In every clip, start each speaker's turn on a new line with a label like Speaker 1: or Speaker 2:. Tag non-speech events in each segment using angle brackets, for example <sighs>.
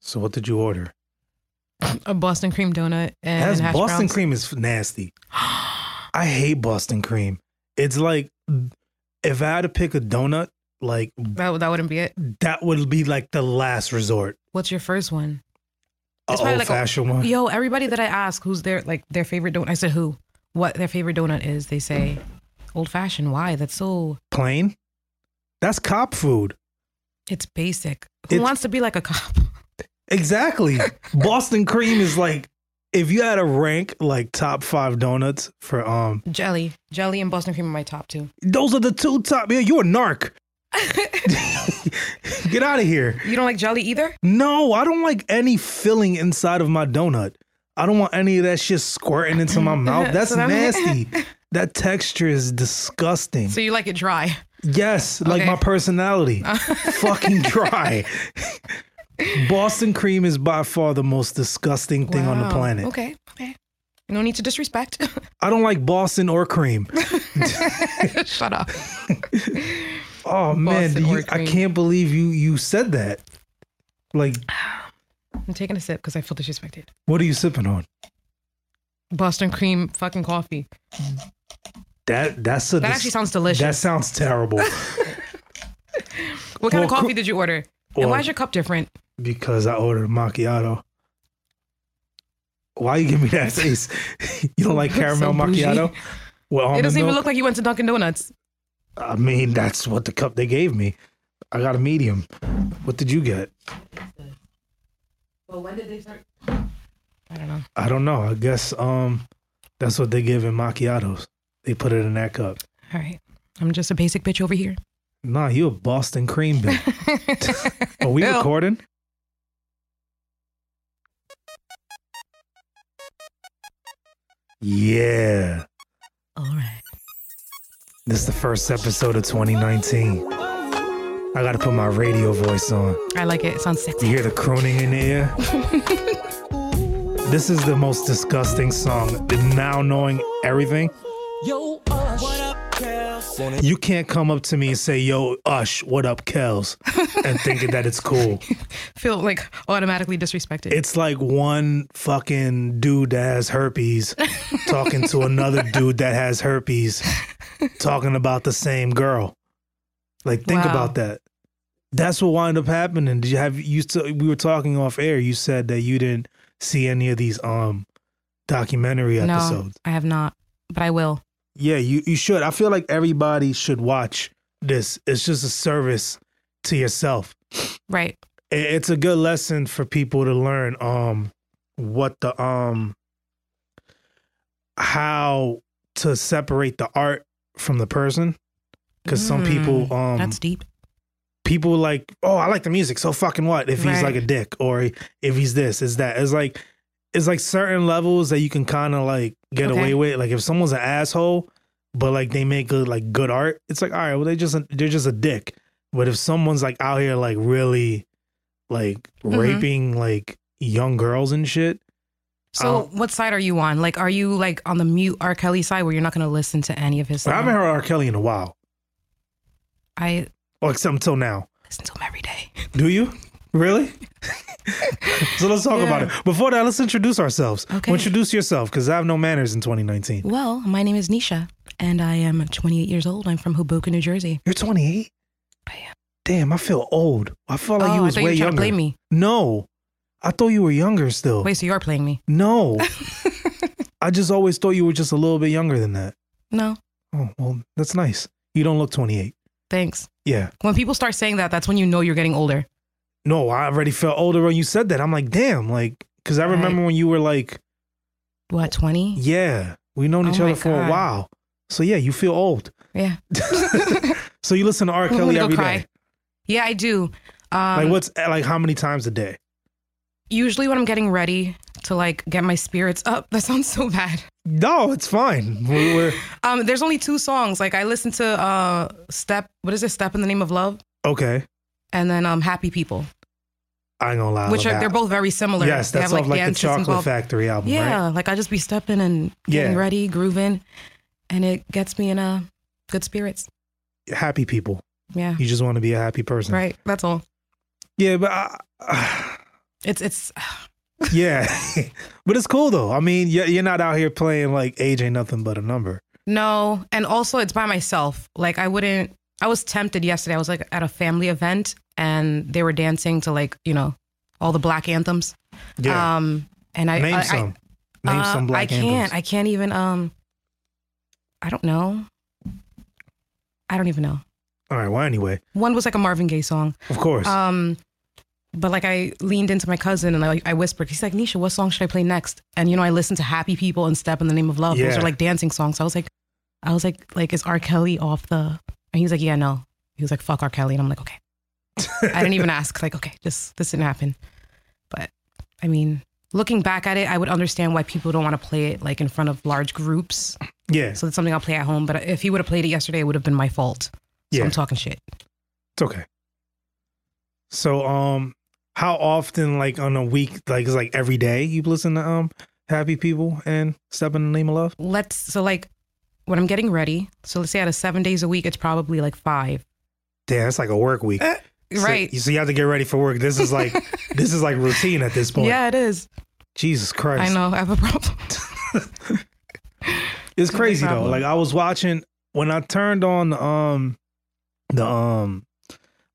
Speaker 1: So what did you order?
Speaker 2: A Boston cream donut and
Speaker 1: That's
Speaker 2: hash
Speaker 1: Boston
Speaker 2: browns.
Speaker 1: cream is
Speaker 2: <gasps>
Speaker 1: nasty. I hate Boston cream. It's like if I had to pick a donut, like
Speaker 2: That, that wouldn't be it.
Speaker 1: that would be like the last resort.
Speaker 2: What's your first one?
Speaker 1: A
Speaker 2: It's probably
Speaker 1: old
Speaker 2: like a-
Speaker 1: fashioned one.
Speaker 2: Yo, everybody that I ask who's their like their favorite donut, I said who, what their favorite donut is, they say old fashioned. Why? That's so
Speaker 1: Plain. That's cop food.
Speaker 2: it's basic. Who
Speaker 1: It's-
Speaker 2: wants to be like a cop? <laughs>
Speaker 1: Exactly. Boston cream is like if you had to rank like top five donuts for um
Speaker 2: Jelly, jelly, and Boston cream are my top two.
Speaker 1: those are the two top yeah, you're a
Speaker 2: <laughs>
Speaker 1: narc. <laughs> Get out of here.
Speaker 2: You don't like jelly either?
Speaker 1: No, I don't like any filling inside of my donut. I don't want any of that shit squirting into
Speaker 2: <laughs>
Speaker 1: my mouth. That's
Speaker 2: So that-
Speaker 1: nasty. That texture is disgusting.
Speaker 2: So you like it dry?
Speaker 1: Yes, like
Speaker 2: Okay.
Speaker 1: my
Speaker 2: <laughs>
Speaker 1: personality. Fucking dry. Boston cream is by far the most disgusting thing on the
Speaker 2: Wow.
Speaker 1: planet.
Speaker 2: Okay, okay. No need to disrespect. <laughs>
Speaker 1: I don't like Boston or cream.
Speaker 2: Shut up.
Speaker 1: Oh man, do
Speaker 2: Boston or
Speaker 1: you- I
Speaker 2: cream.
Speaker 1: can't believe you you said that. Like,
Speaker 2: I'm taking a sip because I feel disrespected.
Speaker 1: what are you sipping on?
Speaker 2: Boston cream fucking coffee.
Speaker 1: That that's a
Speaker 2: That
Speaker 1: dis-
Speaker 2: actually sounds delicious.
Speaker 1: That sounds
Speaker 2: <laughs>
Speaker 1: terrible
Speaker 2: What kind
Speaker 1: Well, cr-
Speaker 2: of coffee did you order? and
Speaker 1: Well-
Speaker 2: why is your cup different?
Speaker 1: because I ordered a macchiato. Why you give me
Speaker 2: <laughs>
Speaker 1: that face? you don't like
Speaker 2: So
Speaker 1: caramel
Speaker 2: bougie.
Speaker 1: macchiato? Well,
Speaker 2: it
Speaker 1: almond
Speaker 2: doesn't even
Speaker 1: milk?
Speaker 2: look like you went to Dunkin' Donuts.
Speaker 1: I mean, that's what the cup they gave me. I got a medium. What did you get?
Speaker 2: Well, when did they start? I don't know.
Speaker 1: I don't know. I guess um, that's what they give in macchiatos. They put it in that cup.
Speaker 2: All right. I'm just a basic bitch
Speaker 1: <laughs>
Speaker 2: over here.
Speaker 1: Nah, you a Boston cream
Speaker 2: <laughs>
Speaker 1: bitch. Are we
Speaker 2: Ew.
Speaker 1: recording? Yeah.
Speaker 2: All right.
Speaker 1: This is the first episode of 2019. I gotta put my radio voice on.
Speaker 2: I like it. It sounds
Speaker 1: You
Speaker 2: sexy.
Speaker 1: hear the crooning in the air? this is the most disgusting song. Now knowing everything,
Speaker 3: Yo, Ush. What up, Kels?
Speaker 1: you can't come up to me and say, yo, Ush, what up, Kels? And thinking that it's cool.
Speaker 2: Feel like automatically disrespected.
Speaker 1: It's like one fucking dude that has herpes talking to
Speaker 2: <laughs>
Speaker 1: another dude that has herpes talking about the same girl. Like think
Speaker 2: Wow.
Speaker 1: about that. That's what wound up happening. Did you have you still we were talking off air, you said that you didn't see any of these um documentary
Speaker 2: no,
Speaker 1: episodes.
Speaker 2: I have not, but I will.
Speaker 1: Yeah, you, you should. I feel like everybody should watch this. It's just a service to yourself
Speaker 2: Right.
Speaker 1: it- it's a good lesson for people to learn um what the um how to separate the art from the person because some people
Speaker 2: Mm,
Speaker 1: um
Speaker 2: That's deep.
Speaker 1: people like oh i like the music so fucking what if he's
Speaker 2: Right.
Speaker 1: like a dick or if he's this is that it's like it's like certain levels that you can kind of like get
Speaker 2: Okay.
Speaker 1: away with like if someone's an asshole but like they make good like good art it's like all right well they just they're just a dick but if someone's like out here like really like
Speaker 2: Mhm.
Speaker 1: raping like young girls and shit
Speaker 2: So,
Speaker 1: um,
Speaker 2: what side are you on? Like, are you like on the mute R. Kelly side where you're not going to listen to any of his?
Speaker 1: i
Speaker 2: songs?
Speaker 1: haven't heard r kelly in a while
Speaker 2: I
Speaker 1: or except until now
Speaker 2: listen to him every day.
Speaker 1: do you
Speaker 2: <laughs>
Speaker 1: really so let's talk about it before that let's introduce ourselves
Speaker 2: Okay.
Speaker 1: introduce yourself because i have no manners in 2019
Speaker 2: Well, my name is Nisha, and I am 28 years old. I'm from Hoboken, New Jersey.
Speaker 1: You're 28.
Speaker 2: I am.
Speaker 1: Damn, I feel old. I felt like you
Speaker 2: Oh, I
Speaker 1: was
Speaker 2: thought you
Speaker 1: way
Speaker 2: were trying
Speaker 1: younger.
Speaker 2: to blame me.
Speaker 1: No, I thought you were younger still.
Speaker 2: Wait, so you are playing me? <laughs>
Speaker 1: No, I just always thought you were just a little bit younger than that.
Speaker 2: No,
Speaker 1: Oh well, that's nice. You don't look 28.
Speaker 2: thanks.
Speaker 1: Yeah.
Speaker 2: When people start saying that, that's when you know you're getting older.
Speaker 1: No, I already felt older when you said that. I'm like, damn, like, because I
Speaker 2: Right.
Speaker 1: remember when you were like,
Speaker 2: What, 20?
Speaker 1: yeah, we known
Speaker 2: Oh
Speaker 1: each
Speaker 2: my
Speaker 1: other for a
Speaker 2: God.
Speaker 1: while. So yeah, you feel old. <laughs>
Speaker 2: Yeah.
Speaker 1: So Mm-hmm. you listen to R.
Speaker 2: <laughs> I'm gonna
Speaker 1: Kelly
Speaker 2: go
Speaker 1: every day.
Speaker 2: cry. Yeah, I do. Um,
Speaker 1: Like what's like how many times a day?
Speaker 2: usually when I'm getting ready to like get my spirits up, <laughs> that sounds so bad.
Speaker 1: No, it's fine. We're, we're
Speaker 2: Um, there's only two songs. Like I listen to uh, Step, what is it? Step in the Name of Love,
Speaker 1: okay.
Speaker 2: and then um, Happy People,
Speaker 1: I ain't gonna lie.
Speaker 2: which
Speaker 1: about
Speaker 2: are they're
Speaker 1: that.
Speaker 2: both very similar.
Speaker 1: Yes,
Speaker 2: They
Speaker 1: that's
Speaker 2: have,
Speaker 1: off like the
Speaker 2: dances
Speaker 1: Chocolate
Speaker 2: involved.
Speaker 1: Factory album, right?
Speaker 2: Yeah, like I just be stepping and getting
Speaker 1: Yeah.
Speaker 2: ready, grooving, and it gets me in a good spirits.
Speaker 1: Happy people.
Speaker 2: Yeah,
Speaker 1: You just want to be a happy person,
Speaker 2: right. That's all.
Speaker 1: Yeah, but I,
Speaker 2: It's it's
Speaker 1: uh, <sighs> Yeah, <laughs> but it's cool though. I mean, you're, you're not out here playing like age ain't nothing but a number.
Speaker 2: no, and also it's by myself. Like I wouldn't. I was tempted yesterday. I was like at a family event, and they were dancing to like you know all the black anthems.
Speaker 1: Yeah,
Speaker 2: Um, and I
Speaker 1: name
Speaker 2: I,
Speaker 1: some,
Speaker 2: I,
Speaker 1: name
Speaker 2: uh,
Speaker 1: some black
Speaker 2: I can't.
Speaker 1: anthems.
Speaker 2: I can't even. Um, I don't know. I don't even know.
Speaker 1: All right. Well, anyway,
Speaker 2: One was like a Marvin Gaye song.
Speaker 1: of course.
Speaker 2: Um, but like I leaned into my cousin and I, I whispered, he's like, Nisha, what song should I play next? And you know, I listened to Happy People and Step in the Name of Love. Those
Speaker 1: Yeah.
Speaker 2: are like dancing songs. So I was like, I was like, like is R. Kelly off the? And he's like, yeah, no. He was like, fuck R. Kelly, and I'm like, okay. I didn't even ask. Like, okay, this this didn't happen. But I mean, looking back at it, I would understand why people don't want to play it like in front of large groups.
Speaker 1: yeah,
Speaker 2: So that's something I'll play at home. But if he would have played it yesterday, it would have been my fault. So
Speaker 1: Yeah.
Speaker 2: I'm talking shit.
Speaker 1: it's okay. So, um, how often, like on a week, like it's like every day, you listen to um Happy People and Step in the Name of Love.
Speaker 2: let's so like when I'm getting ready. So let's say out of seven days a week, it's probably like five.
Speaker 1: Damn, it's like a work week. So-
Speaker 2: Eh, right.
Speaker 1: So, you have to get ready for work. This is
Speaker 2: <laughs>
Speaker 1: like this is like routine at this point.
Speaker 2: Yeah, it is.
Speaker 1: Jesus Christ.
Speaker 2: I know. I have a problem. <laughs>
Speaker 1: It's
Speaker 2: It's a big
Speaker 1: crazy though.
Speaker 2: problem.
Speaker 1: Like I was watching when I turned on the um the um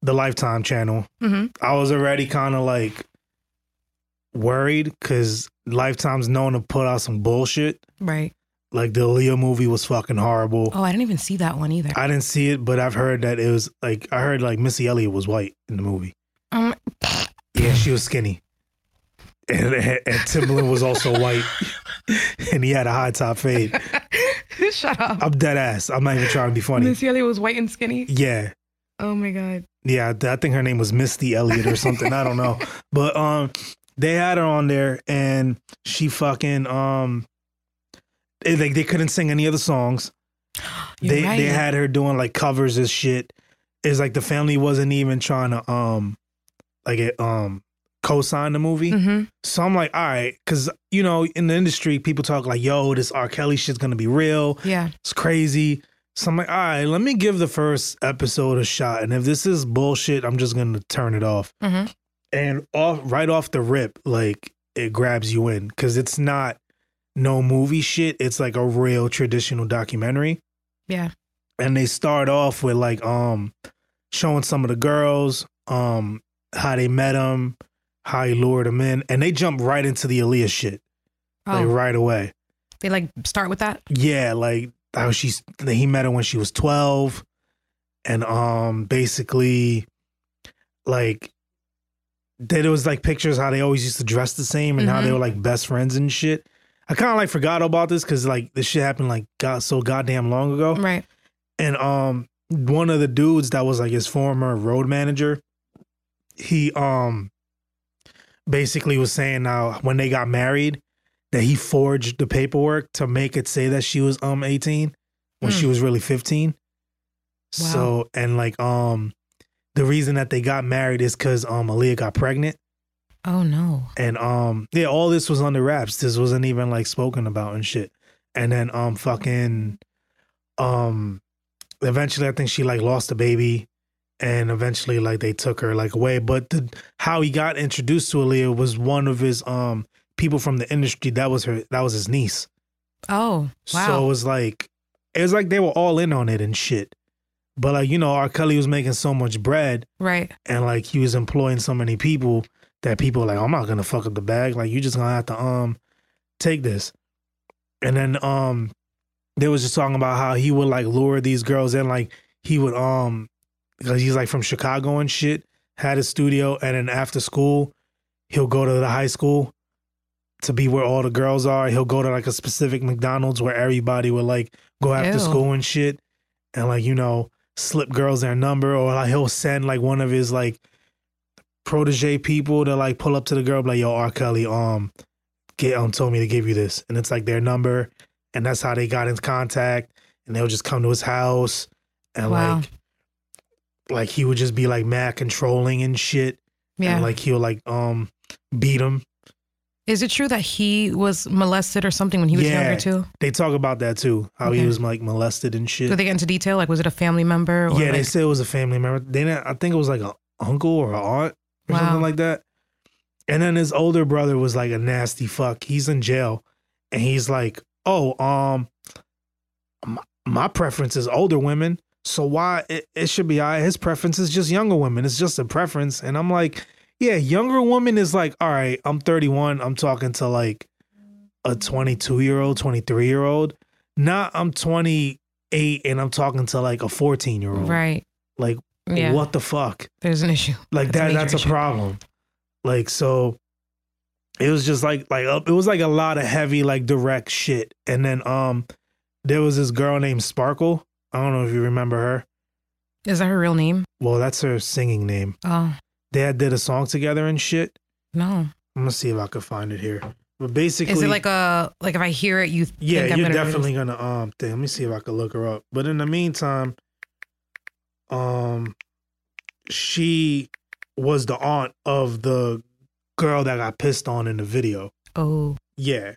Speaker 1: the Lifetime channel.
Speaker 2: hmm
Speaker 1: I was already kind of like worried because Lifetime's known to put out some bullshit.
Speaker 2: Right.
Speaker 1: Like the Leo movie was fucking horrible.
Speaker 2: Oh, I didn't even see that one either.
Speaker 1: I didn't see it, but I've heard that it was like I heard like Missy Elliott was white in the movie.
Speaker 2: Um, <laughs>
Speaker 1: Yeah, she was skinny. And, and, and Timbaland was also white, and he had a high top fade.
Speaker 2: shut up.
Speaker 1: I'm dead ass. I'm not even trying to be funny.
Speaker 2: Missy Elliott was white and skinny.
Speaker 1: Yeah,
Speaker 2: Oh my god.
Speaker 1: yeah. th- I think her name was Misty Elliott or something. I don't know, but um, they had her on there, and she fucking um, they, like they couldn't sing any of the songs.
Speaker 2: You're
Speaker 1: they
Speaker 2: right.
Speaker 1: they had her doing like covers and shit. It's like the family wasn't even trying to um, like it um, co-sign the movie.
Speaker 2: hmm
Speaker 1: So I'm like, all right, because you know, in the industry, people talk like, "Yo, this R. Kelly shit's gonna be real.
Speaker 2: Yeah.
Speaker 1: It's crazy." So I'm like, all right, let me give the first episode a shot, and if this is bullshit, I'm just gonna turn it off.
Speaker 2: hmm
Speaker 1: And off right off the rip, like it grabs you in because it's not no movie shit. It's like a real traditional documentary,
Speaker 2: Yeah.
Speaker 1: and they start off with like um showing some of the girls, um how they met him, how he lured them in, and they jump right into the Aaliyah shit
Speaker 2: Oh,
Speaker 1: like right away.
Speaker 2: they like start with that.
Speaker 1: Yeah, like how she's he met her when she was twelve, and um basically, like that it was like pictures how they always used to dress the same and how they
Speaker 2: Mhm.
Speaker 1: were like best friends and shit. I kind of like forgot about this because like this shit happened like god so goddamn long ago,
Speaker 2: Right.
Speaker 1: and um one of the dudes that was like his former road manager, he um basically was saying now when they got married that he forged the paperwork to make it say that she was um 18 when she was really 15 so and like um the reason that they got married is because um Aaliyah got pregnant
Speaker 2: Oh no.
Speaker 1: and um yeah all this was under wraps this wasn't even like spoken about and shit and then um fucking um eventually I think she like lost the baby and eventually like they took her like away but the, how he got introduced to Aaliyah was one of his um people from the industry that was her that was his niece
Speaker 2: Oh wow.
Speaker 1: so it was like it was like they were all in on it and shit. But like you know, R. Kelly was making so much bread
Speaker 2: right.
Speaker 1: and like he was employing so many people that people were like, I'm not gonna fuck up the bag. Like you just gonna have to um take this. And then um they was just talking about how he would like lure these girls in, like he would um because he's like from Chicago and shit, had his studio and then after school he'll go to the high school to be where all the girls are. He'll go to like a specific McDonald's where everybody would like go after
Speaker 2: Ew.
Speaker 1: school and shit, and like you know slip girls their number or like he'll send like one of his like protege people to like pull up to the girl be like yo R Kelly um get um told me to give you this and it's like their number and that's how they got in contact and they'll just come to his house and
Speaker 2: Wow.
Speaker 1: like like he would just be like mad controlling and shit
Speaker 2: Yeah.
Speaker 1: and like he'll like um beat him
Speaker 2: is it true that he was molested or something when he was
Speaker 1: Yeah.
Speaker 2: younger too?
Speaker 1: They talk about that too, how he
Speaker 2: Okay.
Speaker 1: was like molested and shit.
Speaker 2: Did they get into detail? Like, was it a family member? Or
Speaker 1: yeah, they
Speaker 2: like-
Speaker 1: said it was a family member. They didn't, I think it was like a uncle or an aunt or
Speaker 2: Wow.
Speaker 1: something like that. And then his older brother was like a nasty fuck. He's in jail, and he's like, "Oh, um, my, my preference is older women, so why it, it should be I? His preference is just younger women. It's just a preference." And I'm like, "Yeah, younger woman is like, all right, I'm 31. I'm talking to like a 22 year old, 23 year old. Not I'm 28 and I'm talking to like a 14 year old.
Speaker 2: Right.
Speaker 1: Like,
Speaker 2: Yeah.
Speaker 1: what the fuck?"
Speaker 2: There's an issue.
Speaker 1: like
Speaker 2: That's a
Speaker 1: that
Speaker 2: major
Speaker 1: that's a
Speaker 2: issue.
Speaker 1: problem like so it was just like like uh, it was like a lot of heavy like direct shit and then um there was this girl named sparkle i don't know if you remember her
Speaker 2: Is that her real name?
Speaker 1: well that's her singing name
Speaker 2: Oh
Speaker 1: they had did a song together and shit
Speaker 2: no.
Speaker 1: i'm gonna see if i could find it here but basically
Speaker 2: Is it like a like if I hear it, you
Speaker 1: yeah
Speaker 2: think I'm
Speaker 1: you're
Speaker 2: gonna
Speaker 1: definitely gonna um thing let me see if i could look her up but in the meantime um she was the aunt of the girl that got pissed on in the video
Speaker 2: Oh,
Speaker 1: Yeah.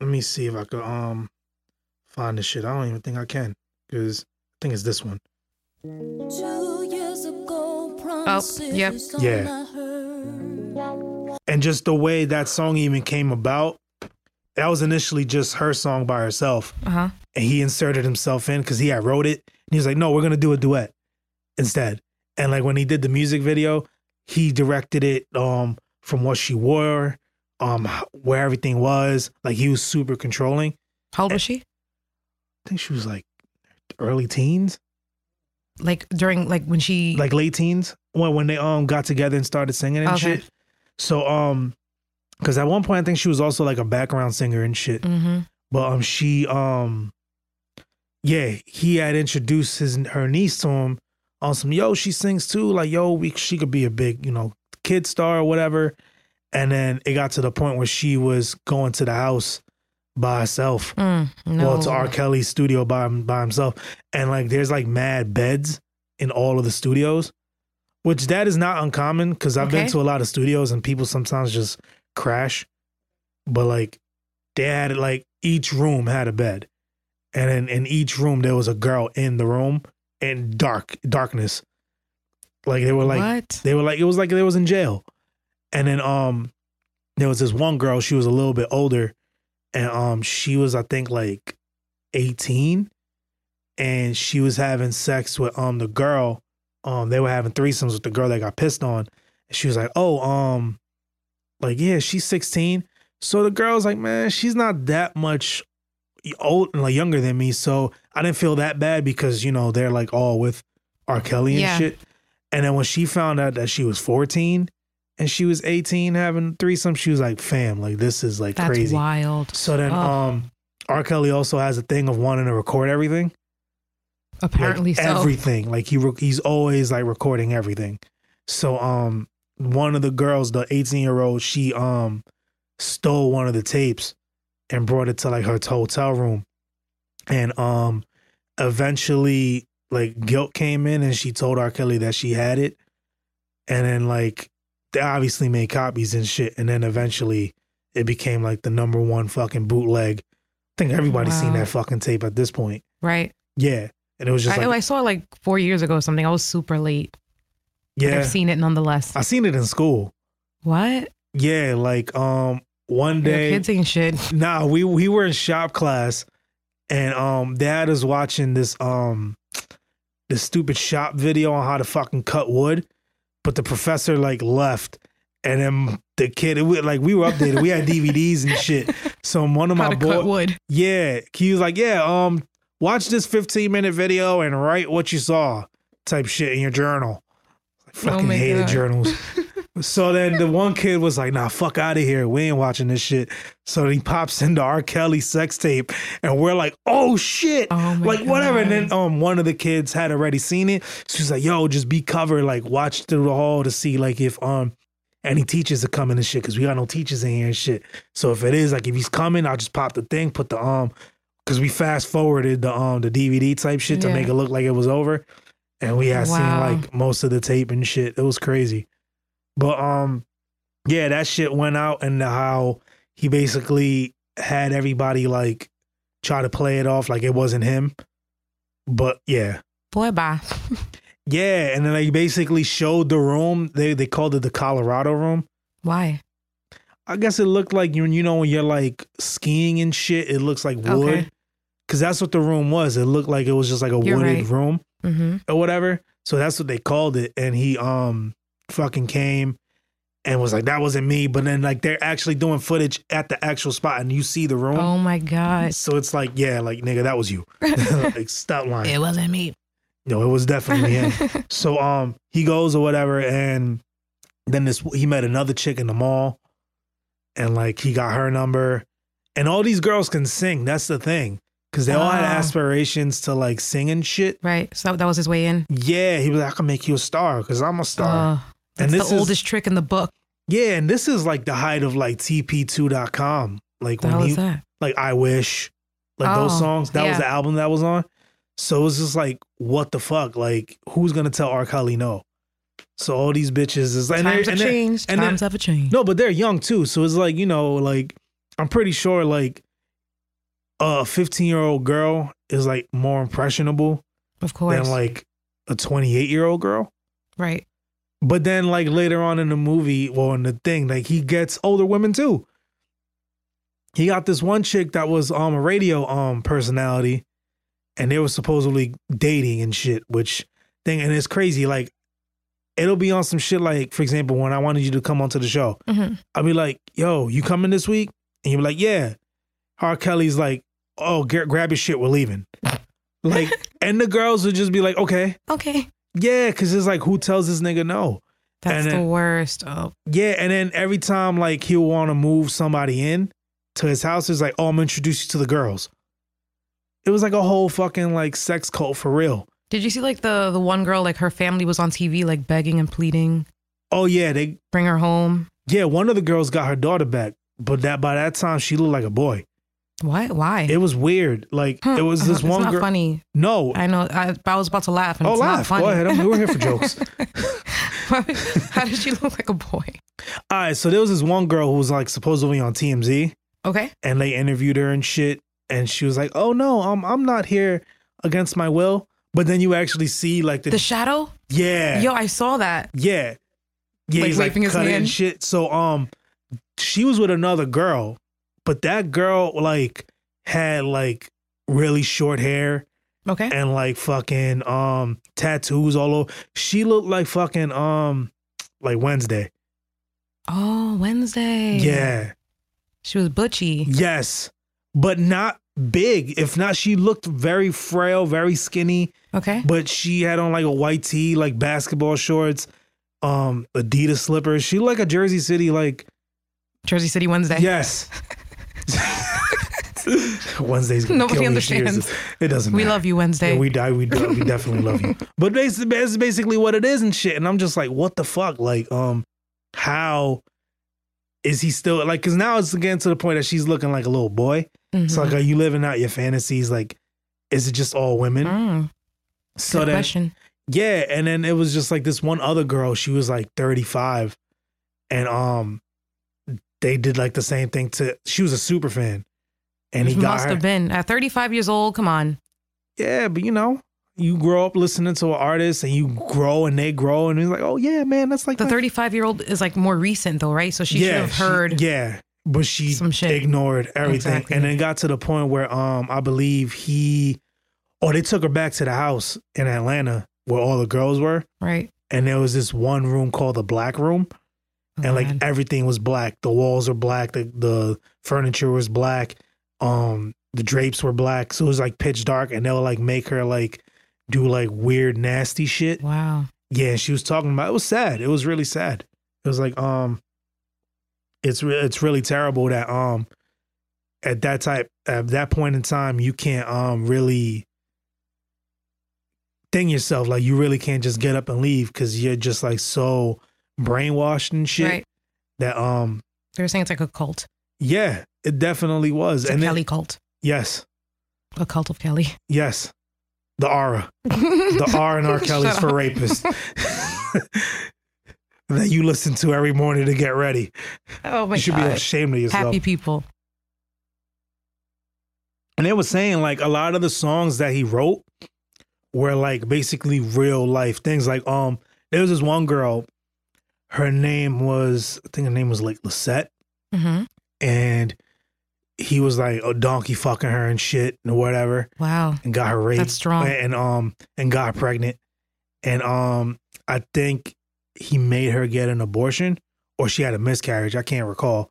Speaker 1: Let me see if I could um find this shit. I don't even think I can because I think it's this one.
Speaker 2: yep.
Speaker 1: Yeah. And just the way that song even came about, that was initially just her song by herself,
Speaker 2: uh huh.
Speaker 1: and he inserted himself in because he had wrote it. And he was like, "No, we're gonna do a duet instead." And like when he did the music video, he directed it um from what she wore, um where everything was. Like he was super controlling.
Speaker 2: How old was she?
Speaker 1: I think she was like early teens.
Speaker 2: Like during like when she
Speaker 1: like late teens when when they um got together and started singing and
Speaker 2: Okay.
Speaker 1: shit. So um, because at one point I think she was also like a background singer and shit.
Speaker 2: hmm
Speaker 1: But um, she um, yeah, he had introduced his her niece to him on some yo. She sings too, like yo, we she could be a big you know kid star or whatever. And then it got to the point where she was going to the house by herself.
Speaker 2: Mm, no.
Speaker 1: Well, to R. Kelly's studio by by himself, and like there's like mad beds in all of the studios, which that is not uncommon because I've been
Speaker 2: Okay.
Speaker 1: to a lot of studios and people sometimes just crash, but like they had like each room had a bed, and in, in each room there was a girl in the room in dark darkness, like they were like
Speaker 2: what?
Speaker 1: they were like, it was like they was in jail. And then um there was this one girl, she was a little bit older, and um she was, I think, like 18. And she was having sex with um the girl. Um they were having threesomes with the girl that got pissed on. And she was like, Oh, um, like, yeah, she's 16. So the girl's like, man, she's not that much old like younger than me. So I didn't feel that bad because, you know, they're like all with R. Kelly and
Speaker 2: Yeah.
Speaker 1: shit. And then when she found out that she was 14 and she was 18 having threesome, she was like, fam, like this is like
Speaker 2: That's
Speaker 1: crazy.
Speaker 2: wild.
Speaker 1: So then
Speaker 2: Oh.
Speaker 1: um R. Kelly also has a thing of wanting to record everything. Like,
Speaker 2: Apparently so.
Speaker 1: everything. Like he re- he's always like recording everything. So um one of the girls, the 18 year old, she um stole one of the tapes and brought it to like her hotel room. And um eventually like guilt came in and she told R. Kelly that she had it. And then like they obviously made copies and shit. And then eventually it became like the number one fucking bootleg. I think everybody's seen
Speaker 2: Wow.
Speaker 1: that fucking tape at this point.
Speaker 2: right.
Speaker 1: Yeah. And it was just
Speaker 2: I,
Speaker 1: like
Speaker 2: I saw it like four years ago or something. I was super late. but
Speaker 1: Yeah.
Speaker 2: I've seen it nonetheless.
Speaker 1: I seen it in school.
Speaker 2: what?
Speaker 1: Yeah, like um one
Speaker 2: Your
Speaker 1: day
Speaker 2: kids ain't shit.
Speaker 1: Nah, we we were in shop class and um dad is watching this um this stupid shop video on how to fucking cut wood, but the professor like left and then the kid it, wa- like we were updated. we had DVDs and shit. So one of
Speaker 2: How
Speaker 1: my
Speaker 2: to cut
Speaker 1: boys
Speaker 2: wood.
Speaker 1: Yeah, he was like, "Yeah, um watch this 15-minute video and write what you saw." type shit in your journal. I fucking
Speaker 2: Oh my
Speaker 1: hated
Speaker 2: God. <laughs>
Speaker 1: journals. so then the one kid was like, nah, fuck out of here. We ain't watching this shit. So he pops into R. Kelly sex tape and we're like, oh shit.
Speaker 2: Oh my
Speaker 1: like whatever. And then
Speaker 2: God.
Speaker 1: um one of the kids had already seen it. So he's like, yo, just be covered. Like watch through the hall to see like if um any teachers are coming and shit, cause we got no teachers in here and shit. So if it is, like if he's coming, I'll just pop the thing, put the um cause we fast forwarded the um the DVD type shit to
Speaker 2: Yeah.
Speaker 1: make it look like it was over and we had
Speaker 2: Wow.
Speaker 1: seen like most of the tape and shit. It was crazy, but um, yeah, that shit went out and how he basically had everybody like try to play it off like it wasn't him, but yeah,
Speaker 2: Boy, bye.
Speaker 1: yeah, and then they basically showed the room. They they called it the Colorado room
Speaker 2: Why?
Speaker 1: I guess it looked like you you know when you're like skiing and shit, it looks like wood.
Speaker 2: Okay.
Speaker 1: Cause that's what the room was. It looked like it was just like a
Speaker 2: You're
Speaker 1: wooded
Speaker 2: right.
Speaker 1: room
Speaker 2: Mm-hmm.
Speaker 1: or whatever. So that's what they called it. And he um fucking came and was like, that wasn't me. But then like they're actually doing footage at the actual spot and you see the room.
Speaker 2: Oh my god.
Speaker 1: So it's like, yeah, like nigga, that
Speaker 2: <laughs>
Speaker 1: was you. <laughs> like stop lying.
Speaker 2: It wasn't me.
Speaker 1: No, it was definitely him. So um he goes or whatever and then this he met another chick in the mall and like he got her number and all these girls can sing that's the thing cuz they all had
Speaker 2: Ah.
Speaker 1: aspirations to like sing and shit.
Speaker 2: <laughs> right. So that, that was his way in.
Speaker 1: Yeah, he was like I can make you a star cuz I'm a star.
Speaker 2: Uh,
Speaker 1: And
Speaker 2: that's
Speaker 1: this
Speaker 2: the
Speaker 1: is-
Speaker 2: oldest trick in the book.
Speaker 1: yeah, and this is like the height of like TP2.com. Like
Speaker 2: The hell
Speaker 1: when he
Speaker 2: is that?
Speaker 1: like I wish like those
Speaker 2: Oh,
Speaker 1: songs that was
Speaker 2: yeah.
Speaker 1: the album that was on. So it's just like what the fuck like who's going to tell R. Kelly no? So all these bitches is like and
Speaker 2: Times
Speaker 1: they're- and
Speaker 2: have
Speaker 1: they're-
Speaker 2: changed.
Speaker 1: and they're-
Speaker 2: Times have changed.
Speaker 1: No, but they're young too. So it's like, you know, like I'm pretty sure like a 15 year old girl is like more impressionable
Speaker 2: of course.
Speaker 1: than like a 28 year old girl.
Speaker 2: right.
Speaker 1: But then like later on in the movie, well in the thing, like he gets older women too. He got this one chick that was um a radio um personality and they were supposedly dating and shit, which thing and it's crazy, like it'll be on some shit like, for example, when I wanted you to come onto the show.
Speaker 2: Mhm.
Speaker 1: I'll be like, yo, you coming this week? And you'll be like, yeah. R. Kelly's like, oh, gra- grab your shit, we're leaving. like, and the girls would just be like, okay,
Speaker 2: Okay.
Speaker 1: yeah, because it's like, who tells this nigga no?
Speaker 2: That's
Speaker 1: And
Speaker 2: the
Speaker 1: then-
Speaker 2: worst. Oh,
Speaker 1: Yeah, and then every time like he'll want to move somebody in to his house, it's like, oh, I'm gonna introduce you to the girls. It was like a whole fucking like sex cult for real.
Speaker 2: did you see like the the one girl like her family was on TV like begging and pleading,
Speaker 1: Oh yeah, they
Speaker 2: bring her home.
Speaker 1: yeah, one of the girls got her daughter back, but that by that time she looked like a boy.
Speaker 2: What? Why?
Speaker 1: It was weird. Like
Speaker 2: Huh,
Speaker 1: it was this
Speaker 2: <laughs> uh-huh. it's
Speaker 1: one
Speaker 2: not
Speaker 1: girl.
Speaker 2: funny.
Speaker 1: No,
Speaker 2: I know. I, I was about to laugh. And
Speaker 1: oh
Speaker 2: it's not
Speaker 1: laugh. Go
Speaker 2: funny.
Speaker 1: ahead. I'm, we're here for jokes.
Speaker 2: <laughs>
Speaker 1: <laughs>
Speaker 2: How did she look like a boy?
Speaker 1: All right, so there was this one girl who was like supposedly on TMZ.
Speaker 2: Okay.
Speaker 1: and they interviewed her and shit and she was like oh no i'm i'm not here against my will but then you actually see like the,
Speaker 2: The shadow?
Speaker 1: yeah
Speaker 2: Yo, I saw that.
Speaker 1: yeah yeah
Speaker 2: Like,
Speaker 1: he's like
Speaker 2: waving his
Speaker 1: cut and
Speaker 2: hand.
Speaker 1: shit so um she was with another girl but that girl like had like really short hair
Speaker 2: Okay.
Speaker 1: and like fucking um tattoos all over she looked like fucking um like wednesday
Speaker 2: Oh, Wednesday.
Speaker 1: yeah
Speaker 2: She was butchy.
Speaker 1: Yes, but not big. If not, she looked very frail, very skinny.
Speaker 2: Okay.
Speaker 1: But she had on like a white tee, like basketball shorts, um, Adidas slippers. She looked like a Jersey City, like
Speaker 2: Jersey City Wednesday. <laughs>
Speaker 1: yes. Wednesday's gonna
Speaker 2: Nobody
Speaker 1: kill me if she hears
Speaker 2: understands.
Speaker 1: this. It doesn't.
Speaker 2: We
Speaker 1: matter.
Speaker 2: love you, Wednesday.
Speaker 1: Yeah, we die. We do, we definitely love
Speaker 2: <laughs>
Speaker 1: you. But basically, that's basically what it is and shit. And I'm just like, what the fuck? Like, um, how is he still like? Because now it's getting to the point that she's looking like a little boy.
Speaker 2: Mhm.
Speaker 1: It's like, are you living out your fantasies? Like, is it just all women?
Speaker 2: Mm,
Speaker 1: So
Speaker 2: good
Speaker 1: then,
Speaker 2: question.
Speaker 1: yeah. And then it was just like this one other girl. She was like 35, and um, they did like the same thing to. She was a super fan, and he
Speaker 2: It
Speaker 1: got
Speaker 2: must
Speaker 1: her.
Speaker 2: have been at 35 years old. Come on.
Speaker 1: yeah, but you know, you grow up listening to an artist and you grow and they grow and it's like, oh yeah, man, that's like
Speaker 2: The
Speaker 1: my-
Speaker 2: 35 year old is like more recent though, right? So she
Speaker 1: yeah,
Speaker 2: should have heard.
Speaker 1: She, yeah, but she
Speaker 2: some shit.
Speaker 1: ignored everything,
Speaker 2: Exactly.
Speaker 1: and it got to the point where um, I believe he, oh, they took her back to the house in Atlanta where all the girls were,
Speaker 2: Right.
Speaker 1: and there was this one room called the black room,
Speaker 2: Oh,
Speaker 1: and like
Speaker 2: man.
Speaker 1: everything was black. The walls were black. The the furniture was black. Um, the drapes were black. So it was like pitch dark, and they would like make her like do like weird nasty shit.
Speaker 2: wow.
Speaker 1: Yeah, she was talking about. It was sad. It was really sad. It was like um, it's re- it's really terrible that um, at that type at that point in time you can't um really thing yourself like you really can't just get up and leave because you're just like so brainwashed and shit
Speaker 2: Right.
Speaker 1: that um
Speaker 2: They were saying it's like a cult.
Speaker 1: yeah it definitely was
Speaker 2: It's
Speaker 1: and
Speaker 2: a
Speaker 1: then-
Speaker 2: Kelly cult.
Speaker 1: yes
Speaker 2: A cult of Kelly.
Speaker 1: yes the aura
Speaker 2: <laughs>
Speaker 1: the R and R Kelly's
Speaker 2: Shut
Speaker 1: for
Speaker 2: up.
Speaker 1: rapists
Speaker 2: <laughs>
Speaker 1: that you listen to every morning to get ready.
Speaker 2: oh my
Speaker 1: you should be
Speaker 2: god.
Speaker 1: ashamed of yourself.
Speaker 2: Happy people.
Speaker 1: and they were saying like a lot of the songs that he wrote were like basically real life things. Like um, there was this one girl, her name was I think her name was like Lisette,
Speaker 2: Mm-hmm.
Speaker 1: and he was like a donkey fucking her and shit and whatever,
Speaker 2: Wow.
Speaker 1: and got her raped
Speaker 2: That's strong.
Speaker 1: and um and got her pregnant, and um I think he made her get an abortion or she had a miscarriage. I can't recall.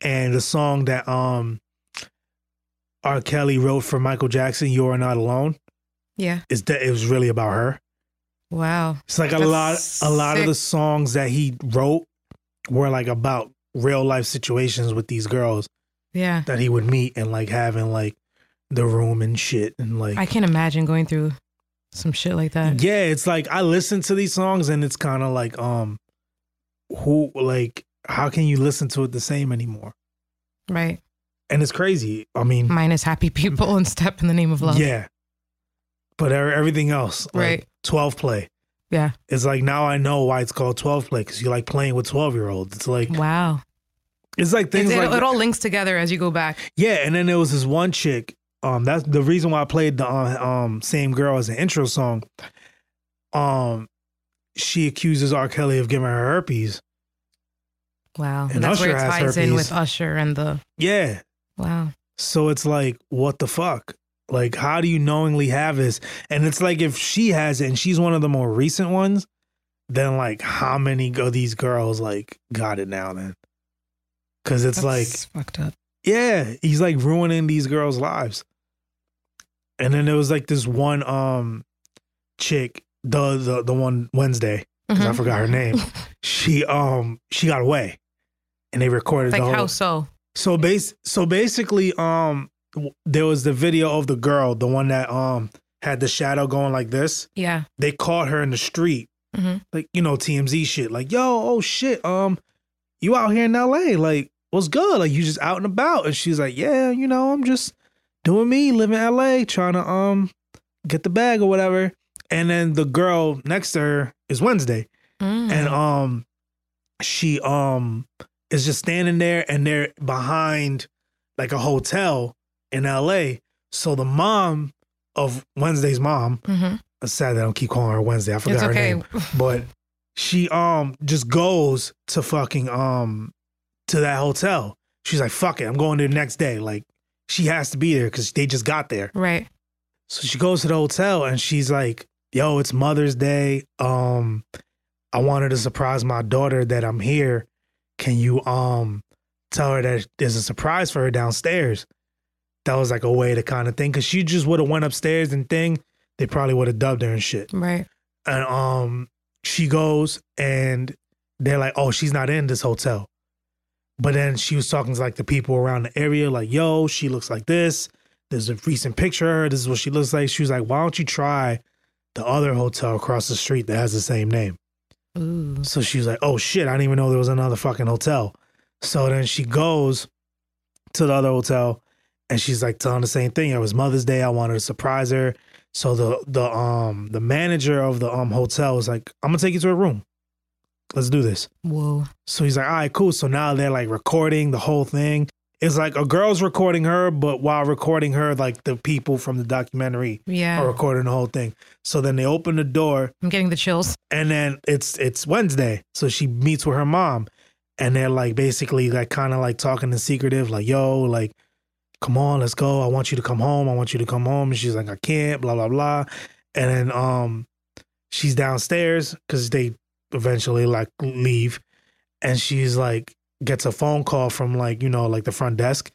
Speaker 1: And the song that um R. Kelly wrote for Michael Jackson, "You Are Not Alone,"
Speaker 2: Yeah.
Speaker 1: is that it was really about her.
Speaker 2: Wow.
Speaker 1: It's like a lot
Speaker 2: That's
Speaker 1: a lot of the
Speaker 2: sick.
Speaker 1: songs that he wrote were like about real life situations with these girls
Speaker 2: Yeah.
Speaker 1: that he would meet and like having like the room and shit and like
Speaker 2: I can't imagine going through some shit like that.
Speaker 1: yeah, it's like I listen to these songs and it's kind of like um who like how can you listen to it the same anymore?
Speaker 2: Right.
Speaker 1: And it's crazy. I mean,
Speaker 2: Minus happy people and step in the name of love.
Speaker 1: yeah. But e- everything else, like
Speaker 2: Right.
Speaker 1: 12 play.
Speaker 2: Yeah.
Speaker 1: It's like now I know why it's called 12 play cuz you like playing with 12 year olds. It's like
Speaker 2: Wow.
Speaker 1: it's like
Speaker 2: It,
Speaker 1: things
Speaker 2: it-
Speaker 1: like
Speaker 2: it all links together as you go back.
Speaker 1: Yeah, and then there was this one chick. Um, that's the reason why I played the uh, um same girl as an intro song. Um, she accuses R. Kelly of giving her herpes.
Speaker 2: Wow.
Speaker 1: And
Speaker 2: That's
Speaker 1: Usher
Speaker 2: where it
Speaker 1: has
Speaker 2: ties in
Speaker 1: herpes.
Speaker 2: with Usher and the
Speaker 1: Yeah,
Speaker 2: wow.
Speaker 1: so it's like, what the fuck? Like, how do you knowingly have this? And it's like, if she has it, and she's one of the more recent ones, then like, how many of these girls like got it now? Then, because it's like,
Speaker 2: That's fucked up.
Speaker 1: Yeah, he's like ruining these girls' lives. And then there was like this one um chick, the the, the one Wednesday, 'cause I
Speaker 2: Mhm.
Speaker 1: forgot her
Speaker 2: <laughs>
Speaker 1: name. She um she got away, and they recorded
Speaker 2: Like
Speaker 1: the whole.
Speaker 2: how so?
Speaker 1: So base so basically um w- there was the video of the girl, the one that um had the shadow going like this.
Speaker 2: Yeah.
Speaker 1: They caught her in the street,
Speaker 2: Mhm.
Speaker 1: like you know TMZ shit. Like yo, oh shit, um, you out here in LA? Like what's good? Like you just out and about? And she's like, yeah, you know, I'm just doing me, living in LA, trying to um get the bag or whatever. And then the girl next to her is Wednesday,
Speaker 2: Mm.
Speaker 1: and um, she um is just standing there, and they're behind like a hotel in LA. So the mom of Wednesday's mom
Speaker 2: Mhm.
Speaker 1: it's sad that I don't keep calling her Wednesday. I forgot
Speaker 2: It's
Speaker 1: her
Speaker 2: okay.
Speaker 1: name. But she um just goes to fucking um to that hotel. She's like, fuck it, I'm going there the next day. Like she has to be there because they just got there.
Speaker 2: Right.
Speaker 1: So she goes to the hotel and she's like, yo, it's Mother's Day. Um, I wanted to surprise my daughter that I'm here. Can you um tell her that there's a surprise for her downstairs? That was like a way to kind of thing. Cause she just would have went upstairs and thing, they probably would have dubbed her and shit
Speaker 2: Right.
Speaker 1: and um she goes and they're like oh she's not in this hotel but then she was talking to like the people around the area like yo she looks like this there's a recent picture of her this is what she looks like she was like why don't you try the other hotel across the street that has the same name
Speaker 2: Ooh.
Speaker 1: so she was like oh shit i didn't even know there was another fucking hotel so then she goes to the other hotel and she's like telling the same thing it was mother's day i wanted to surprise her so the the um the manager of the um hotel was like, I'm gonna take you to a room. Let's do this.
Speaker 2: Whoa.
Speaker 1: So he's like, all right, cool. So now they're like recording the whole thing. It's like a girl's recording her, but while recording her, like the people from the documentary are
Speaker 2: Yeah.
Speaker 1: recording the whole thing. So then they open the door
Speaker 2: I'm getting the chills.
Speaker 1: and then it's it's Wednesday. So she meets with her mom and they're like basically like kind of like talking in secretive, like, yo, like, come on, let's go. I want you to come home. I want you to come home. And she's like, I can't, blah, blah, blah. And then um she's downstairs because they eventually like leave. And she's like gets a phone call from like, you know, like the front desk.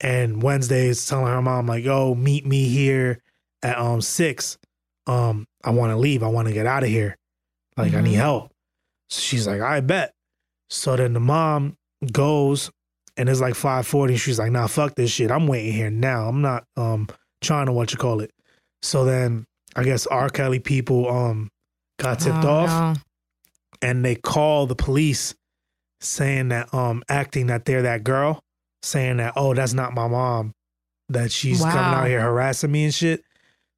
Speaker 1: And Wednesday is telling her mom, like, yo, meet me here at um six. Um, I wanna leave. I wanna get out of here. Like, I need
Speaker 2: Mhm.
Speaker 1: help. So she's like, I bet. So then the mom goes and it's like 540. She's like, nah, fuck this shit. I'm waiting here now. I'm not um trying to what you call it. So then I guess R. Kelly people um got tipped
Speaker 2: Oh,
Speaker 1: off
Speaker 2: no.
Speaker 1: and they call the police saying that um acting that they're that girl, saying that, oh, that's not my mom. That she's coming
Speaker 2: Wow.
Speaker 1: out here harassing me and shit.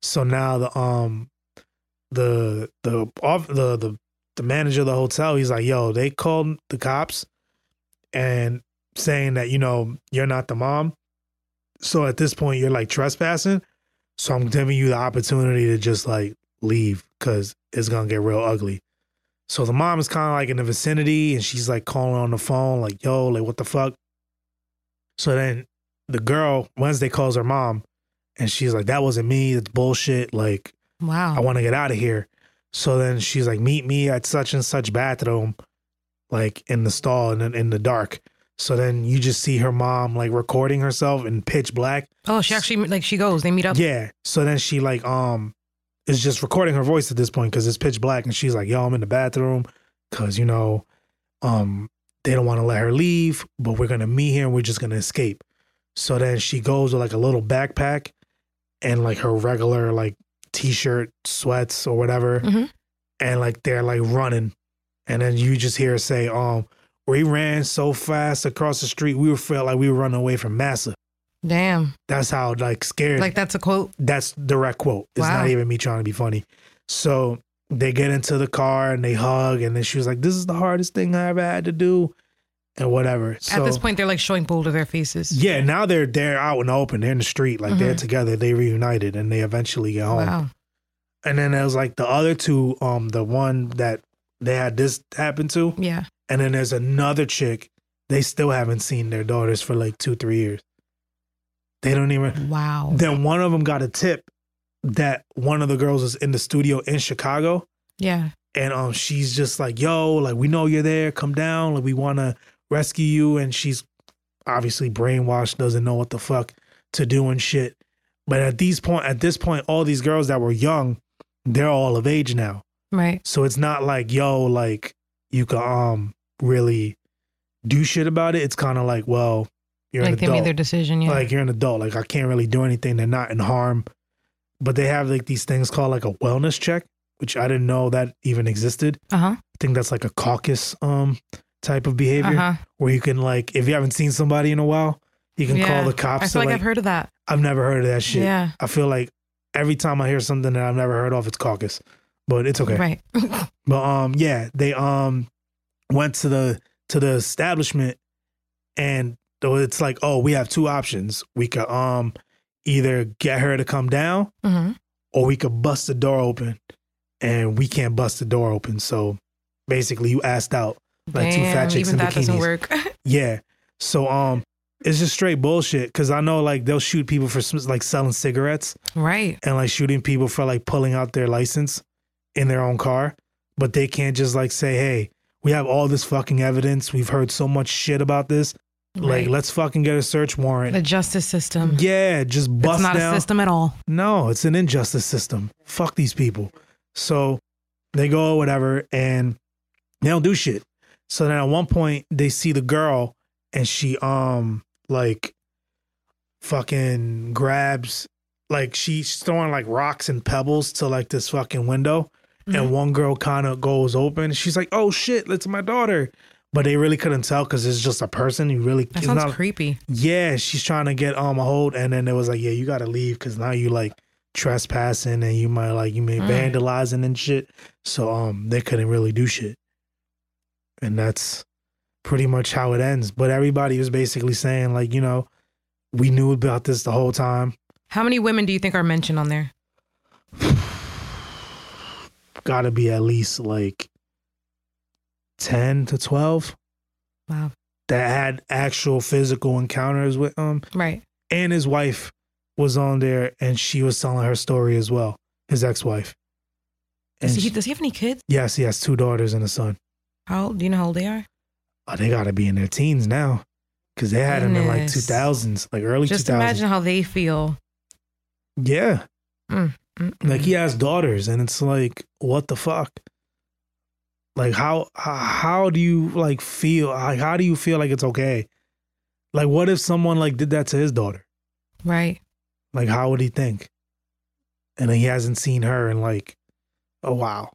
Speaker 1: So now the um the the off the the the manager of the hotel, he's like, yo, they called the cops and saying that, you know, you're not the mom. So at this point, you're like trespassing. So I'm giving you the opportunity to just like leave because it's gonna get real ugly. So the mom is kind of like in the vicinity and she's like calling on the phone, like, yo, like, what the fuck? So then the girl, Wednesday, calls her mom and she's like, that wasn't me. That's bullshit. Like, I
Speaker 2: Wow.
Speaker 1: want to get out of here. So then she's like, meet me at such and such bathroom, like in the stall and in, in the dark. So then you just see her mom like recording herself in pitch black.
Speaker 2: oh, she actually like she goes. They meet up.
Speaker 1: Yeah. So then she like um is just recording her voice at this point because it's pitch black and she's like, yo, I'm in the bathroom because you know, um, they don't want to let her leave, but we're gonna meet here and we're just gonna escape. So then she goes with like a little backpack and like her regular like t-shirt, sweats or whatever,
Speaker 2: Mhm.
Speaker 1: and like they're like running, and then you just hear her say, um. We ran so fast across the street, we felt like we were running away from Massa.
Speaker 2: Damn.
Speaker 1: That's how like scared
Speaker 2: Like that's a quote.
Speaker 1: that's direct quote. It's
Speaker 2: Wow.
Speaker 1: not even me trying to be funny. So they get into the car and they hug, and then she was like, "This is the hardest thing I ever had to do," and whatever. So
Speaker 2: At this point, they're like showing both of their faces.
Speaker 1: yeah, now they're they're out in the open, they're in the street, like they're
Speaker 2: Mhm.
Speaker 1: together, they reunited, and they eventually get home.
Speaker 2: Wow.
Speaker 1: And then there was like the other two, um, the one that they had this happen to,
Speaker 2: Yeah.
Speaker 1: and then there's another chick. They still haven't seen their daughters for like two, three years. They don't even
Speaker 2: Wow.
Speaker 1: then one of them got a tip that one of the girls is in the studio in Chicago,
Speaker 2: yeah.
Speaker 1: and um, she's just like, "Yo, like we know you're there. Come down. Like we want to rescue you." And she's obviously brainwashed, doesn't know what the fuck to do and shit. But at these point, at this point, all these girls that were young, they're all of age now,
Speaker 2: Right.
Speaker 1: so it's not like, yo, like you can um really do shit about it. It's kind of like, well, you're an
Speaker 2: Like they
Speaker 1: adult
Speaker 2: made their decision. Yeah.
Speaker 1: like you're an adult like i can't really do anything they're not in harm but they have like these things called like a wellness check which i didn't know that even existed
Speaker 2: uh huh.
Speaker 1: i think that's like a caucus um type of
Speaker 2: Uh
Speaker 1: behavior
Speaker 2: huh.
Speaker 1: where you can like if you haven't seen somebody in a while you can
Speaker 2: Yeah.
Speaker 1: call the
Speaker 2: I
Speaker 1: cops
Speaker 2: feel
Speaker 1: to,
Speaker 2: like,
Speaker 1: like,
Speaker 2: I've heard of that.
Speaker 1: I've never heard of that shit
Speaker 2: Yeah.
Speaker 1: i feel like every time i hear something that i've never heard of it's caucus but it's okay
Speaker 2: Right.
Speaker 1: but um, yeah, they um went to the to the establishment, and though it's like, oh, we have two options. We could um either get her to come down,
Speaker 2: hmm
Speaker 1: or we could bust the door open, and we can't bust the door open. So basically, you asked out. Like two fat
Speaker 2: Damn,
Speaker 1: chicks
Speaker 2: even
Speaker 1: in
Speaker 2: that doesn't
Speaker 1: bikinis.
Speaker 2: work. <laughs>
Speaker 1: Yeah. So um, it's just straight bullshit. Cause I know like they'll shoot people for sm- like selling cigarettes
Speaker 2: right.
Speaker 1: and like shooting people for like pulling out their license in their own car, but they can't just like say, "Hey, we have all this fucking evidence. We've heard so much shit about this. Like,
Speaker 2: Right.
Speaker 1: let's fucking get a search
Speaker 2: the
Speaker 1: warrant."
Speaker 2: justice system.
Speaker 1: Yeah, just
Speaker 2: It's
Speaker 1: bust
Speaker 2: not
Speaker 1: down.
Speaker 2: a system at all.
Speaker 1: No, it's an injustice system. Fuck these people. So they go whatever and they don't do shit. So then at one point they see the girl and she um like fucking grabs like she's throwing like rocks and pebbles to like this fucking window
Speaker 2: Mm-hmm.
Speaker 1: and one girl kind of goes open. She's like, "Oh shit, it's my daughter." But they really couldn't tell because it's just a person. You really
Speaker 2: That
Speaker 1: it's
Speaker 2: sounds
Speaker 1: not
Speaker 2: creepy.
Speaker 1: yeah, she's trying to get um a hold, and then it was like, yeah, you gotta leave because now you like trespassing and you might like you may
Speaker 2: Mm.
Speaker 1: vandalizing and shit. So um, they couldn't really do shit, and that's pretty much how it ends. But everybody was basically saying like, you know, we knew about this the whole time.
Speaker 2: How many women do you think are mentioned on there?
Speaker 1: Gotta be at least like ten to twelve
Speaker 2: Wow.
Speaker 1: that had actual physical encounters with um
Speaker 2: Right.
Speaker 1: and his wife was on there and she was telling her story as well his ex-wife and
Speaker 2: Does he,
Speaker 1: she-
Speaker 2: does he have any kids?
Speaker 1: yes he has two daughters and a son
Speaker 2: How old? Do you know how old they are?
Speaker 1: oh, they gotta be in their teens now because they had him in like
Speaker 2: Goodness.
Speaker 1: 2000s like early
Speaker 2: Just
Speaker 1: 2000s
Speaker 2: imagine how they feel.
Speaker 1: yeah
Speaker 2: Mm-mm.
Speaker 1: like he has daughters and it's like what the fuck like how h- how do you like feel like how do you feel like it's okay like what if someone like did that to his daughter
Speaker 2: right.
Speaker 1: Like, how would he think? And he hasn't seen her in like a while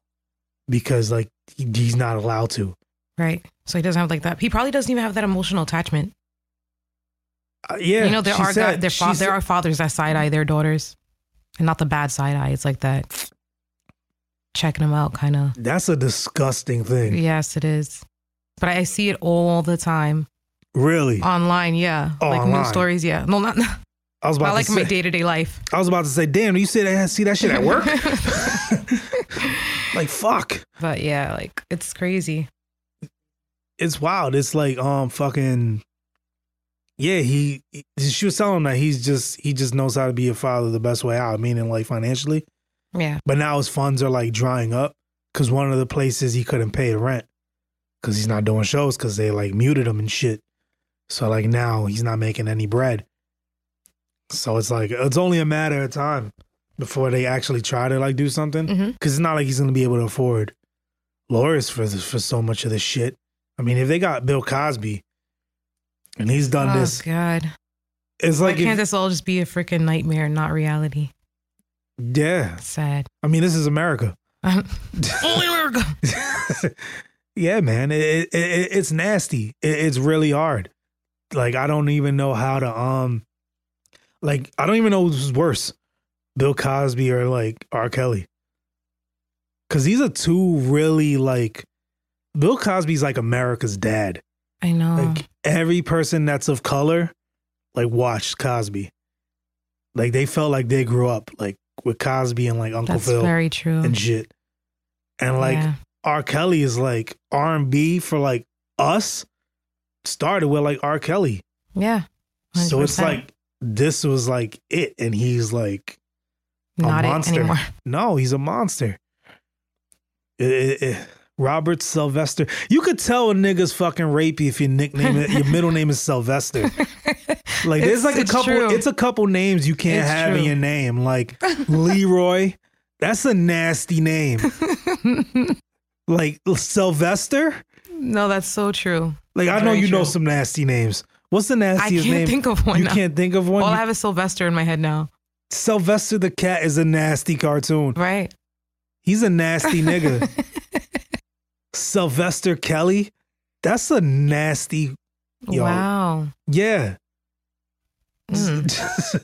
Speaker 1: because like he, he's not allowed to.
Speaker 2: Right. So he doesn't have like that. He probably doesn't even have that emotional attachment.
Speaker 1: Uh, yeah,
Speaker 2: you know, there
Speaker 1: she
Speaker 2: are
Speaker 1: said-
Speaker 2: guy, there,
Speaker 1: she
Speaker 2: fa-
Speaker 1: said-
Speaker 2: there are fathers that side eye their daughters, and not the bad side eye. It's like that checking them out kind of.
Speaker 1: That's a disgusting thing.
Speaker 2: Yes, it is. But I see it all the time Uh,
Speaker 1: Really,
Speaker 2: online. Yeah,
Speaker 1: Oh,
Speaker 2: like
Speaker 1: online.
Speaker 2: news stories. Yeah, no, not <laughs> not
Speaker 1: I was about
Speaker 2: like
Speaker 1: to
Speaker 2: my
Speaker 1: say.
Speaker 2: day to day life.
Speaker 1: I was about to say, damn, do you see that? See that shit at work? Like fuck.
Speaker 2: <laughs> But yeah, like it's crazy.
Speaker 1: It's wild. It's like um fucking yeah, he, he- she was telling him that he's just he just knows how to be a father the best way out, meaning like financially.
Speaker 2: Yeah.
Speaker 1: But now his funds are like drying up because one of the places he couldn't pay the rent because he's not doing shows because they like muted him and shit. So like now he's not making any bread. So it's like it's only a matter of time before they actually try to like do something because
Speaker 2: Mhm.
Speaker 1: it's not like he's gonna be able to afford lawyers for this, for so much of this shit. I mean, if they got Bill Cosby and he's done
Speaker 2: oh
Speaker 1: this,
Speaker 2: God.
Speaker 1: it's
Speaker 2: Why
Speaker 1: like if-
Speaker 2: can't this all just be a freaking nightmare and not reality?
Speaker 1: yeah.
Speaker 2: It's sad. <laughs>
Speaker 1: I mean, this is America.
Speaker 2: Only America.
Speaker 1: <laughs> yeah, man, it, it, it it's nasty. It, it's really hard. Like I don't even know how to um, like I don't even know who's worse, Bill Cosby or like R. Kelly. Cause these are two really like, Bill Cosby's like America's dad.
Speaker 2: I know.
Speaker 1: Like every person that's of color, like watched Cosby. Like they felt like they grew up like with Cosby and like Uncle
Speaker 2: That's
Speaker 1: Phil
Speaker 2: very true.
Speaker 1: and shit. And like
Speaker 2: Yeah.
Speaker 1: R. Kelly is like R and B for like us started with like R. Kelly.
Speaker 2: Yeah.
Speaker 1: So it's
Speaker 2: 100%.
Speaker 1: like this was like it. And he's like, a
Speaker 2: not it
Speaker 1: monster.
Speaker 2: anymore.
Speaker 1: no, he's a monster. Eh, eh, eh. Robert Sylvester. You could tell a nigga's fucking rapey if your nickname your middle name is Sylvester.
Speaker 2: <laughs>
Speaker 1: Like there's
Speaker 2: It's-
Speaker 1: like a
Speaker 2: it's
Speaker 1: couple
Speaker 2: true.
Speaker 1: it's a couple names you can't
Speaker 2: It's
Speaker 1: have in
Speaker 2: true.
Speaker 1: your name.
Speaker 2: <laughs>
Speaker 1: Like Leroy. That's a nasty name. like Sylvester?
Speaker 2: <laughs> no, that's so true.
Speaker 1: Like I know
Speaker 2: Very
Speaker 1: you know
Speaker 2: true.
Speaker 1: some nasty names. What's the
Speaker 2: I
Speaker 1: nastiest
Speaker 2: can't
Speaker 1: name?
Speaker 2: think of one.
Speaker 1: you
Speaker 2: now.
Speaker 1: can't think of one.
Speaker 2: All
Speaker 1: You-
Speaker 2: I have is Sylvester in my head now.
Speaker 1: Sylvester the cat is a nasty cartoon.
Speaker 2: Right.
Speaker 1: He's a
Speaker 2: <laughs>
Speaker 1: nasty nigga. Sylvester Kelly, that's a nasty. Yo.
Speaker 2: Wow.
Speaker 1: Yeah.
Speaker 2: Mm.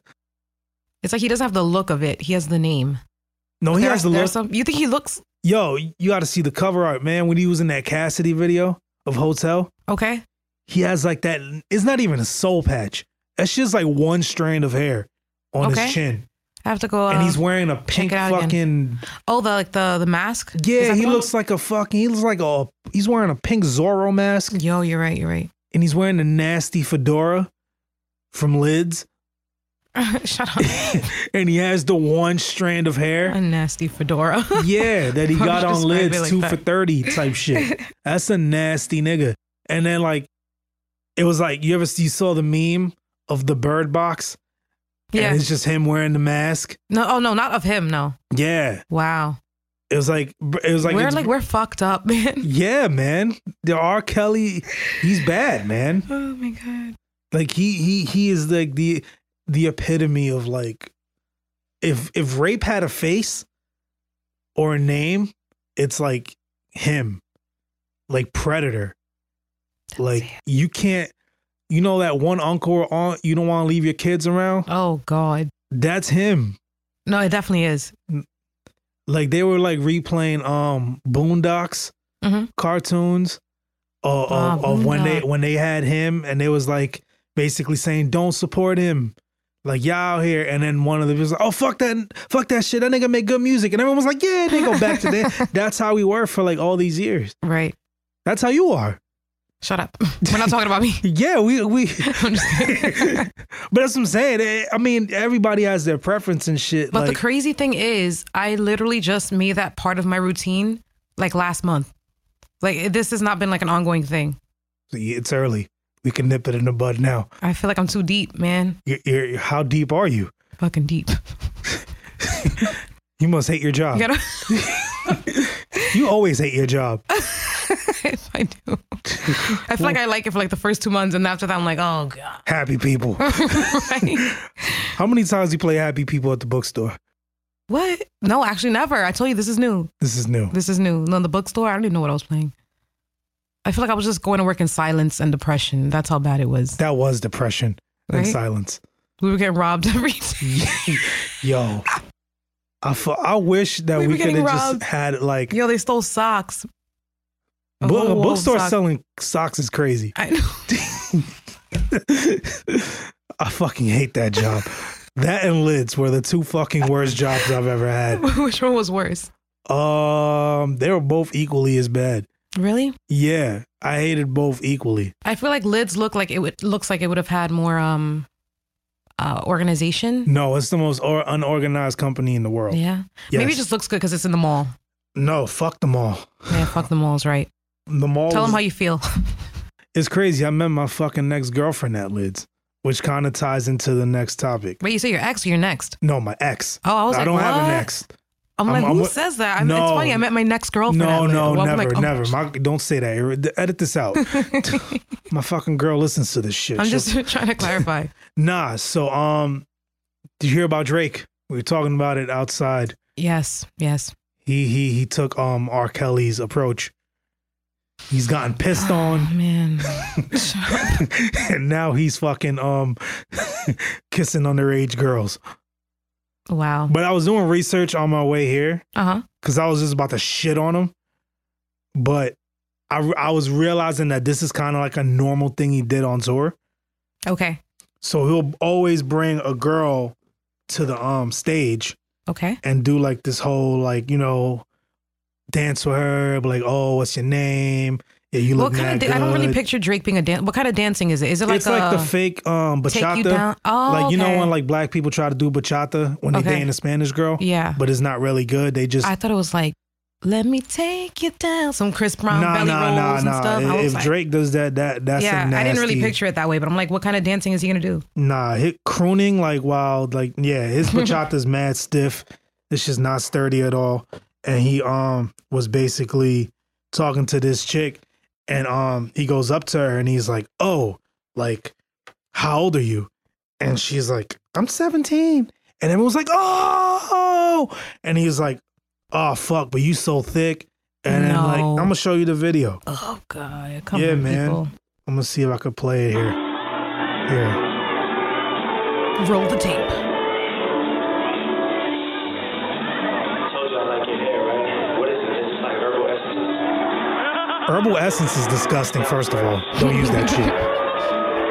Speaker 2: It's like he doesn't have the look of it. He has the name.
Speaker 1: <laughs> no, Oh, he
Speaker 2: There
Speaker 1: has
Speaker 2: are-
Speaker 1: the
Speaker 2: there are
Speaker 1: look.
Speaker 2: some- you think he looks
Speaker 1: Yo, you got to see the cover art, man. When he was in that Cassidy video of Hotel,
Speaker 2: okay?
Speaker 1: he has like that. It's not even a soul patch. That's just like one strand of hair on
Speaker 2: Okay.
Speaker 1: his chin,
Speaker 2: I have to go. Uh,
Speaker 1: and he's wearing a pink
Speaker 2: it out again.
Speaker 1: fucking
Speaker 2: oh, the like the the mask. Is
Speaker 1: Yeah,
Speaker 2: that
Speaker 1: he
Speaker 2: the one?
Speaker 1: looks like a fucking. He looks like a. He's wearing a pink Zorro mask
Speaker 2: Yo, you're right. You're right. <laughs>
Speaker 1: and he's wearing a nasty fedora from Lids, <laughs>
Speaker 2: Shut up.
Speaker 1: and he has the one strand of
Speaker 2: a <laughs>
Speaker 1: hair.
Speaker 2: nasty fedora. <laughs>
Speaker 1: Yeah, that he
Speaker 2: How
Speaker 1: got
Speaker 2: would you
Speaker 1: on
Speaker 2: describe it
Speaker 1: Lids
Speaker 2: like
Speaker 1: two
Speaker 2: that?
Speaker 1: for thirty type
Speaker 2: <laughs>
Speaker 1: shit. That's a nasty nigga. And then like, it was like you ever see, you saw the meme of the bird box,
Speaker 2: yeah.
Speaker 1: and it's just him wearing the mask.
Speaker 2: No. Oh no, not of him. No.
Speaker 1: Yeah,
Speaker 2: Wow.
Speaker 1: it was like it was like
Speaker 2: we're
Speaker 1: it's-
Speaker 2: like we're fucked up, <laughs> man.
Speaker 1: yeah, man. The R. Kelly, he's bad, man.
Speaker 2: Oh my god.
Speaker 1: like he he he is like the the epitome of like if if rape had a face or a name it's like him like predator like
Speaker 2: it.
Speaker 1: you can't you know that one uncle or aunt you don't want to leave your kids around
Speaker 2: Oh god.
Speaker 1: that's him
Speaker 2: No, it definitely is.
Speaker 1: like they were like replaying um boondocks
Speaker 2: Mhm.
Speaker 1: cartoons of, of,
Speaker 2: Ah,
Speaker 1: of when they
Speaker 2: Boondock.
Speaker 1: when they had him and they was like basically saying don't support him like y'all out here and then one of them was like oh fuck that fuck that shit that nigga make good music and everyone was like yeah and they go back to
Speaker 2: <laughs>
Speaker 1: that that's how we were for like all these years
Speaker 2: Right.
Speaker 1: that's how you are
Speaker 2: Shut up. <laughs> We're not talking about me. <laughs>
Speaker 1: yeah we we
Speaker 2: I'm just kidding.
Speaker 1: <laughs> but that's what I'm saying Eh, I mean everybody has their preference and shit
Speaker 2: But
Speaker 1: like
Speaker 2: the crazy thing is, I literally just made that part of my routine like last month. Like it- this has not been like an ongoing thing.
Speaker 1: it's early we can nip it in the bud now
Speaker 2: I feel like I'm too deep, man.
Speaker 1: you're, you're, how deep are you
Speaker 2: Fucking deep. <laughs>
Speaker 1: You must hate your job.
Speaker 2: You
Speaker 1: You,
Speaker 2: gotta. <laughs>
Speaker 1: always hate your job.
Speaker 2: if I do. I feel like I like it for like the first two months, and after that, I'm like, oh god. <laughs>
Speaker 1: Happy people.
Speaker 2: Right?
Speaker 1: How many times you play happy people at the bookstore?
Speaker 2: What? No, actually, never. I told you this is new.
Speaker 1: This is new.
Speaker 2: This is new. No, in the bookstore, I don't even know what I was playing. I feel like I was just going to work in silence and depression. That's how bad it was.
Speaker 1: That was depression and
Speaker 2: Right? <laughs>
Speaker 1: silence.
Speaker 2: We were getting robbed <laughs> every day.
Speaker 1: Yo, I, fu- I wish that
Speaker 2: We
Speaker 1: we,
Speaker 2: were
Speaker 1: could
Speaker 2: getting
Speaker 1: have just
Speaker 2: robbed.
Speaker 1: had like
Speaker 2: Yo, they stole socks. A
Speaker 1: book, a
Speaker 2: whole wall of
Speaker 1: bookstore
Speaker 2: socks.
Speaker 1: selling socks is crazy. <laughs>
Speaker 2: I know. <laughs>
Speaker 1: I fucking hate that job. That and lids were the two fucking worst jobs I've ever had.
Speaker 2: Which one was worse?
Speaker 1: Um, they were both equally as bad.
Speaker 2: Really?
Speaker 1: Yeah, I hated both equally.
Speaker 2: I feel like lids look like it would looks like it would have had more um uh organization.
Speaker 1: No, it's the most or- unorganized company in the world.
Speaker 2: Yeah.
Speaker 1: Yes.
Speaker 2: Maybe it just looks good because it's in the mall.
Speaker 1: no. Fuck them all.
Speaker 2: Yeah, fuck the malls, right?
Speaker 1: The mall.
Speaker 2: Tell them
Speaker 1: was-
Speaker 2: how you feel. <laughs>
Speaker 1: it's crazy. I met my fucking next girlfriend at Lids, which kind of ties into the next topic.
Speaker 2: Wait, you say your ex or your next?
Speaker 1: No, my ex.
Speaker 2: Oh, I was
Speaker 1: I
Speaker 2: like,
Speaker 1: don't have
Speaker 2: what?
Speaker 1: an ex.
Speaker 2: I'm like,
Speaker 1: I'm-
Speaker 2: who
Speaker 1: I'm-
Speaker 2: says that? I mean, it's
Speaker 1: No.
Speaker 2: funny. I met my next girlfriend. at
Speaker 1: No,
Speaker 2: Lid.
Speaker 1: no,
Speaker 2: Well, I'm
Speaker 1: never,
Speaker 2: like, oh,
Speaker 1: never. My, don't say that. Er- Edit this
Speaker 2: <laughs>
Speaker 1: out. my fucking girl listens to this shit.
Speaker 2: I'm
Speaker 1: She'll-
Speaker 2: just <laughs> trying to clarify.
Speaker 1: <laughs> nah. So, um, did you hear about Drake? We were talking about it outside.
Speaker 2: Yes, yes.
Speaker 1: He he he took um R. Kelly's approach. He's gotten
Speaker 2: <gasps>
Speaker 1: pissed on, <laughs>
Speaker 2: Oh, man.
Speaker 1: and <laughs> now he's fucking um <laughs> kissing underage girls.
Speaker 2: wow.
Speaker 1: But I was doing research on my way here
Speaker 2: Uh huh.
Speaker 1: because I was just about to shit on him, but. I, I was realizing that this is kind of like a normal thing he did on tour.
Speaker 2: Okay.
Speaker 1: So he'll always bring a girl to the um stage
Speaker 2: Okay.
Speaker 1: and do like this whole like you know dance with her, be like oh what's your name? Yeah, you look
Speaker 2: What kind of?
Speaker 1: mad
Speaker 2: da- I don't really
Speaker 1: good.
Speaker 2: picture Drake being a dance. What kind of dancing is it? Is it like
Speaker 1: it's
Speaker 2: a
Speaker 1: like the fake um
Speaker 2: take you
Speaker 1: bachata,
Speaker 2: down? Oh,
Speaker 1: like you know
Speaker 2: okay.
Speaker 1: when like black people try to do bachata when they
Speaker 2: Okay.
Speaker 1: date a Spanish girl,
Speaker 2: yeah.
Speaker 1: but it's not really good. They just
Speaker 2: I thought it was like, let me take you down. Some Chris Brown
Speaker 1: nah
Speaker 2: belly
Speaker 1: nah
Speaker 2: rolls
Speaker 1: nah
Speaker 2: and stuff.
Speaker 1: nah.
Speaker 2: I was
Speaker 1: If
Speaker 2: like,
Speaker 1: Drake does that, that that's a
Speaker 2: yeah, I didn't really
Speaker 1: nasty-
Speaker 2: picture it that way. But I'm like, what kind of dancing is he gonna do?
Speaker 1: Nah, hit crooning like wild, like yeah,
Speaker 2: <laughs>
Speaker 1: his bachata's mad stiff. This shit's not sturdy at all. And he um was basically talking to this chick and um he goes up to her and he's like, Oh, like, how old are you? And she's like, I'm 17. And everyone's like, Oh and he's like, Oh fuck, but you so thick. And then like,
Speaker 2: No.
Speaker 1: I'm gonna show you the video.
Speaker 2: Oh god, come
Speaker 1: Yeah,
Speaker 2: on,
Speaker 1: man.
Speaker 2: people.
Speaker 1: I'm gonna see if I could play it here. Here.
Speaker 2: Roll the tape.
Speaker 4: told you I like your hair, right? What is it? It's like herbal essences.
Speaker 1: Herbal essence is disgusting, first of all. Don't use that shit.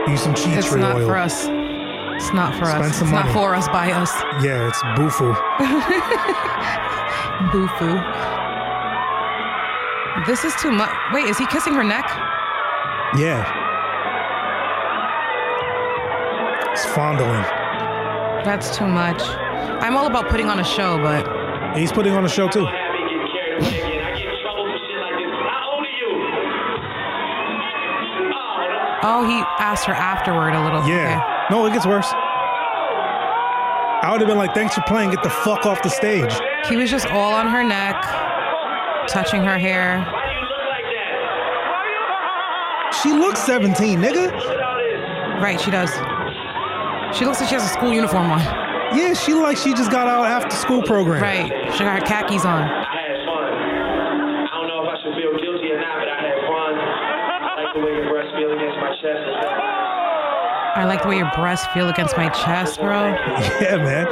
Speaker 1: Use some tea
Speaker 2: It's
Speaker 1: tree
Speaker 2: not
Speaker 1: oil.
Speaker 2: for us. It's not for
Speaker 1: Spend
Speaker 2: us.
Speaker 1: some
Speaker 2: it's
Speaker 1: money.
Speaker 2: not for us by us.
Speaker 1: Yeah, it's bufu.
Speaker 2: Boo foo. This is too much. Wait, is he kissing her neck?
Speaker 1: Yeah. It's fondling.
Speaker 2: That's too much. I'm all about putting on a show, but
Speaker 1: And he's putting on a show too.
Speaker 4: Don't have me get carried away again. I get in trouble for shit like this. I owe you. Oh,
Speaker 2: oh,
Speaker 4: that's
Speaker 2: he asked her afterward a little.
Speaker 1: Yeah. No, it gets worse. I would have been like, thanks for playing. Get the fuck off the stage.
Speaker 2: Okay. He was just all on her neck, touching her hair.
Speaker 4: why you look like that?
Speaker 1: She looks 17, nigga.
Speaker 4: Look at all this.
Speaker 2: Right, she does. She looks like she has a school uniform on.
Speaker 1: Yeah, she like she just got out after school program.
Speaker 2: Right, she got her khakis on.
Speaker 4: I had fun. I don't know if I should feel guilty or not, but I had fun. I like the way your breast feel against my chest and stuff.
Speaker 2: I like the way your breasts feel against my chest, bro.
Speaker 1: <laughs> Yeah, man.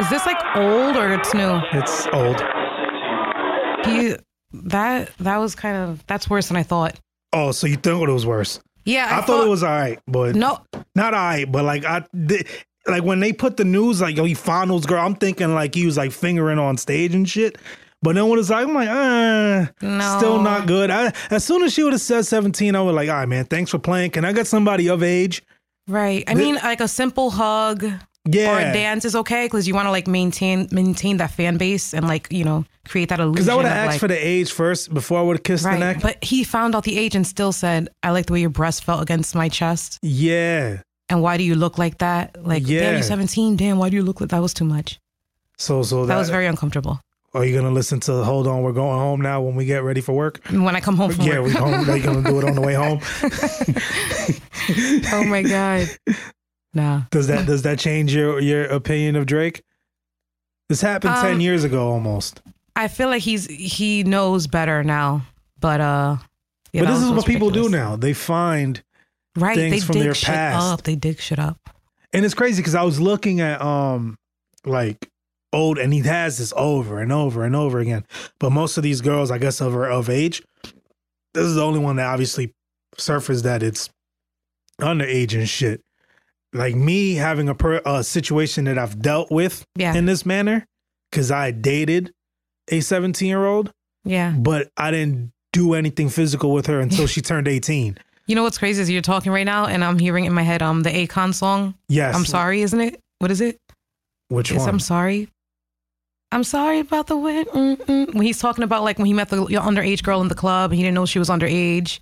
Speaker 2: Is this like old or it's new?
Speaker 1: It's old.
Speaker 2: He that that was kind of that's worse than I thought.
Speaker 1: Oh, so you thought it was worse.
Speaker 2: Yeah,
Speaker 1: I, thought, it was all right, but
Speaker 2: no.
Speaker 1: not all right, but like I th- like when they put the news like yo he fondles girl, I'm thinking like he was like fingering on stage and shit. But then when it's like I'm like, uh,
Speaker 2: No.
Speaker 1: still not good. I, as soon as she would have said 17, I would like, all right, man, thanks for playing. Can I get somebody of age?
Speaker 2: Right. I mean, like a simple hug
Speaker 1: Yeah,
Speaker 2: or a dance is okay because you want to like maintain maintain that fan base and like you know create that illusion.
Speaker 1: because I would have
Speaker 2: of,
Speaker 1: asked
Speaker 2: like,
Speaker 1: for the age first before I would have kissed the
Speaker 2: right.
Speaker 1: neck.
Speaker 2: But he found out the age and still said, "I like the way your breast felt against my chest."
Speaker 1: yeah,
Speaker 2: And why do you look like that? Like, damn,
Speaker 1: Yeah.
Speaker 2: you're 17. Damn, why do you look like that? Was too much.
Speaker 1: so so
Speaker 2: That
Speaker 1: that,
Speaker 2: was very uncomfortable.
Speaker 1: Are you gonna listen to Hold On, We're Going Home now when we get ready for work?
Speaker 2: When I come home from
Speaker 1: Yeah,
Speaker 2: work.
Speaker 1: we home. They gonna do it on the way
Speaker 2: <laughs>
Speaker 1: home. <laughs>
Speaker 2: oh my god. Nah.
Speaker 1: Does that does that change your your opinion of Drake? This happened ten
Speaker 2: Um,
Speaker 1: years ago almost.
Speaker 2: I feel like he's he knows better now, but uh. yeah,
Speaker 1: but
Speaker 2: that
Speaker 1: this
Speaker 2: was
Speaker 1: is
Speaker 2: most
Speaker 1: what people do
Speaker 2: ridiculous.
Speaker 1: now. They find,
Speaker 2: Right? They
Speaker 1: things from
Speaker 2: dig
Speaker 1: their
Speaker 2: shit
Speaker 1: past.
Speaker 2: up. They dig shit up.
Speaker 1: and it's crazy because I was looking at um like old, and he has this over and over and over again. But most of these girls, I guess, of are of age. This is the only one that obviously surfaced that it's underage and shit. Like me having a per, a situation that I've dealt with
Speaker 2: Yeah.
Speaker 1: in this manner because I dated a 17 year old,
Speaker 2: Yeah.
Speaker 1: but I didn't do anything physical with her until she turned 18.
Speaker 2: You know what's crazy is you're talking right now, and I'm hearing in my head um the Akon song.
Speaker 1: Yes.
Speaker 2: I'm sorry, isn't it? What is it?
Speaker 1: Which
Speaker 2: It's
Speaker 1: one?
Speaker 2: I'm sorry. I'm sorry about the win. Mm-mm. When he's talking about like when he met the your underage girl in the club, and he didn't know she was underage.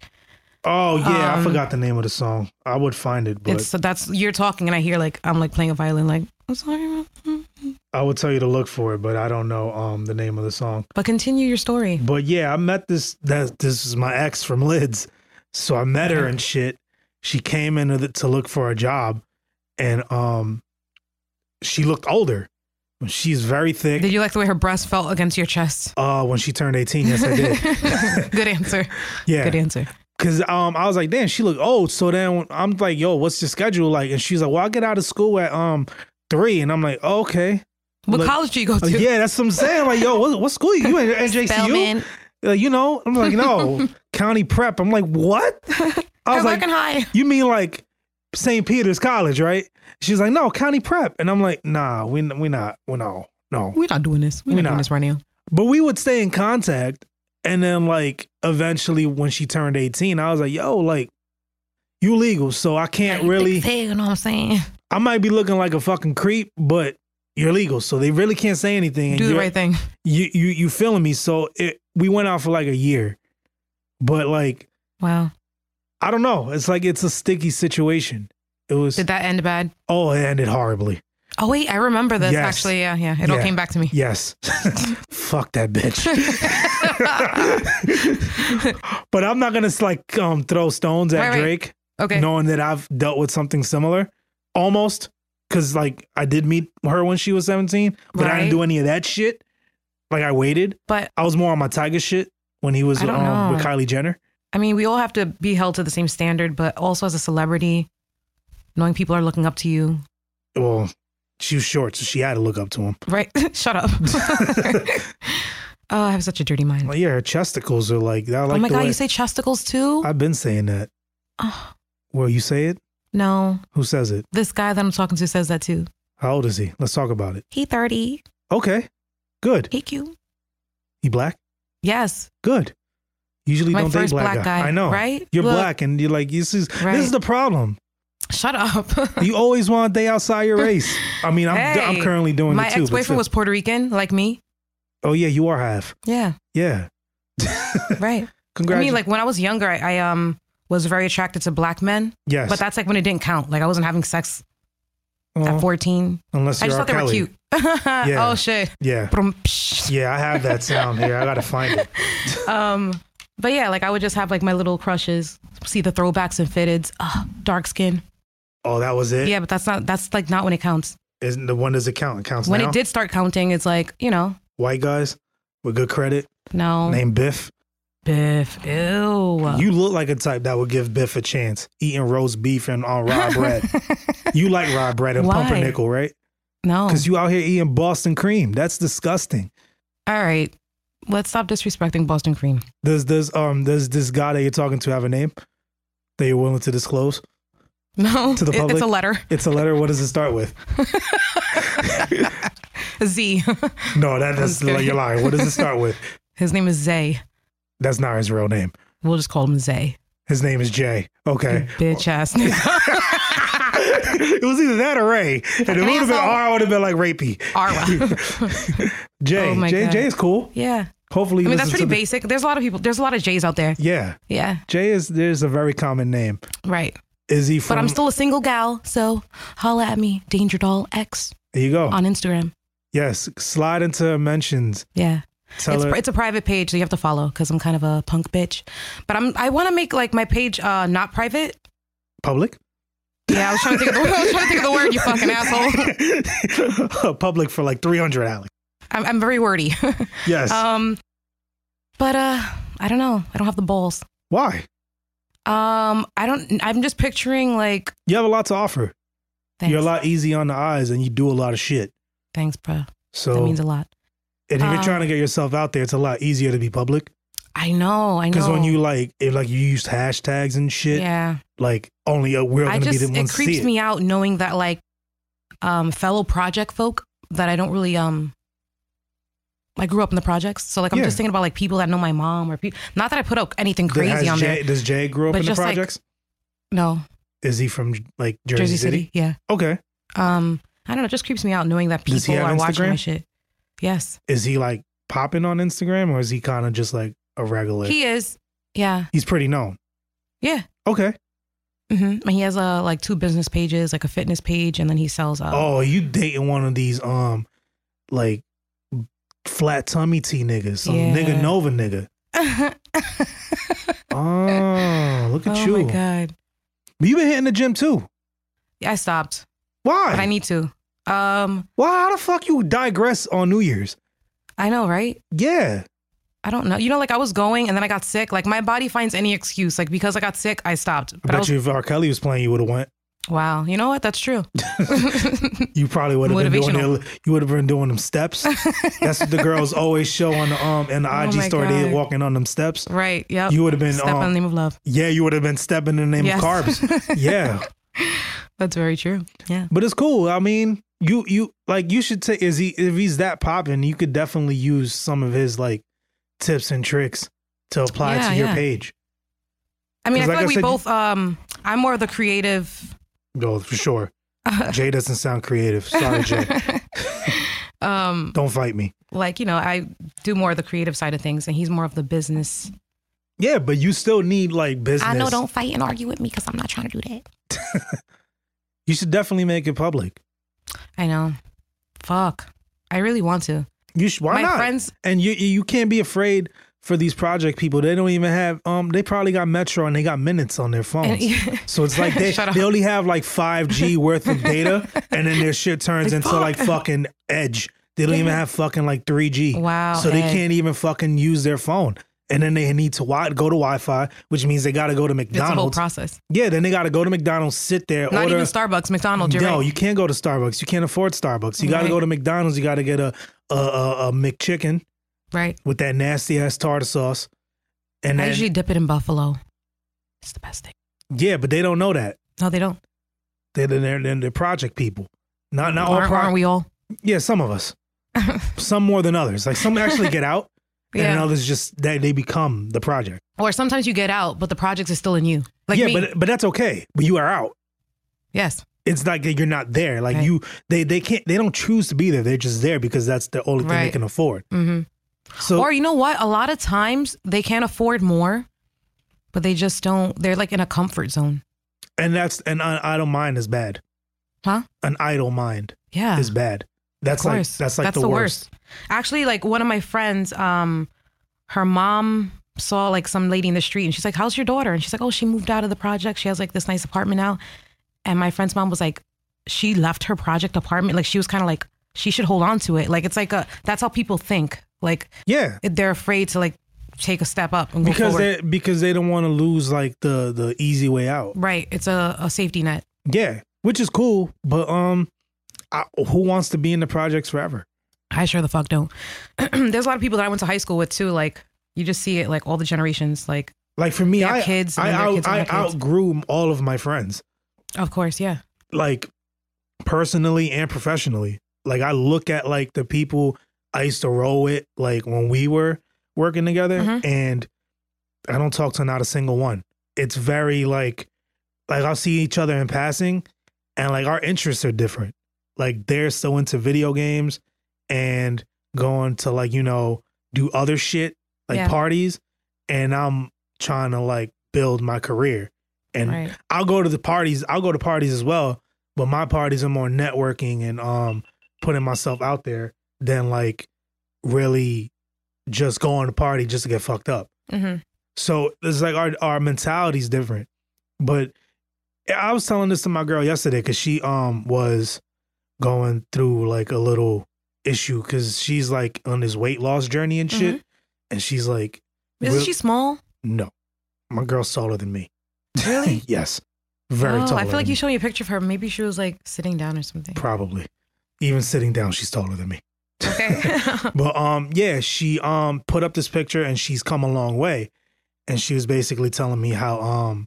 Speaker 1: oh, yeah. I
Speaker 2: um,
Speaker 1: forgot the name of the song. I would find it, but
Speaker 2: it's so that's you're talking, and I hear like I'm like playing a violin, like I'm sorry. about- mm."
Speaker 1: I would tell you to look for it, but I don't know um the name of the song.
Speaker 2: But continue your story.
Speaker 1: But yeah, I met this that this is my ex from Lids. So I met her and shit. She came in to- to look for a job and um she looked older. She's very thick.
Speaker 2: Did you like the way her breast felt against your chest? <laughs>
Speaker 1: uh when she turned 18, yes I did.
Speaker 2: Good answer. Good
Speaker 1: Yeah.
Speaker 2: answer.
Speaker 1: Cuz um I was like, "Damn, she looked old." So then I'm like, "Yo, what's your schedule like?" And she's like, "Well, I get out of school at um 3." And I'm like, oh, "Okay."
Speaker 2: What
Speaker 1: Look-
Speaker 2: college do you go
Speaker 1: Oh,
Speaker 2: to?
Speaker 1: yeah, that's what I'm saying. Like, yo, what, what school you in? NJCU?
Speaker 2: Spelman.
Speaker 1: Uh, you know, I'm like, no, county prep. I'm like, what? I was
Speaker 2: I'm
Speaker 1: like,
Speaker 2: working high.
Speaker 1: you mean like St. Peter's College, right? She's like, no, county prep. And I'm like, nah, we we not, we no, no.
Speaker 2: We're not doing this. We're,
Speaker 1: We
Speaker 2: not,
Speaker 1: not.
Speaker 2: doing this right now.
Speaker 1: But we would stay in contact, and then like eventually when she turned 18, I was like, yo, like you legal, so I can't really.
Speaker 2: Hey, you know what I'm saying?
Speaker 1: I might be looking like a fucking creep, but you're legal, so they really can't say anything. and
Speaker 2: Do the
Speaker 1: you're-
Speaker 2: right thing.
Speaker 1: you you you feeling me? So it, we went out for like a year, but like
Speaker 2: Wow.
Speaker 1: I don't know. It's like it's a sticky situation. It was
Speaker 2: Did that end bad?
Speaker 1: oh, it ended horribly.
Speaker 2: Oh wait, I remember this
Speaker 1: Yes.
Speaker 2: actually. Yeah, yeah. It all
Speaker 1: Yeah.
Speaker 2: came back to me.
Speaker 1: Yes, <laughs> fuck that bitch.
Speaker 2: <laughs>
Speaker 1: <laughs> but I'm not gonna like um throw stones at
Speaker 2: Right, right.
Speaker 1: Drake,
Speaker 2: <laughs> Okay.
Speaker 1: knowing that I've dealt with something similar, almost. Cause like I did meet her when she was 17, but I
Speaker 2: Right.
Speaker 1: didn't do any of that shit. Like I waited.
Speaker 2: But
Speaker 1: I was more on my Tiger shit when he was
Speaker 2: I
Speaker 1: um,
Speaker 2: don't
Speaker 1: with
Speaker 2: know.
Speaker 1: Kylie Jenner.
Speaker 2: I mean, we all have to be held to the same standard, but also as a celebrity, knowing people are looking up to you.
Speaker 1: well, she was short, so she had to look up to him.
Speaker 2: Right? <laughs> Shut
Speaker 1: <laughs>
Speaker 2: up. oh, I have such a dirty mind.
Speaker 1: Well, yeah, her chesticles are like I like
Speaker 2: oh my
Speaker 1: the
Speaker 2: god,
Speaker 1: way-
Speaker 2: you say chesticles too?
Speaker 1: I've been saying that.
Speaker 2: oh,
Speaker 1: Well, you say it.
Speaker 2: no.
Speaker 1: Who says it?
Speaker 2: This guy that I'm talking to says that too.
Speaker 1: How old is he? Let's talk about it.
Speaker 2: He 30.
Speaker 1: Okay, good.
Speaker 2: He cute.
Speaker 1: He black.
Speaker 2: Yes.
Speaker 1: Good. Usually
Speaker 2: My
Speaker 1: don't date
Speaker 2: first
Speaker 1: black,
Speaker 2: black
Speaker 1: guy.
Speaker 2: guy,
Speaker 1: I know,
Speaker 2: right?
Speaker 1: You're
Speaker 2: Look.
Speaker 1: black, and you're like this is
Speaker 2: Right.
Speaker 1: this is the problem.
Speaker 2: Shut up.
Speaker 1: You always want to date outside
Speaker 2: <laughs>
Speaker 1: your race. I mean, I'm I'm
Speaker 2: Hey,
Speaker 1: currently doing
Speaker 2: My
Speaker 1: it too. but
Speaker 2: ex-boyfriend
Speaker 1: still.
Speaker 2: was Puerto Rican, like me.
Speaker 1: Oh yeah, you are half.
Speaker 2: Yeah,
Speaker 1: Yeah.
Speaker 2: right. I
Speaker 1: Congratulations.
Speaker 2: mean, like when I was younger, I, I um was very attracted to black men,
Speaker 1: yes,
Speaker 2: but that's like when it didn't count. Like I wasn't having sex
Speaker 1: Well,
Speaker 2: at fourteen.
Speaker 1: unless
Speaker 2: I
Speaker 1: you're
Speaker 2: just
Speaker 1: R.
Speaker 2: thought they were
Speaker 1: Kelly.
Speaker 2: cute. <laughs> Oh shit.
Speaker 1: Yeah,
Speaker 2: Brum, psh.
Speaker 1: yeah. I have that sound here. I gotta find
Speaker 2: <laughs>
Speaker 1: it.
Speaker 2: Um, but yeah, like I would just have like my little crushes. See the throwbacks and fitteds. Ugh, dark skin.
Speaker 1: Oh, that was it.
Speaker 2: Yeah, but that's not. That's like not when it counts.
Speaker 1: Isn't the when does it count? It counts
Speaker 2: When
Speaker 1: now.
Speaker 2: it did start counting, it's like you know.
Speaker 1: White guys with good credit,
Speaker 2: No.
Speaker 1: named Biff.
Speaker 2: Biff. Ew.
Speaker 1: You look like a type that would give Biff a chance. Eating roast beef and on raw
Speaker 2: <laughs>
Speaker 1: bread. you like raw bread and
Speaker 2: Why?
Speaker 1: pumpernickel, right?
Speaker 2: no.
Speaker 1: Because you out here eating Boston cream. That's disgusting.
Speaker 2: All right. Let's stop disrespecting Boston cream. <laughs>
Speaker 1: Does does um does this guy that you're talking to have a name that you're willing to disclose?
Speaker 2: No,
Speaker 1: To the
Speaker 2: it-
Speaker 1: public?
Speaker 2: it's a letter.
Speaker 1: It's a letter. What does it start with?
Speaker 2: A Z. <laughs>
Speaker 1: No, that, that's
Speaker 2: just kidding.
Speaker 1: you're lying. What does it start with?
Speaker 2: His name is Zay.
Speaker 1: That's not his real name.
Speaker 2: We'll just call him Zay.
Speaker 1: His name is Jay.
Speaker 2: <laughs>
Speaker 1: Okay.
Speaker 2: Bitch ass. nigga.
Speaker 1: <laughs> it was either that or Ray. And if it would have been
Speaker 2: asshole.
Speaker 1: R, I would have been like rapey.
Speaker 2: Arwa.
Speaker 1: Jay.
Speaker 2: Oh my
Speaker 1: Jay,
Speaker 2: God.
Speaker 1: Jay is cool.
Speaker 2: yeah.
Speaker 1: Hopefully,
Speaker 2: I
Speaker 1: you
Speaker 2: mean, that's
Speaker 1: listen
Speaker 2: pretty
Speaker 1: to the-
Speaker 2: basic. There's a lot of people. There's a lot of Jays out there.
Speaker 1: Yeah,
Speaker 2: Yeah.
Speaker 1: Jay is there's a very common name.
Speaker 2: Right.
Speaker 1: Is he
Speaker 2: But
Speaker 1: from?
Speaker 2: I'm still a single gal. So holla at me, Danger Doll X
Speaker 1: There you go.
Speaker 2: on Instagram.
Speaker 1: yes, slide into mentions.
Speaker 2: Yeah.
Speaker 1: Tell
Speaker 2: it's,
Speaker 1: her.
Speaker 2: pri- it's a private page, so you have to follow because I'm kind of a punk bitch. But I'm, I want to make like my page uh, not private.
Speaker 1: public.
Speaker 2: Yeah, I was trying to think of the, <laughs> I was trying to think of the word, you fucking asshole.
Speaker 1: public for like 300, Alex.
Speaker 2: I'm, I'm very wordy. <laughs>
Speaker 1: Yes.
Speaker 2: um, but uh, I don't know. I don't have the balls.
Speaker 1: Why?
Speaker 2: Um, I don't. I'm just picturing like.
Speaker 1: You have a lot to offer.
Speaker 2: Thanks,
Speaker 1: You're a lot easy on the eyes, and you do a lot of shit.
Speaker 2: thanks, bro. That
Speaker 1: So,
Speaker 2: means
Speaker 1: and
Speaker 2: a lot.
Speaker 1: if you're
Speaker 2: um,
Speaker 1: trying to get yourself out there, it's a lot easier to be public.
Speaker 2: I know. I know.
Speaker 1: Because when you like, if like you used hashtags and shit,
Speaker 2: yeah,
Speaker 1: Like only uh, we're
Speaker 2: I
Speaker 1: going to be
Speaker 2: just
Speaker 1: the
Speaker 2: it
Speaker 1: ones to
Speaker 2: creeps
Speaker 1: see it.
Speaker 2: me out knowing that like um fellow project folk that I don't really um I grew up in the projects, so like I'm
Speaker 1: Yeah.
Speaker 2: just thinking about like people that know my mom or people. Not that I put out anything
Speaker 1: That
Speaker 2: crazy
Speaker 1: has
Speaker 2: on
Speaker 1: Jay,
Speaker 2: there.
Speaker 1: Does Jay grow up
Speaker 2: But
Speaker 1: in the
Speaker 2: just, like,
Speaker 1: projects?
Speaker 2: No,
Speaker 1: Is he from like Jersey,
Speaker 2: Jersey, City? yeah.
Speaker 1: Okay.
Speaker 2: Um, I don't know. It just creeps me out knowing that
Speaker 1: Does he
Speaker 2: people
Speaker 1: have
Speaker 2: are watching my
Speaker 1: Instagram?
Speaker 2: shit. Yes,
Speaker 1: Is he like popping on Instagram or is he kind of just like a regular?
Speaker 2: he is. Yeah,
Speaker 1: He's pretty known.
Speaker 2: yeah.
Speaker 1: Okay.
Speaker 2: hmm And he has uh, like two business pages, like a fitness page, and then he sells. Uh, <laughs>
Speaker 1: Oh, you dating one of these um like flat tummy T niggas, some
Speaker 2: Yeah.
Speaker 1: nigga Nova nigga. Oh, look at
Speaker 2: <laughs> oh
Speaker 1: you.
Speaker 2: my god!
Speaker 1: But you been hitting the gym too.
Speaker 2: Yeah, I stopped,
Speaker 1: Why?
Speaker 2: but I need to. Um,
Speaker 1: Why how the fuck you digress on New Year's?
Speaker 2: I know, right?
Speaker 1: Yeah.
Speaker 2: I don't know. You know, like I was going and then I got sick. Like my body finds any excuse. Like because I got sick, I stopped.
Speaker 1: I
Speaker 2: But I
Speaker 1: bet
Speaker 2: was,
Speaker 1: you if R. Kelly was playing, you would have went.
Speaker 2: wow. You know what?
Speaker 1: <laughs>
Speaker 2: That's true. <laughs>
Speaker 1: You probably would have been doing
Speaker 2: Motivational.
Speaker 1: their, you would have been doing them
Speaker 2: <laughs>
Speaker 1: steps. That's what the girls always show on the um and the
Speaker 2: Oh
Speaker 1: IG
Speaker 2: my
Speaker 1: story. They
Speaker 2: God.
Speaker 1: walking on them steps.
Speaker 2: right. Yep.
Speaker 1: You would have been
Speaker 2: Step on
Speaker 1: um,
Speaker 2: the name of love.
Speaker 1: yeah, you would have been stepping in the name
Speaker 2: Yes.
Speaker 1: of
Speaker 2: <laughs>
Speaker 1: carbs. yeah,
Speaker 2: That's very true. Yeah.
Speaker 1: but it's cool. I mean, you you like you should take is he if he's that popping, you could definitely use some of his like tips and tricks to apply
Speaker 2: Yeah,
Speaker 1: to your
Speaker 2: yeah.
Speaker 1: page.
Speaker 2: I mean,
Speaker 1: 'Cause
Speaker 2: I feel
Speaker 1: like
Speaker 2: like,
Speaker 1: I
Speaker 2: we
Speaker 1: said, you-
Speaker 2: both. Um, I'm more of the creative.
Speaker 1: No, Oh, for
Speaker 2: <laughs>
Speaker 1: sure. Jay doesn't sound creative. Sorry, Jay.
Speaker 2: um,
Speaker 1: Don't fight me.
Speaker 2: like you know, I do more of the creative side of things, and he's more of the business.
Speaker 1: Yeah, but you still need like business.
Speaker 2: I know. Don't fight and argue with me because I'm not trying to do that.
Speaker 1: <laughs> You should definitely make it public.
Speaker 2: I know. Fuck. I really want to.
Speaker 1: You should. Why
Speaker 2: My
Speaker 1: not?
Speaker 2: friends-
Speaker 1: and you you can't be afraid for these project people. They don't even have um. They probably got Metro and they got minutes on their phones.
Speaker 2: And- <laughs>
Speaker 1: so it's like they
Speaker 2: Shut up.
Speaker 1: they only have like five G worth of
Speaker 2: <laughs>
Speaker 1: data, and then their shit turns
Speaker 2: Like,
Speaker 1: into
Speaker 2: fuck.
Speaker 1: like fucking Edge. They don't even have fucking like three G.
Speaker 2: Wow,
Speaker 1: So they
Speaker 2: Edge.
Speaker 1: can't even fucking use their phone. And then they need to wi- go to Wi Fi, which means they got to go to
Speaker 2: It's a whole
Speaker 1: McDonald's.
Speaker 2: process.
Speaker 1: yeah, then they got to go to McDonald's, sit there,
Speaker 2: Not
Speaker 1: order
Speaker 2: even Starbucks, McDonald's. You're
Speaker 1: no,
Speaker 2: right.
Speaker 1: you can't go to Starbucks. You can't afford Starbucks. You got to
Speaker 2: Right.
Speaker 1: go to McDonald's. You got to get a a, a a McChicken
Speaker 2: right.
Speaker 1: with that nasty ass tartar sauce. And
Speaker 2: I
Speaker 1: then,
Speaker 2: usually dip it in buffalo. It's the best thing.
Speaker 1: yeah, but they don't know that.
Speaker 2: No, they don't.
Speaker 1: They're they're, they're, they're project people. Not not all
Speaker 2: aren't,
Speaker 1: pro-
Speaker 2: aren't we all?
Speaker 1: Yeah, some of
Speaker 2: <laughs>
Speaker 1: us. some more than others. Like some actually get out, and then
Speaker 2: Yeah.
Speaker 1: others just they, they become the project.
Speaker 2: Or sometimes you get out, but the project is still in you. Like
Speaker 1: yeah,
Speaker 2: me.
Speaker 1: but but that's okay. But you are out.
Speaker 2: yes.
Speaker 1: It's like that you're not there. Like
Speaker 2: Right.
Speaker 1: you, they they can't. They don't choose to be there. They're just there because that's the only thing they
Speaker 2: Right.
Speaker 1: can afford.
Speaker 2: hmm
Speaker 1: So
Speaker 2: or you know what? A lot of times they can't afford more, but they just don't. They're like in a comfort zone.
Speaker 1: and that's an an idle mind is bad.
Speaker 2: Huh?
Speaker 1: An idle mind
Speaker 2: Yeah.
Speaker 1: is bad. That's like
Speaker 2: Ah. course.
Speaker 1: that's like the, worst.
Speaker 2: Actually, like one of my friends, um, her mom saw like some lady in the street and she's like, How's your daughter? And she's like, Oh, she moved out of the project. She has like this nice apartment now. And my friend's mom was like, She left her project apartment. Like she was kind of like, she should hold on to it. Like it's like a that's how people think. Like
Speaker 1: Yeah,
Speaker 2: they're afraid to like take a step up and go
Speaker 1: because
Speaker 2: forward.
Speaker 1: they because they don't want to lose like the the easy way out.
Speaker 2: Right. It's a, a safety net.
Speaker 1: Yeah, which is cool, but um, I, who wants to be in the projects forever?
Speaker 2: I sure the fuck don't. <clears throat> There's a lot of people that I went to high school with too. Like you just see it like all the generations. Like
Speaker 1: Like for me,
Speaker 2: They have
Speaker 1: I
Speaker 2: kids, and
Speaker 1: I,
Speaker 2: then their
Speaker 1: out,
Speaker 2: kids
Speaker 1: I
Speaker 2: have kids.
Speaker 1: outgrew all of my friends,
Speaker 2: of course, yeah.
Speaker 1: like personally and professionally. Like I look at like the people I used to roll with, like when we were working together,
Speaker 2: Mhm.
Speaker 1: and I don't talk to not a single one. It's very like like I'll see each other in passing, and like our interests are different. Like they're so into video games and going to like you know do other shit like
Speaker 2: Yeah.
Speaker 1: parties, and I'm trying to like build my career. And
Speaker 2: Right.
Speaker 1: I'll go to the parties. I'll go to parties as well, but my parties are more networking and um putting myself out there than like really just going to party just to get fucked up.
Speaker 2: hmm
Speaker 1: So it's like our our mentality's different. But I was telling this to my girl yesterday because she um was going through like a little issue because she's like on this weight loss journey and shit, and she's like,
Speaker 2: Mm-hmm. Isn't
Speaker 1: "Real-
Speaker 2: she small?
Speaker 1: No, my girl's taller than me.
Speaker 2: Really?
Speaker 1: <laughs> yes, very
Speaker 2: oh,
Speaker 1: tall.
Speaker 2: I feel like you showed me a picture of her. Maybe she was like sitting down
Speaker 1: <laughs>
Speaker 2: or something.
Speaker 1: probably even sitting down, she's taller than me.
Speaker 2: Okay.
Speaker 1: But um, yeah, she um put up this picture and she's come a long way, and she was basically telling me how um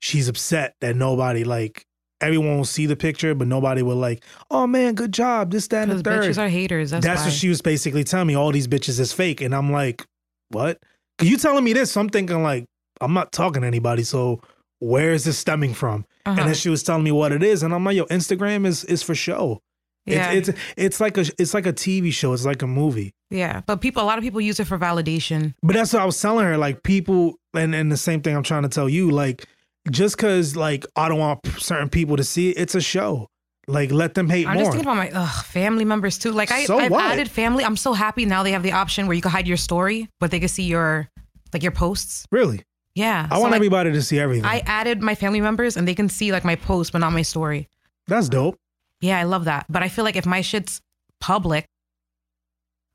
Speaker 1: she's upset that nobody like everyone will see the picture, but nobody will like, oh man, good job, this, that, and the
Speaker 2: Because
Speaker 1: third.
Speaker 2: bitches are haters. That's,
Speaker 1: That's,
Speaker 2: why.
Speaker 1: what she was basically telling me. All these bitches is fake, and I'm like, what? You telling me this? So I'm thinking like, I'm not talking to anybody. So where is this stemming from?
Speaker 2: Uh-huh.
Speaker 1: And then she was telling me what it is, and I'm like, yo, Instagram is is for show.
Speaker 2: yeah,
Speaker 1: It's, it's it's like a it's like a TV show. It's like a movie.
Speaker 2: yeah. But people, a lot of people use it for validation.
Speaker 1: But that's what I was telling her. Like people, and and the same thing I'm trying to tell you. Like just because like I don't want certain people to see it, it's a show. Like let them hate
Speaker 2: I'm
Speaker 1: more.
Speaker 2: just thinking about my ugh, family members too. Like I,
Speaker 1: So
Speaker 2: I've
Speaker 1: what?
Speaker 2: added family. I'm so happy now they have the option where you can hide your story, but they can see your like your posts.
Speaker 1: really,
Speaker 2: Yeah,
Speaker 1: I
Speaker 2: So,
Speaker 1: want
Speaker 2: like,
Speaker 1: everybody to see everything.
Speaker 2: I added my family members and they can see like my post, but not my story.
Speaker 1: that's dope.
Speaker 2: Yeah, I love that. But I feel like if my shit's public,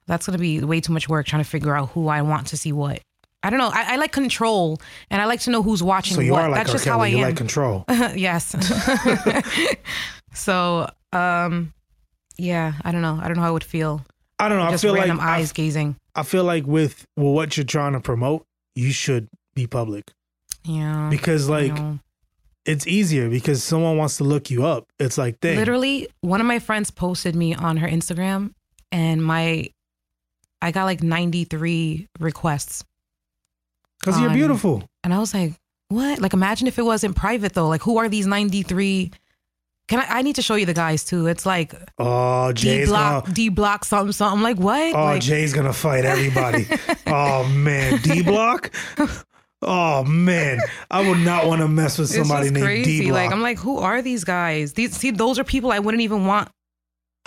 Speaker 2: that's gonna be way too much work trying to figure out who I want to see what. I don't know. I, I like control, and I like to know who's watching.
Speaker 1: So you
Speaker 2: what.
Speaker 1: are like
Speaker 2: that's
Speaker 1: R.
Speaker 2: just
Speaker 1: Kelly.
Speaker 2: how I
Speaker 1: you
Speaker 2: am.
Speaker 1: like
Speaker 2: <laughs>
Speaker 1: control. <laughs>
Speaker 2: yes. <laughs> so, um, yeah, I don't know. I don't know how it would feel.
Speaker 1: I don't know. I
Speaker 2: Just
Speaker 1: feel like
Speaker 2: random
Speaker 1: I-
Speaker 2: eyes gazing.
Speaker 1: I, feel like with well, what you're trying to promote, you should be public
Speaker 2: Yeah.
Speaker 1: because
Speaker 2: I
Speaker 1: like
Speaker 2: know.
Speaker 1: it's easier because someone wants to look you up. It's like thing.
Speaker 2: literally, one of my friends posted me on her Instagram, and my, I got like ninety three requests,
Speaker 1: because you're
Speaker 2: on-
Speaker 1: beautiful.
Speaker 2: and I was like, what? Like, imagine if it wasn't private though. Like, who are these ninety three? Can I? I need to show you the guys too. It's like
Speaker 1: Oh,
Speaker 2: D
Speaker 1: Jay's
Speaker 2: block,
Speaker 1: gonna.
Speaker 2: D block, something, something. Like what?
Speaker 1: Oh,
Speaker 2: like,
Speaker 1: Jay's gonna fight
Speaker 2: <laughs>
Speaker 1: everybody. oh man, D block. Oh man, I would not want to mess with
Speaker 2: It's
Speaker 1: somebody
Speaker 2: just
Speaker 1: named
Speaker 2: crazy.
Speaker 1: D Block.
Speaker 2: Like I'm like, who are these guys? These see, those are people I wouldn't even want.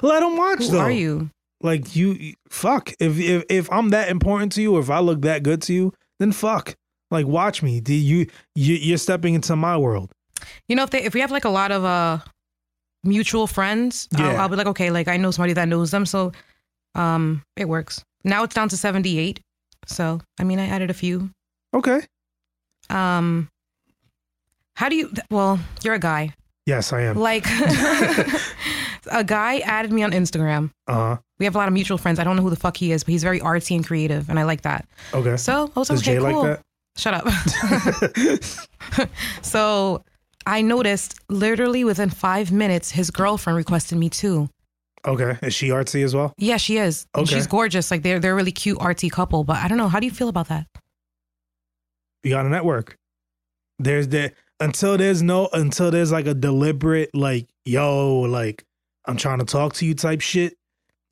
Speaker 1: Let them watch
Speaker 2: Who
Speaker 1: though.
Speaker 2: are you?
Speaker 1: Like you, fuck. If if if I'm that important to you, or if I look that good to you, then fuck. Like watch me. Do you, you you're stepping into my world?
Speaker 2: You know, if they, if we have like a lot of uh mutual friends, I'll,
Speaker 1: Yeah.
Speaker 2: I'll be like, okay, like I know somebody that knows them, so um, it works. Now it's down to 78. So I mean, I added a few.
Speaker 1: Okay.
Speaker 2: Um, how do you? Well, you're a guy.
Speaker 1: Yes, I am.
Speaker 2: Like <laughs> a guy added me on Instagram.
Speaker 1: Uh
Speaker 2: We have a lot of mutual friends. I don't know who the fuck he is, but he's very artsy and creative, and I like that.
Speaker 1: huh. Okay.
Speaker 2: So I was like,
Speaker 1: Does
Speaker 2: okay,
Speaker 1: Jay
Speaker 2: cool.
Speaker 1: like
Speaker 2: Shut up.
Speaker 1: that?
Speaker 2: <laughs> So I noticed literally within five minutes, his girlfriend requested me too.
Speaker 1: okay. Is she artsy as well?
Speaker 2: Yeah, she is. And
Speaker 1: Okay.
Speaker 2: She's gorgeous. Like they're they're a really cute artsy couple. But I don't know. How do you feel about that?
Speaker 1: You got a network. There's that until there's no until there's like a deliberate like yo like I'm trying to talk to you type shit.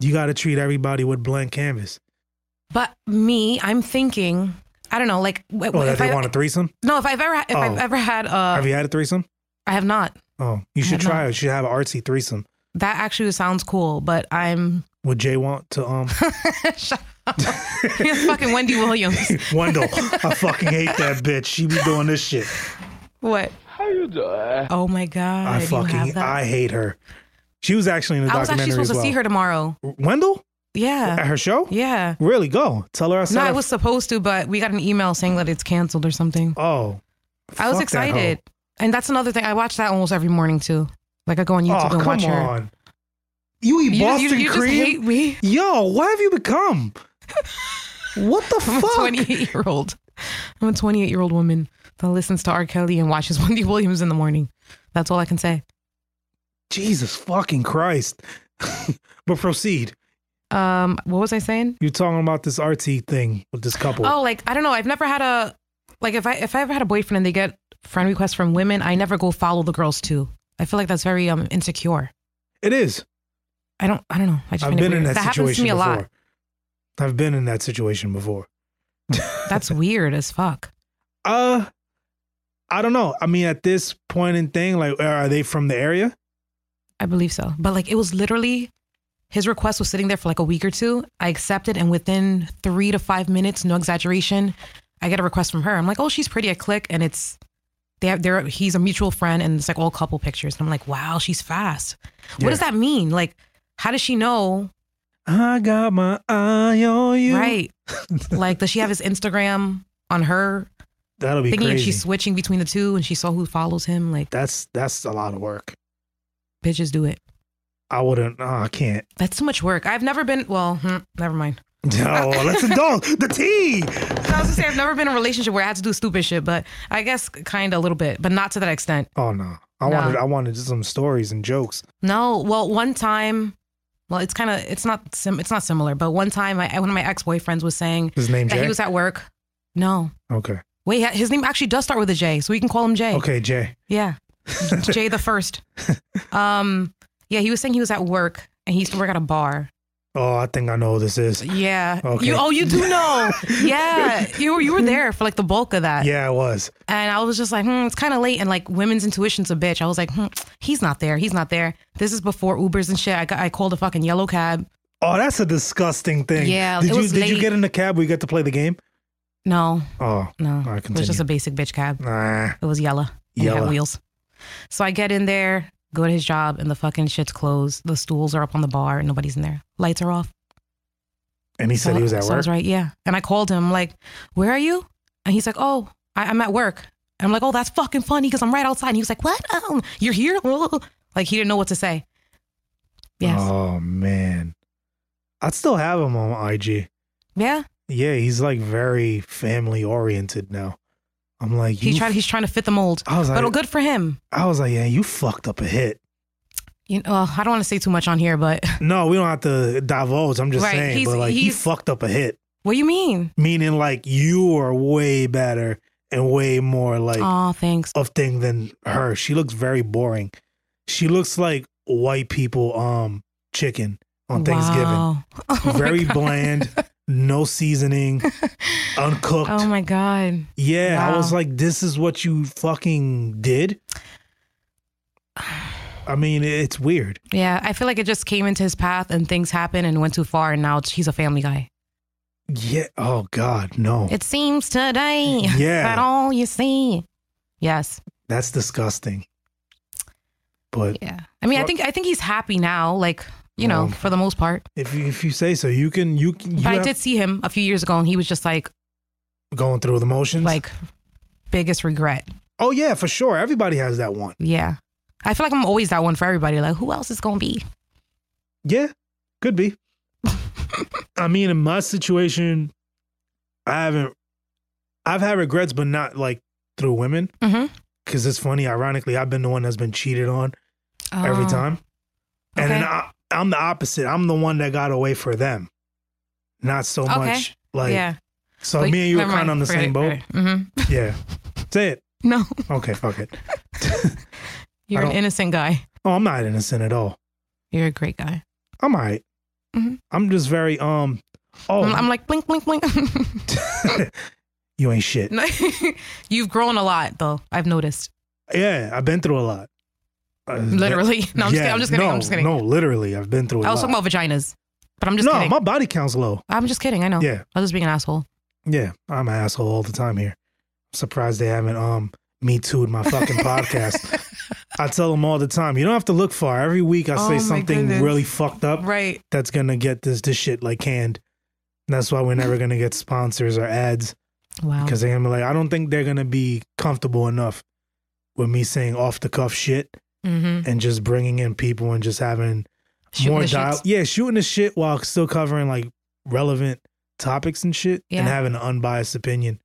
Speaker 1: You got to treat everybody with blank canvas.
Speaker 2: But me, I'm thinking. I don't know. Like w-
Speaker 1: Oh, that
Speaker 2: if
Speaker 1: they
Speaker 2: I,
Speaker 1: want a threesome?
Speaker 2: no, if I've ever if I've
Speaker 1: Oh.
Speaker 2: ever had uh,
Speaker 1: have you had a threesome?
Speaker 2: I have not.
Speaker 1: Oh, you should
Speaker 2: have
Speaker 1: try
Speaker 2: not.
Speaker 1: it. You should have an artsy threesome.
Speaker 2: That actually sounds cool. But I'm <laughs>
Speaker 1: Would Jay want to um
Speaker 2: shut up. <laughs> He's fucking Wendy Williams.
Speaker 1: <laughs> Wendell? I fucking hate that bitch. She be doing this shit.
Speaker 2: What?
Speaker 3: How you doing?
Speaker 2: Oh my
Speaker 1: I
Speaker 2: god! you have
Speaker 1: fucking
Speaker 2: that?
Speaker 1: I hate her. She was actually in the
Speaker 2: I was
Speaker 1: documentary
Speaker 2: actually supposed
Speaker 1: as well.
Speaker 2: to see her tomorrow.
Speaker 1: Wendell
Speaker 2: Yeah.
Speaker 1: at her show.
Speaker 2: Yeah.
Speaker 1: Really, go tell her I said.
Speaker 2: No, I
Speaker 1: it.
Speaker 2: was supposed to, but we got an email saying that it's canceled or something.
Speaker 1: Oh,
Speaker 2: I was
Speaker 1: fuck that hoe.
Speaker 2: excited. And that's another thing. I watch that almost every morning too. Like I go on YouTube
Speaker 1: oh,
Speaker 2: and
Speaker 1: come
Speaker 2: watch her.
Speaker 1: on. You eat
Speaker 2: You, just-
Speaker 1: Boston
Speaker 2: you, you just
Speaker 1: cream?
Speaker 2: hate me.
Speaker 1: Yo, what have you
Speaker 2: <laughs>
Speaker 1: become? what the
Speaker 2: I'm a
Speaker 1: fuck?
Speaker 2: 28 year old. I'm a 28 year old woman that listens to R. Kelly and watches <laughs> Wendy Williams in the morning. That's all I can say.
Speaker 1: Jesus fucking Christ. <laughs> but proceed.
Speaker 2: Um, what was I saying?
Speaker 1: You're talking about this RT thing with this couple.
Speaker 2: Oh, like I don't know. I've never had a like if I if I ever had a boyfriend and they get friend requests from women, I never go follow the girls too. I feel like that's very um insecure.
Speaker 1: It is.
Speaker 2: I don't I don't know. I just
Speaker 1: I've
Speaker 2: find it
Speaker 1: been in
Speaker 2: weird.
Speaker 1: that,
Speaker 2: happens to
Speaker 1: situation
Speaker 2: me a
Speaker 1: before.
Speaker 2: lot.
Speaker 1: I've been in that situation before.
Speaker 2: That's weird as fuck.
Speaker 1: Uh, I don't know. I mean, at this point in thing, like, uh, are they from the area?
Speaker 2: I believe so. But like it was literally his request was sitting there for like a week or two. I accepted and within three to five minutes, no exaggeration, I get a request from her. I'm like, oh, she's pretty. I click and it's they have they're he's a mutual friend and it's like all couple pictures. And I'm like, wow, she's fast. What does that mean? Like, how does she know?
Speaker 1: I got my eye on you. <laughs>
Speaker 2: Right. like, does she have his Instagram on her
Speaker 1: That'll be
Speaker 2: thinking and
Speaker 1: crazy.
Speaker 2: she's switching between the two and she saw who follows him? Like,
Speaker 1: That's that's a lot of work.
Speaker 2: bitches do it.
Speaker 1: I wouldn't. Oh, I can't. <laughs>
Speaker 2: That's too much work. I've never been. Well, hmm, never mind.
Speaker 1: Oh, let's
Speaker 2: <laughs>
Speaker 1: indulge the tea.
Speaker 2: I was gonna say I've never been in a relationship where I had to do stupid shit, but I guess kind of a little bit, but not to that extent.
Speaker 1: Oh no, I
Speaker 2: No.
Speaker 1: wanted I wanted some stories and jokes.
Speaker 2: No, well, one time, well, it's kind of it's not sim- it's not similar, but one time, I, one of my ex boyfriends was saying
Speaker 1: His name
Speaker 2: that
Speaker 1: Jay.
Speaker 2: he was at work. No,
Speaker 1: okay,
Speaker 2: wait, his name actually does start with a J, so we can call him Jay.
Speaker 1: okay, Jay. <laughs>
Speaker 2: Yeah. Jay the first. Um, yeah, he was saying he was at work and he used to work at a bar.
Speaker 1: Oh, I think I know who this is.
Speaker 2: Yeah.
Speaker 1: Okay.
Speaker 2: You oh you do
Speaker 1: <laughs>
Speaker 2: know. yeah. You were you were there for like the bulk of that.
Speaker 1: Yeah, it was.
Speaker 2: And I was just like, hmm, it's kinda late and like women's intuition's a bitch. I was like, hmm, he's not there, he's not there. This is before Ubers and shit. I got, I called a fucking yellow cab.
Speaker 1: Oh, that's a disgusting thing.
Speaker 2: Yeah,
Speaker 1: Did
Speaker 2: it
Speaker 1: you
Speaker 2: was
Speaker 1: did you
Speaker 2: late.
Speaker 1: get in the cab? We got to play the game.
Speaker 2: No,
Speaker 1: Oh,
Speaker 2: no.
Speaker 1: right,
Speaker 2: it was just a basic bitch cab.
Speaker 1: nah.
Speaker 2: It was yellow. And it
Speaker 1: Yellow.
Speaker 2: had wheels. So I get in there, go to his job, and the fucking shit's closed. The stools are up on the bar and nobody's in there. Lights are off.
Speaker 1: And he said he was at
Speaker 2: so I
Speaker 1: work.
Speaker 2: was right, yeah. And I called him, like, where are you? And he's like, oh, I, I'm at work. And I'm like, oh, that's fucking funny because I'm right outside. And he was like, what? Um, you're here? <laughs> Like, he didn't know what to say. Yes.
Speaker 1: Oh man, I still have him on IG.
Speaker 2: yeah.
Speaker 1: Yeah, he's like very family oriented now. I'm like, you
Speaker 2: He tried, he's trying to fit the mold.
Speaker 1: I was like,
Speaker 2: But good for him.
Speaker 1: I was like, yeah, you fucked up a hit.
Speaker 2: You know, I don't want to say too much on here, but <laughs>
Speaker 1: No, we don't have to divulge. I'm just
Speaker 2: Right,
Speaker 1: saying,
Speaker 2: he's-
Speaker 1: but like, he
Speaker 2: he's-
Speaker 1: fucked up a hit,
Speaker 2: what do you mean?
Speaker 1: meaning like you are way better and way more like
Speaker 2: oh, thanks.
Speaker 1: of thing than her. She looks very boring. She looks like white people um chicken on Thanksgiving.
Speaker 2: Wow. Oh my
Speaker 1: very
Speaker 2: God.
Speaker 1: bland, no
Speaker 2: <laughs>
Speaker 1: seasoning, uncooked.
Speaker 2: Oh my God.
Speaker 1: Yeah, I was
Speaker 2: Wow.
Speaker 1: like, this is what you fucking did. I mean, it's weird.
Speaker 2: Yeah. I feel like it just came into his path and things happened and went too far. And now it's- he's a family guy.
Speaker 1: Yeah. Oh God, no.
Speaker 2: It seems today
Speaker 1: Yeah.
Speaker 2: that all you see. Yes.
Speaker 1: That's disgusting. But
Speaker 2: Yeah. I mean, I
Speaker 1: Well-
Speaker 2: think I think he's happy now, like, you know,
Speaker 1: Well,
Speaker 2: for the most part.
Speaker 1: if you, if you say so, you can you can you
Speaker 2: But I
Speaker 1: have-
Speaker 2: did see him a few years ago and he was just like
Speaker 1: going through the motions.
Speaker 2: like biggest regret.
Speaker 1: oh yeah, for sure. Everybody has that one.
Speaker 2: Yeah. I feel like I'm always that one for everybody. Like, who else is gonna be?
Speaker 1: Yeah, could be. I mean, in my situation, I haven't. I've had regrets, but not like through women.
Speaker 2: Mhm.
Speaker 1: Because it's funny, ironically, I've been the one that's been cheated on every
Speaker 2: Oh,
Speaker 1: time, and then
Speaker 2: okay.
Speaker 1: I, I'm the opposite. I'm the one that got away for them, not so
Speaker 2: Okay.
Speaker 1: much like.
Speaker 2: yeah.
Speaker 1: So me and you are kind of on the same boat.
Speaker 2: <laughs> Mm-hmm.
Speaker 1: Yeah, say it.
Speaker 2: No, <laughs>
Speaker 1: Okay, fuck it.
Speaker 2: you're an
Speaker 1: don't-
Speaker 2: innocent guy.
Speaker 1: Oh, I'm not innocent at all.
Speaker 2: You're a great guy.
Speaker 1: I'm alright.
Speaker 2: Mhm.
Speaker 1: I'm just very um. Oh,
Speaker 2: Mm, I'm, I'm like blink, blink, blink. <laughs>
Speaker 1: you ain't shit.
Speaker 2: No. You've grown a lot, though. I've noticed.
Speaker 1: Yeah, I've been through a lot. Uh,
Speaker 2: Literally. <laughs> No, I'm,
Speaker 1: yeah,
Speaker 2: just, kidding. I'm just kidding.
Speaker 1: No,
Speaker 2: I'm just kidding.
Speaker 1: no, literally, I've been through. I
Speaker 2: I was talking about vaginas, but I'm just
Speaker 1: no,
Speaker 2: kidding. Oh.
Speaker 1: my body count's low.
Speaker 2: I'm just kidding. I know.
Speaker 1: Yeah,
Speaker 2: I was just being an asshole.
Speaker 1: yeah, I'm an asshole all the time here. surprised they haven't um me tooed my
Speaker 2: <laughs>
Speaker 1: fucking podcast. I tell them all the time, you don't have to look far. Every week I
Speaker 2: Oh,
Speaker 1: say
Speaker 2: my
Speaker 1: something
Speaker 2: goodness.
Speaker 1: really fucked up
Speaker 2: Right.
Speaker 1: that's gonna get this this shit like canned. And that's why we're never gonna get sponsors or ads.
Speaker 2: Wow.
Speaker 1: because they're gonna be like, I don't think they're gonna be comfortable enough with me saying off the cuff shit
Speaker 2: mm-hmm.
Speaker 1: and just bringing in people and just having more dial.
Speaker 2: shits.
Speaker 1: Yeah, shooting the shit while still covering like relevant topics and shit
Speaker 2: Yeah.
Speaker 1: and having an unbiased opinion.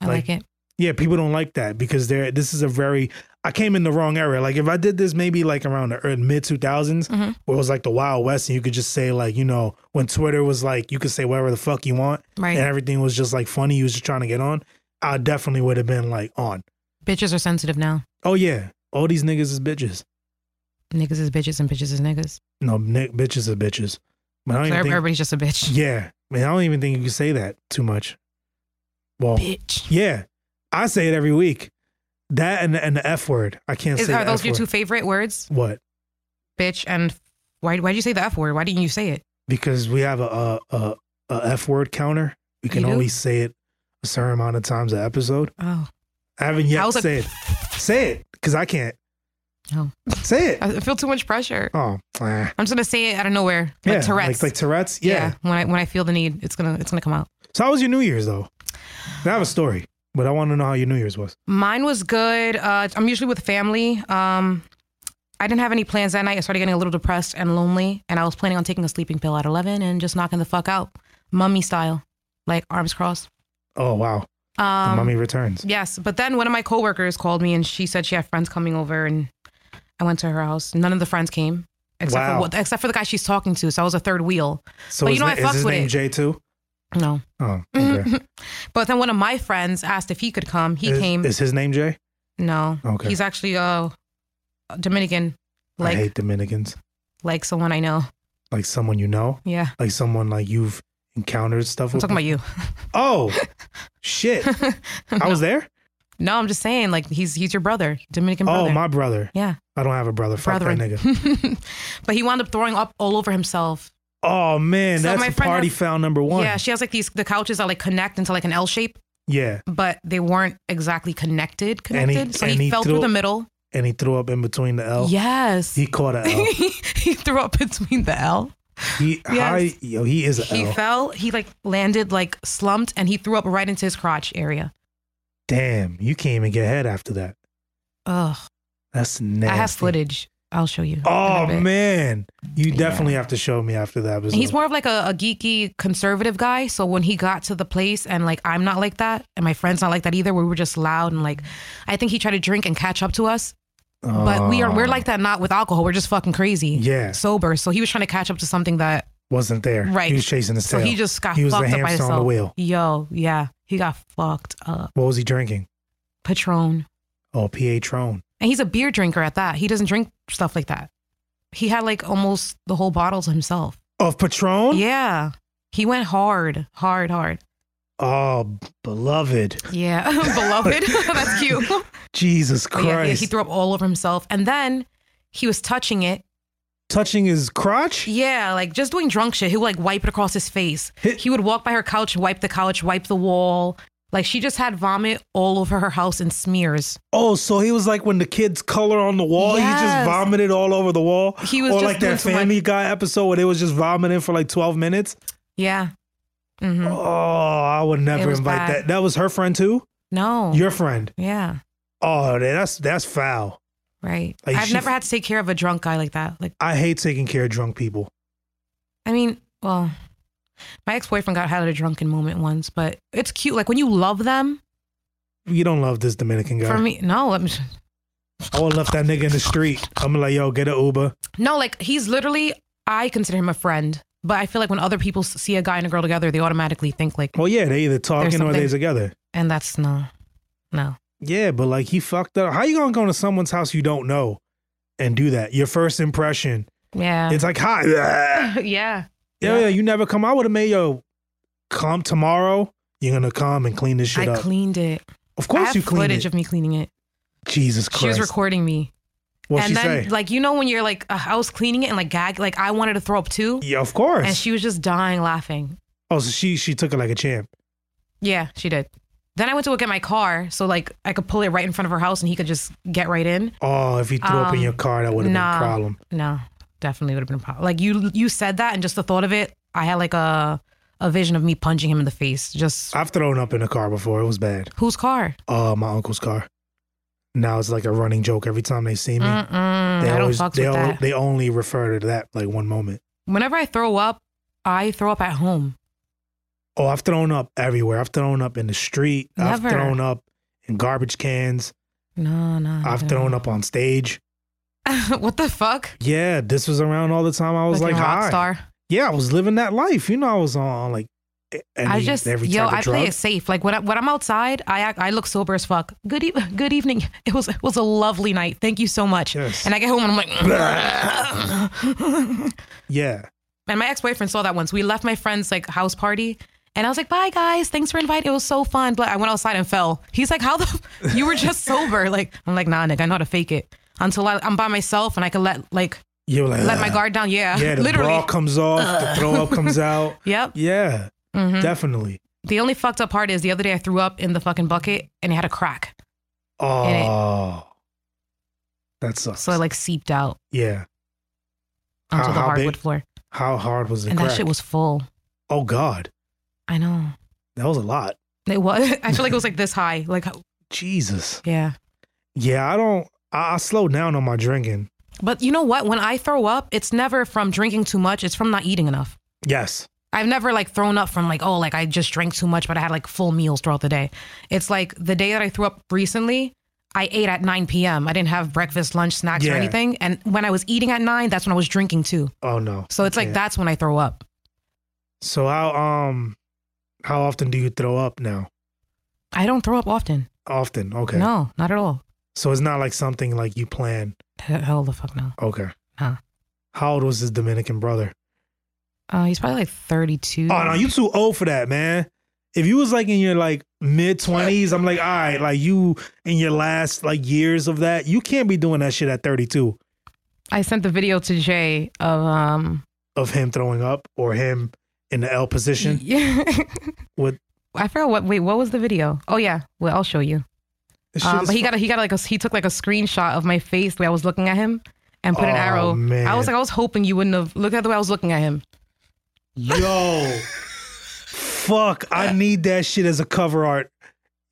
Speaker 2: I like, it.
Speaker 1: Yeah, people don't like that because they're this is a very I came in the wrong era. Like if I did this maybe like around the early mid two thousands,
Speaker 2: Mhm.
Speaker 1: where it was like the Wild West, and you could just say like you know when Twitter was like you could say whatever the fuck you want,
Speaker 2: Right.
Speaker 1: and everything was just like funny. You was just trying to get on. I definitely would have been like on.
Speaker 2: Bitches are sensitive now.
Speaker 1: Oh yeah, all these niggas is bitches.
Speaker 2: Niggas is bitches and bitches is niggas.
Speaker 1: No, ni- bitches are bitches. But I don't
Speaker 2: So
Speaker 1: even think.
Speaker 2: everybody's just a bitch.
Speaker 1: Yeah, man, I don't even think you can say that too much. Well,
Speaker 2: Bitch.
Speaker 1: yeah, I say it every week. That and and the f word. I can't
Speaker 2: Is,
Speaker 1: say.
Speaker 2: are
Speaker 1: the
Speaker 2: those
Speaker 1: F
Speaker 2: your
Speaker 1: word.
Speaker 2: two favorite words?
Speaker 1: What?
Speaker 2: Bitch and why? Why did you say the f word? Why didn't you say it?
Speaker 1: Because we have a a, a, a f word counter. We can
Speaker 2: You do?
Speaker 1: only say it a certain amount of times an episode.
Speaker 2: Oh,
Speaker 1: I haven't yet
Speaker 2: I was like-
Speaker 1: said. say it because I can't.
Speaker 2: Oh.
Speaker 1: Say it.
Speaker 2: I feel too much pressure.
Speaker 1: Oh, eh.
Speaker 2: I'm just gonna say it out of nowhere, like
Speaker 1: yeah,
Speaker 2: Tourette's.
Speaker 1: Like, like Tourette's.
Speaker 2: yeah.
Speaker 1: yeah.
Speaker 2: when I when I feel the need, it's gonna it's gonna come out.
Speaker 1: So how was your New Year's though? I have a story, but I want to know how your New Year's was.
Speaker 2: Mine was good. Uh, I'm usually with family. Um, I didn't have any plans that night. I started getting a little depressed and lonely, and I was planning on taking a sleeping pill at 11 and just knocking the fuck out. mummy style, like arms crossed.
Speaker 1: Oh wow, the
Speaker 2: Um,
Speaker 1: mummy returns.
Speaker 2: Yes, but then one of my coworkers called me and she said she had friends coming over, and I went to her house. None of the friends came except
Speaker 1: Wow.
Speaker 2: for what, except for the guy she's talking to. So I was a third wheel.
Speaker 1: So
Speaker 2: but you
Speaker 1: his
Speaker 2: know
Speaker 1: na-
Speaker 2: I
Speaker 1: is
Speaker 2: fucks
Speaker 1: his
Speaker 2: with
Speaker 1: name
Speaker 2: it.
Speaker 1: J two?
Speaker 2: No,
Speaker 1: Oh, okay.
Speaker 2: but then one of my friends asked if he could come. He
Speaker 1: is,
Speaker 2: came.
Speaker 1: Is his name Jay?
Speaker 2: no,
Speaker 1: Okay.
Speaker 2: he's actually uh, Dominican,
Speaker 1: I
Speaker 2: like
Speaker 1: hate Dominicans.
Speaker 2: like someone I know.
Speaker 1: Like someone you know,
Speaker 2: Yeah,
Speaker 1: like someone like you've encountered stuff
Speaker 2: I'm
Speaker 1: with.
Speaker 2: talking about you.
Speaker 1: Oh,
Speaker 2: <laughs>
Speaker 1: shit! I was there.
Speaker 2: No, I'm just saying like he's he's your brother, Dominican
Speaker 1: Oh,
Speaker 2: brother.
Speaker 1: my brother.
Speaker 2: yeah,
Speaker 1: I don't have a brother. Fuck
Speaker 2: brother.
Speaker 1: that nigga.
Speaker 2: <laughs> but he wound up throwing up all over himself.
Speaker 1: Oh man,
Speaker 2: So my
Speaker 1: that's
Speaker 2: friend
Speaker 1: party
Speaker 2: has-
Speaker 1: found number one.
Speaker 2: Yeah, she has like these the couches that like connect into like an L shape,
Speaker 1: yeah,
Speaker 2: but they weren't exactly connected.
Speaker 1: And he-
Speaker 2: Connected, so
Speaker 1: and
Speaker 2: he,
Speaker 1: he
Speaker 2: fell
Speaker 1: threw-
Speaker 2: through the middle.
Speaker 1: and he threw up in between the L.
Speaker 2: Yes,
Speaker 1: He caught a L.
Speaker 2: <laughs> he threw up between the L.
Speaker 1: He
Speaker 2: Yes.
Speaker 1: high, yo, he is a
Speaker 2: He
Speaker 1: L.
Speaker 2: fell. He like landed like slumped, and he threw up right into his crotch area.
Speaker 1: Damn, you can't even get head after that.
Speaker 2: Ugh,
Speaker 1: That's nasty.
Speaker 2: I have footage. I'll show you. in a
Speaker 1: Oh
Speaker 2: bit.
Speaker 1: man, you definitely have to show me after that.
Speaker 2: And He's more of like a, a geeky conservative guy. So when he got to the place, and like I'm not like that, and my friend's not like that either. We were just loud and like, I think he tried to drink and catch up to us, but we are
Speaker 1: Uh,
Speaker 2: we're like that not with alcohol. We're just fucking crazy.
Speaker 1: Yeah.
Speaker 2: sober. So he was trying to catch up to something that.
Speaker 1: wasn't there.
Speaker 2: Right.
Speaker 1: he was chasing the
Speaker 2: So
Speaker 1: tail.
Speaker 2: he just got
Speaker 1: He was the
Speaker 2: fucked up by
Speaker 1: hamster on
Speaker 2: himself.
Speaker 1: the wheel.
Speaker 2: Yo, yeah, he got fucked up.
Speaker 1: What was he drinking?
Speaker 2: Patron,
Speaker 1: Oh, PA Trone.
Speaker 2: and he's a beer drinker at that. He doesn't drink stuff like that. He had like almost the whole bottle to himself.
Speaker 1: Of Patron?
Speaker 2: Yeah, he went hard, hard, hard.
Speaker 1: Oh, beloved.
Speaker 2: Yeah, <laughs> beloved. That's cute.
Speaker 1: Jesus
Speaker 2: But
Speaker 1: Christ.
Speaker 2: Oh, yeah, yeah, he threw up all over himself, and then he was touching it.
Speaker 1: Touching his crotch?
Speaker 2: Yeah, like just doing drunk shit. He would like wipe it across his face.
Speaker 1: Hit-
Speaker 2: He would walk by her couch, wipe the couch, wipe the wall. Like she just had vomit all over her house in smears.
Speaker 1: Oh, so he was like when the kids color on the wall, he just
Speaker 2: Yes.
Speaker 1: vomited all over the wall.
Speaker 2: He was
Speaker 1: or
Speaker 2: just
Speaker 1: like
Speaker 2: doing
Speaker 1: that
Speaker 2: so much-
Speaker 1: Family Guy episode where they was just vomiting for like twelve minutes.
Speaker 2: Yeah. hmm
Speaker 1: Oh, I would never
Speaker 2: was
Speaker 1: invite
Speaker 2: bad. Oh.
Speaker 1: that. That was her friend too.
Speaker 2: No.
Speaker 1: Your friend.
Speaker 2: yeah.
Speaker 1: Oh, that's that's foul.
Speaker 2: Right.
Speaker 1: Like,
Speaker 2: I've
Speaker 1: she-
Speaker 2: never had to take care of a drunk guy like that. Like
Speaker 1: I hate taking care of drunk people.
Speaker 2: I mean, well, my ex boyfriend got had a drunken moment once, but it's cute. Like when you love them.
Speaker 1: You don't love this Dominican guy.
Speaker 2: For me, no. Let me.
Speaker 1: I would have left that nigga in the street. I'm like, yo, get an Uber.
Speaker 2: No, like he's literally. I consider him a friend, but I feel like when other people s- see a guy and a girl together, they automatically think like,
Speaker 1: Well, yeah, they either talking or they
Speaker 2: something-
Speaker 1: together.
Speaker 2: and that's no, no.
Speaker 1: Yeah, but like he fucked up. How you gonna go to someone's house you don't know and do that? Your first impression.
Speaker 2: Yeah.
Speaker 1: It's like hi. Yeah,
Speaker 2: Uh-huh. <laughs> yeah.
Speaker 1: yeah, you never come. I would have made yo come tomorrow. You're gonna come and clean this shit
Speaker 2: I
Speaker 1: up.
Speaker 2: cleaned it.
Speaker 1: of
Speaker 2: I
Speaker 1: course
Speaker 2: have
Speaker 1: you clean
Speaker 2: footage
Speaker 1: it.
Speaker 2: of me cleaning it.
Speaker 1: Jesus Christ.
Speaker 2: She was recording me.
Speaker 1: What'd
Speaker 2: and
Speaker 1: she
Speaker 2: then
Speaker 1: say?
Speaker 2: like you know when you're like uh, I was cleaning it and like gag like I wanted to throw up too.
Speaker 1: yeah, of course.
Speaker 2: And she was just dying laughing.
Speaker 1: oh, so she she took it like a champ.
Speaker 2: Yeah, she did. Then I went to go get my car so like I could pull it right in front of her house and he could just get right in.
Speaker 1: Oh, if he threw up in
Speaker 2: Um,
Speaker 1: your car, that would have been
Speaker 2: nah.
Speaker 1: a problem.
Speaker 2: No, definitely would have been a problem. Like you you said that and just the thought of it, I had like a a vision of me punching him in the face. Just
Speaker 1: I've thrown up in a car before. It was bad.
Speaker 2: whose car?
Speaker 1: uh my uncle's car. Now it's like a running joke every time they see me.
Speaker 2: Mm-mm,
Speaker 1: they
Speaker 2: I don't
Speaker 1: always
Speaker 2: fuck
Speaker 1: they,
Speaker 2: with
Speaker 1: al-
Speaker 2: that.
Speaker 1: they only refer to that like one moment.
Speaker 2: Whenever I throw up, I throw up at home.
Speaker 1: Oh, I've thrown up everywhere. I've thrown up in the street.
Speaker 2: Never.
Speaker 1: I've thrown up in garbage cans.
Speaker 2: No, no.
Speaker 1: I've thrown up on stage.
Speaker 2: <laughs> what the fuck?
Speaker 1: Yeah, this was around all the time. I was like,
Speaker 2: a rock
Speaker 1: high.
Speaker 2: star.
Speaker 1: Yeah, I was living that life. You know, I was on like any,
Speaker 2: I just
Speaker 1: every
Speaker 2: yo,
Speaker 1: type of
Speaker 2: I
Speaker 1: drug.
Speaker 2: play it safe. Like when I, when I'm outside, I act, I look sober as fuck. Good e- <laughs> good evening. It was it was a lovely night. Thank you so much.
Speaker 1: Yes.
Speaker 2: And I get home and I'm
Speaker 1: <laughs>
Speaker 2: like, <laughs>
Speaker 1: yeah.
Speaker 2: and my ex boyfriend saw that once. We left my friend's like house party. And I was like, "Bye guys, thanks for inviting. It was so fun." But I went outside and fell. He's like, "How the? <laughs> You were just sober." Like I'm like, "Nah, nigga, I know how to fake it." Until I, I'm by myself and I can let like
Speaker 1: You're like
Speaker 2: let my
Speaker 1: "Ugh."
Speaker 2: guard <laughs> down. Yeah,
Speaker 1: Yeah, the
Speaker 2: literally.
Speaker 1: bra comes off, the throw up
Speaker 2: <laughs>
Speaker 1: comes out.
Speaker 2: Yep. Mm-hmm.
Speaker 1: Yeah.
Speaker 2: Mm.
Speaker 1: Definitely.
Speaker 2: The only fucked up part is the other day I threw up in the fucking bucket and it had a crack. it-
Speaker 1: Oh. That sucks.
Speaker 2: So it like seeped out
Speaker 1: yeah.
Speaker 2: onto
Speaker 1: How-
Speaker 2: the
Speaker 1: Uh, how
Speaker 2: hardwood
Speaker 1: big?
Speaker 2: floor.
Speaker 1: How hard was the
Speaker 2: And
Speaker 1: crack?
Speaker 2: that shit was full.
Speaker 1: oh God,
Speaker 2: I know.
Speaker 1: that was a lot.
Speaker 2: It was <laughs> I feel like it was like this high. Like
Speaker 1: Jesus.
Speaker 2: yeah.
Speaker 1: Yeah, I don't. I, I slowed down on my drinking.
Speaker 2: But you know what? When I throw up, it's never from drinking too much, it's from not eating enough.
Speaker 1: Yes.
Speaker 2: I've never like thrown up from like, oh, like I just drank too much, but I had like full meals throughout the day. It's like the day that I threw up recently, I ate at 9 p.m. I didn't have breakfast, lunch, snacks,
Speaker 1: Yeah.
Speaker 2: or anything. And when I was eating at nine, that's when I was drinking too.
Speaker 1: Oh no.
Speaker 2: So it's like
Speaker 1: Yeah.
Speaker 2: that's when I throw up.
Speaker 1: So how um how often do you throw up now?
Speaker 2: I don't throw up often.
Speaker 1: Often. Okay.
Speaker 2: No, not at all.
Speaker 1: So it's not like something like you plan.
Speaker 2: Hell hell the fuck no.
Speaker 1: Okay.
Speaker 2: Huh.
Speaker 1: How old was his Dominican brother?
Speaker 2: Uh, he's probably like 32.
Speaker 1: Oh no, you too old for that, man. If you was like in your like mid twenties, I'm like, all right, like you in your last like years of that, you can't be doing that shit at 32
Speaker 2: I sent the video to Jay of um
Speaker 1: of him throwing up or him in the L position.
Speaker 2: Yeah. <laughs>
Speaker 1: What-
Speaker 2: I forgot what. Wait, what was the video? Oh yeah, well I'll show you.
Speaker 1: This shit
Speaker 2: Um,
Speaker 1: is
Speaker 2: but he
Speaker 1: fu-
Speaker 2: got a, he got like a, he took like a screenshot of my face the way I was looking at him and put
Speaker 1: Oh,
Speaker 2: an arrow.
Speaker 1: man.
Speaker 2: I was like I was hoping you wouldn't have looked at the way I was looking at him.
Speaker 1: Yo, fuck! I need that shit as a cover art.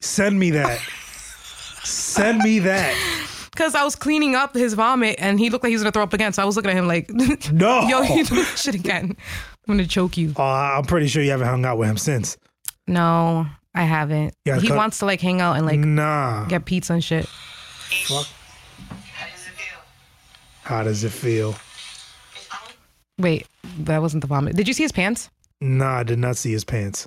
Speaker 1: Send me that. Send me that.
Speaker 2: Cause I was cleaning up his vomit and he looked like he was gonna throw up again. So I was looking at him like, <laughs>
Speaker 1: No.
Speaker 2: yo, you do this shit again. I'm gonna choke you.
Speaker 1: Oh, I- I'm pretty sure you haven't hung out with him since.
Speaker 2: No, I haven't.
Speaker 1: Yeah,
Speaker 2: he
Speaker 1: cut- Mm.
Speaker 2: wants to like hang out and like
Speaker 1: nah.
Speaker 2: get pizza and shit.
Speaker 1: Fuck. How does it feel?
Speaker 2: Wait, that wasn't the vomit. Did you see his pants?
Speaker 1: Nah, I did not see his pants.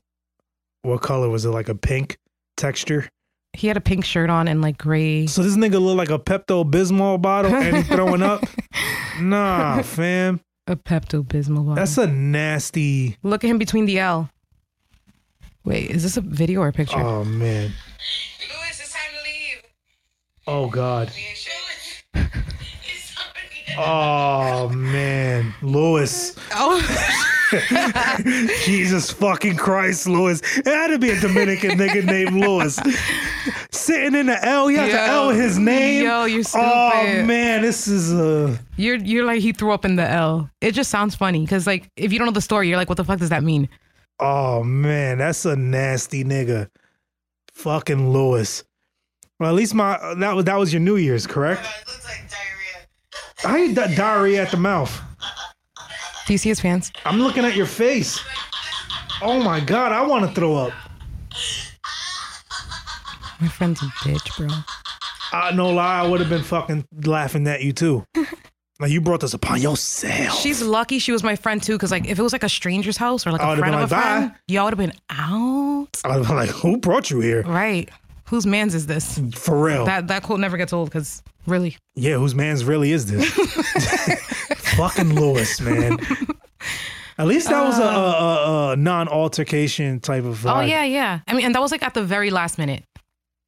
Speaker 1: What color was it? Like a pink texture.
Speaker 2: He had a pink shirt on and like gray.
Speaker 1: So this nigga look like a Pepto Bismol bottle and he throwing up.
Speaker 2: <laughs>
Speaker 1: Nah, fam,
Speaker 2: A Pepto Bismol.
Speaker 1: that's a nasty.
Speaker 2: Look at him between the L. Wait, is this a video or a picture?
Speaker 1: Oh man.
Speaker 5: Louis, it's time to leave.
Speaker 1: Oh god.
Speaker 5: Louis, it's time to leave.
Speaker 1: Oh man, Lewis.
Speaker 2: Oh, <laughs>
Speaker 1: Jesus fucking Christ, Lewis. It had to be a Dominican nigga named Lewis. Sitting in the L, you have to
Speaker 2: Yo.
Speaker 1: L his name.
Speaker 2: Yo, you're
Speaker 1: Oh
Speaker 2: stupid.
Speaker 1: man, this is uh
Speaker 2: you're you're like he threw up in the L. It just sounds funny because like if you don't know the story, you're like, what the fuck does that mean?
Speaker 1: oh man, that's a nasty nigga. Fucking Lewis. Well, at least my that was that was your New Year's, correct?
Speaker 5: It looks like diarrhea.
Speaker 1: How you got diarrhea at the mouth?
Speaker 2: Do you see his pants?
Speaker 1: I'm looking at your face. Oh my god, I want to throw up.
Speaker 2: My friend's a bitch, bro.
Speaker 1: I no lie, I would have been fucking laughing at you too. Like you brought this upon yourself.
Speaker 2: She's lucky she was my friend too, because like if it was like a stranger's house or like
Speaker 1: I
Speaker 2: a
Speaker 1: would've
Speaker 2: friend
Speaker 1: been
Speaker 2: of a
Speaker 1: like,
Speaker 2: friend,
Speaker 1: bye.
Speaker 2: y'all would have been out.
Speaker 1: I was like, who brought you here?
Speaker 2: Right? Whose man's is this?
Speaker 1: For real.
Speaker 2: That that quote never gets old, because really,
Speaker 1: yeah, whose man's really is
Speaker 2: <laughs>
Speaker 1: this? fucking Lewis, man. At least that was a, a, a, a non-altercation type of
Speaker 2: oh
Speaker 1: vibe.
Speaker 2: yeah, yeah. I mean, and that was like at the very last minute.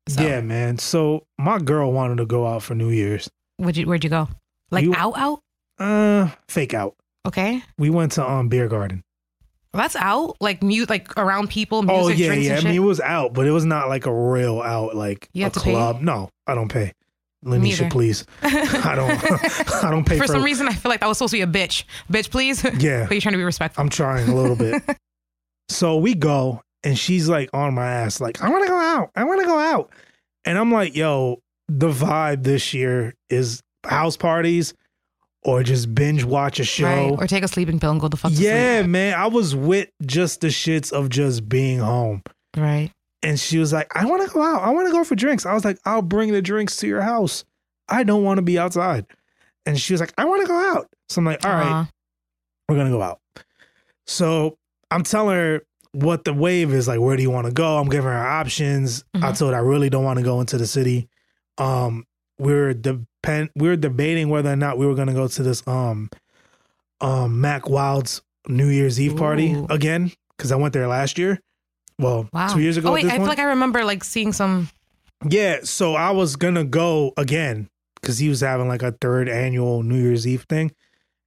Speaker 2: So.
Speaker 1: Yeah, man. So my girl wanted to go out for New Year's.
Speaker 2: Where'd you Where'd you go? Like
Speaker 1: You-
Speaker 2: out, out.
Speaker 1: Uh, fake out.
Speaker 2: Okay.
Speaker 1: We went to um beer garden.
Speaker 2: Well, that's out, like mute, like around people, music,
Speaker 1: oh yeah,
Speaker 2: drinks,
Speaker 1: yeah. I
Speaker 2: and shit. <laughs>
Speaker 1: mean, it was out, but it was not like a real out, like
Speaker 2: You
Speaker 1: a
Speaker 2: have to pay?
Speaker 1: club. No, I don't pay.
Speaker 2: Me
Speaker 1: Lanisha,
Speaker 2: either.
Speaker 1: please. I
Speaker 2: <laughs>
Speaker 1: don't. <laughs> I don't pay
Speaker 2: for,
Speaker 1: for.
Speaker 2: some reason, I feel like that was supposed to be a bitch. Bitch, please.
Speaker 1: Yeah.
Speaker 2: <laughs> but you're trying to be respectful.
Speaker 1: I'm trying a little
Speaker 2: <laughs>
Speaker 1: bit. so we go, and she's like on my ass, like I want to go out. I want to go out, and I'm like, yo, the vibe this year is house parties, or just binge watch a Oh, show.
Speaker 2: Right. Or take a sleeping pill and go the fuck. to
Speaker 1: yeah, man. I was with just the shits of just being home.
Speaker 2: sleep. Right.
Speaker 1: And she was like, I want to go out. I want to go for drinks. I was like, I'll bring the drinks to your house. I don't want to be outside. And she was like, I want to go out. So I'm like, all right, we're going to go out. So I'm telling her what the wave is like, where do you want to go? I'm giving her options. I
Speaker 2: Mhm.
Speaker 1: told her I really don't want to go into the city. Um, we were depend we were debating whether or not we were gonna go to this um um Mac Wild's New Year's Eve party
Speaker 2: Ooh.
Speaker 1: again, because I went there last year. Well,
Speaker 2: Wow.
Speaker 1: two years ago.
Speaker 2: Oh
Speaker 1: at
Speaker 2: wait,
Speaker 1: this
Speaker 2: I feel
Speaker 1: point.
Speaker 2: like I remember like seeing some.
Speaker 1: Yeah, so I was gonna go again because he was having like a third annual New Year's Eve thing,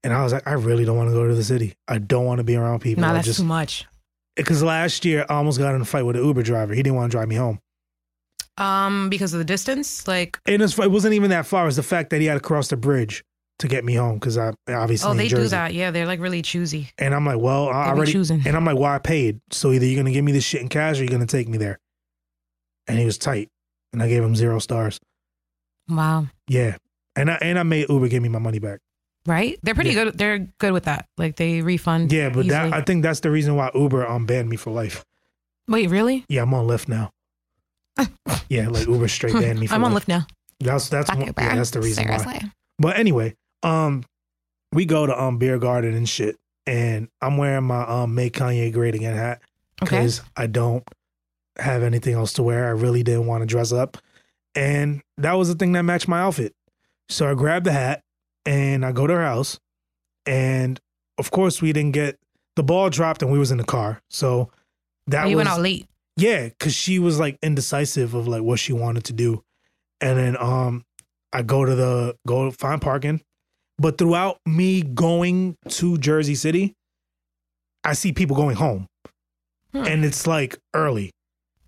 Speaker 1: and I was like, I really don't want to go to the city. I don't want to be around people.
Speaker 2: nah,
Speaker 1: I
Speaker 2: that's
Speaker 1: just
Speaker 2: too much.
Speaker 1: because last year I almost got in a fight with an Uber driver. He didn't want to drive me home,
Speaker 2: Um, because of the distance, like
Speaker 1: and it's, it wasn't even that far. It was the fact that he had to cross the bridge to get me home because I obviously
Speaker 2: oh,
Speaker 1: in
Speaker 2: they do
Speaker 1: Jersey.
Speaker 2: that. Yeah, they're like really choosy.
Speaker 1: And I'm like, well, I
Speaker 2: They be
Speaker 1: already
Speaker 2: choosing.
Speaker 1: and I'm like, well, I paid. So either you're gonna give me this shit in cash or you're gonna take me there. And he was tight, and I gave him zero stars.
Speaker 2: Wow.
Speaker 1: Yeah, and I and I made Uber give me my money back.
Speaker 2: right? They're pretty good. They're good with that. Like they refund.
Speaker 1: Yeah, but that I
Speaker 2: easily.
Speaker 1: think that's the reason why Uber um banned me for life.
Speaker 2: wait, really?
Speaker 1: Yeah, I'm on Lyft
Speaker 2: <laughs>
Speaker 1: now. yeah, like Uber straight banned me. For
Speaker 2: I'm on Lyft now.
Speaker 1: That's that's
Speaker 2: Fuck
Speaker 1: one,
Speaker 2: Uber.
Speaker 1: yeah, that's the reason why.
Speaker 2: Seriously.
Speaker 1: But anyway, um, we go to um beer garden and shit, and I'm wearing my um make Kanye great again hat
Speaker 2: Okay.
Speaker 1: because I don't have anything else to wear. I really didn't want to dress up, and that was the thing that matched my outfit. So I grabbed the hat and I go to her house, and of course we didn't get the ball dropped and we was in the car, so that
Speaker 2: Oh, you
Speaker 1: was
Speaker 2: went out late. <laughs>
Speaker 1: yeah, because she was like indecisive of like what she wanted to do, and then um, I go to the go find parking, but throughout me going to Jersey City, I see people going home,
Speaker 2: Hmm.
Speaker 1: and it's like early,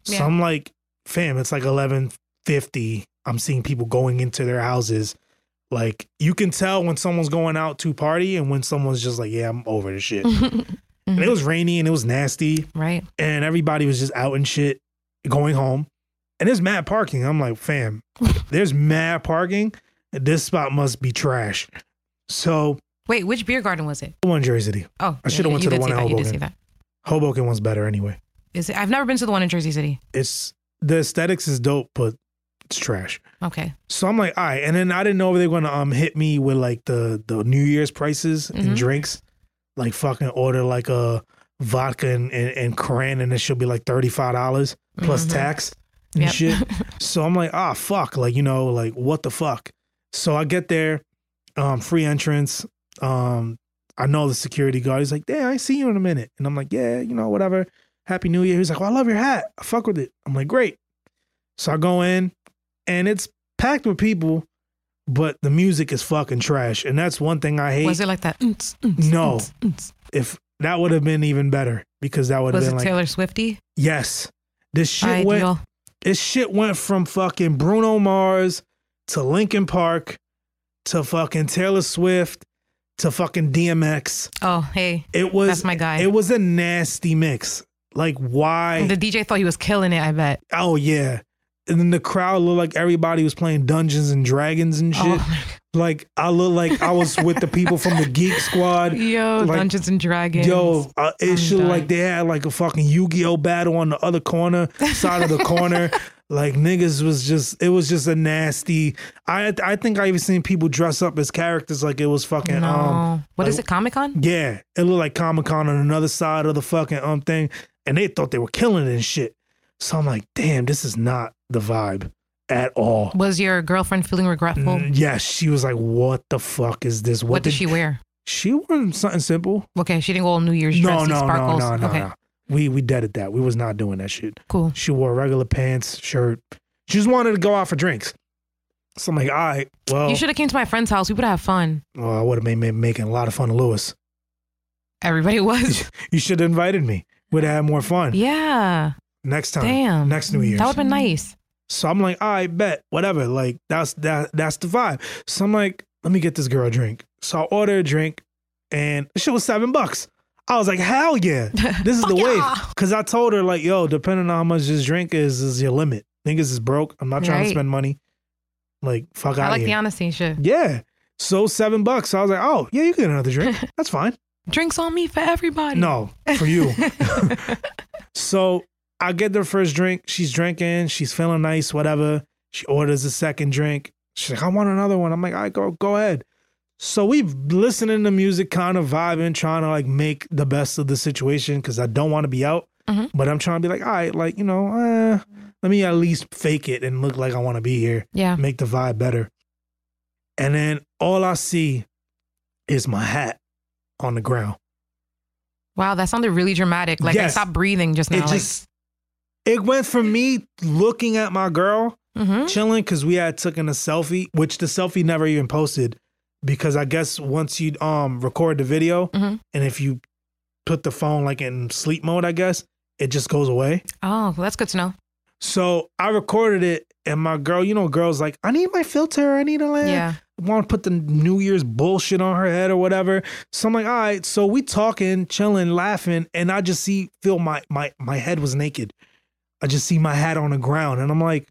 Speaker 1: so
Speaker 2: Yeah.
Speaker 1: I'm like, fam, it's like eleven fifty. I'm seeing people going into their houses. Like you can tell when someone's going out to party and when someone's just like, yeah, I'm over this
Speaker 2: <laughs>
Speaker 1: shit. And it was rainy and it was nasty
Speaker 2: right.
Speaker 1: and everybody was just out and shit going home. And there's mad parking. I'm like, fam, there's mad parking. This spot must be trash. So
Speaker 2: Wait, which beer garden was it?
Speaker 1: the one in Jersey City.
Speaker 2: Oh,
Speaker 1: I should've
Speaker 2: yeah,
Speaker 1: went
Speaker 2: you
Speaker 1: to the
Speaker 2: did
Speaker 1: one
Speaker 2: say
Speaker 1: in
Speaker 2: that. You did
Speaker 1: Hoboken.
Speaker 2: say that.
Speaker 1: Hoboken one's better anyway.
Speaker 2: Is it? I've never been to the one in Jersey City.
Speaker 1: It's the aesthetics is dope, but it's trash.
Speaker 2: Okay.
Speaker 1: So I'm like, all right. And then I didn't know if they were gonna um hit me with like the the New Year's prices
Speaker 2: Mhm.
Speaker 1: and drinks. Like fucking order like a vodka and and, and cran and it should be like thirty five dollars plus
Speaker 2: Mhm.
Speaker 1: tax and
Speaker 2: Yep.
Speaker 1: shit. So I'm like, ah fuck. Like, you know, like what the fuck? So I get there, um, free entrance. Um, I know the security guard. He's like, yeah, I ain't see you in a minute. And I'm like, yeah, you know, whatever. Happy New Year. He's like, well, I love your hat. I fuck with it. I'm like, great. So I go in and it's packed with people, but the music is fucking trash. And that's one thing I hate.
Speaker 2: Was it like that? "Mm-ts, mm-ts,
Speaker 1: No.
Speaker 2: mm-ts, mm-ts"?
Speaker 1: if that would have been even better because that would have
Speaker 2: Was
Speaker 1: been
Speaker 2: it
Speaker 1: like,
Speaker 2: Taylor Swifty?
Speaker 1: yes, this shit went,
Speaker 2: Ideal.
Speaker 1: this shit went from fucking Bruno Mars to Linkin Park to fucking Taylor Swift to fucking DMX.
Speaker 2: Oh, hey,
Speaker 1: It was
Speaker 2: that's my guy.
Speaker 1: it was a nasty mix. Like why?
Speaker 2: the DJ thought he was killing it. I bet.
Speaker 1: oh yeah. And then the crowd looked like everybody was playing Dungeons and Dragons and shit.
Speaker 2: Oh,
Speaker 1: Like I looked like I was with the people from the Geek Squad.
Speaker 2: <laughs> yo,
Speaker 1: Like,
Speaker 2: Dungeons and Dragons.
Speaker 1: Yo, uh,
Speaker 2: I'm
Speaker 1: it should
Speaker 2: done.
Speaker 1: like they had like a fucking Yu-Gi-Oh battle on the other corner side of the
Speaker 2: <laughs>
Speaker 1: corner. Like niggas was just it was just a nasty. I I think I even seen people dress up as characters like it was fucking
Speaker 2: no.
Speaker 1: um
Speaker 2: what is
Speaker 1: like-
Speaker 2: it? Comic Con?
Speaker 1: yeah it looked like Comic Con on another side of the fucking um thing, and they thought they were killing it and shit. So I'm like, damn, this is not the vibe at all.
Speaker 2: Was your girlfriend feeling regretful?
Speaker 1: Mm, yeah, she was like, what the fuck is this? What,
Speaker 2: what did she wear?
Speaker 1: She wore something simple.
Speaker 2: Okay, she didn't go all New Year's dress
Speaker 1: No,
Speaker 2: with
Speaker 1: no, no,
Speaker 2: sparkles.
Speaker 1: no, no,
Speaker 2: okay,
Speaker 1: no. We we deaded that. We was not doing that shit.
Speaker 2: cool.
Speaker 1: She wore regular pants, shirt. She just wanted to go out for drinks. So I'm like, all right, well,
Speaker 2: You should have came to my friend's house. We would have fun.
Speaker 1: well I would have made, made making a lot of fun of Lewis. <laughs>
Speaker 2: Everybody was.
Speaker 1: You should have invited me. Would have had more fun
Speaker 2: yeah.
Speaker 1: next time.
Speaker 2: Damn.
Speaker 1: Next New Year's.
Speaker 2: That would have been nice.
Speaker 1: So I'm like, all right, bet, whatever. Like that's that that's the vibe. So I'm like, let me get this girl a drink. So I order a drink, and the shit was seven bucks. I was like, hell
Speaker 2: <laughs>
Speaker 1: yeah, this is the
Speaker 2: Fuck
Speaker 1: way.
Speaker 2: yeah.
Speaker 1: Cause I told her like, yo, depending on how much this drink is, is your limit. Niggas is broke. I'm not trying to
Speaker 2: Right.
Speaker 1: spend money. Like fuck
Speaker 2: I
Speaker 1: out
Speaker 2: like
Speaker 1: here.
Speaker 2: the honesty and shit.
Speaker 1: yeah. So seven bucks. So I was like, oh yeah, you can get another
Speaker 2: <laughs>
Speaker 1: drink. That's fine.
Speaker 2: Drinks on me for everybody.
Speaker 1: No, for you. So I get the first drink. She's drinking. She's feeling nice, whatever. She orders a second drink. She's like, I want another one. I'm like, all right, go, go ahead. So we listening to music, kind of vibing, trying to like make the best of the situation because I don't want to be out.
Speaker 2: Mhm.
Speaker 1: But I'm trying to be like, all right, like, you know, eh, let me at least fake it and look like I want to be here
Speaker 2: yeah.
Speaker 1: make the vibe better. And then all I see is my hat on the ground.
Speaker 2: Wow, that sounded really dramatic. Like I
Speaker 1: Yes.
Speaker 2: stopped breathing just now.
Speaker 1: It
Speaker 2: like,
Speaker 1: just it went from me looking at my girl
Speaker 2: mhm.
Speaker 1: chilling because we had taken a selfie, which the selfie never even posted because I guess once you um record the video
Speaker 2: Mhm.
Speaker 1: and if you put the phone like in sleep mode, I guess it just goes away.
Speaker 2: Oh, well, that's good to know.
Speaker 1: So I recorded it, and my girl, you know, girls like I need my filter, I need a lens. <laughs>
Speaker 2: Yeah.
Speaker 1: want to put the New Year's bullshit on her head or whatever. So I'm like, all right. So we talking, chilling, laughing, and I just see feel my my my head was naked. I just see my hat on the ground, and I'm like,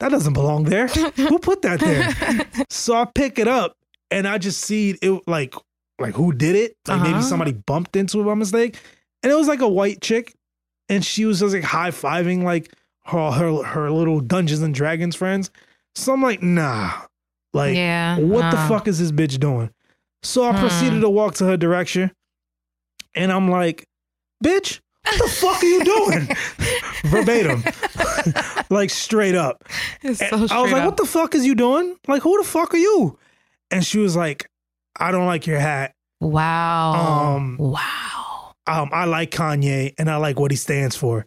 Speaker 1: that doesn't belong there. Who put that there? so I pick it up, and I just see it like like who did it? Like maybe
Speaker 2: Uh-huh.
Speaker 1: somebody bumped into it by mistake, and it was like a white chick, and she was just like high fiving like her her her little Dungeons and Dragons friends. So I'm like, nah, like
Speaker 2: yeah.
Speaker 1: what the
Speaker 2: uh,
Speaker 1: fuck is this bitch doing? So I
Speaker 2: Hmm.
Speaker 1: proceeded to walk to her direction, and I'm like, bitch, what the fuck are you doing?
Speaker 2: <laughs>
Speaker 1: Verbatim, <laughs> like straight up.
Speaker 2: <laughs> It's so
Speaker 1: And Eh, I was
Speaker 2: straight
Speaker 1: like,
Speaker 2: up.
Speaker 1: what the fuck is you doing? Like, who the fuck are you? And she was like, I don't like your hat.
Speaker 2: Wow.
Speaker 1: Um,
Speaker 2: wow.
Speaker 1: Um, I like Kanye and I like what he stands for.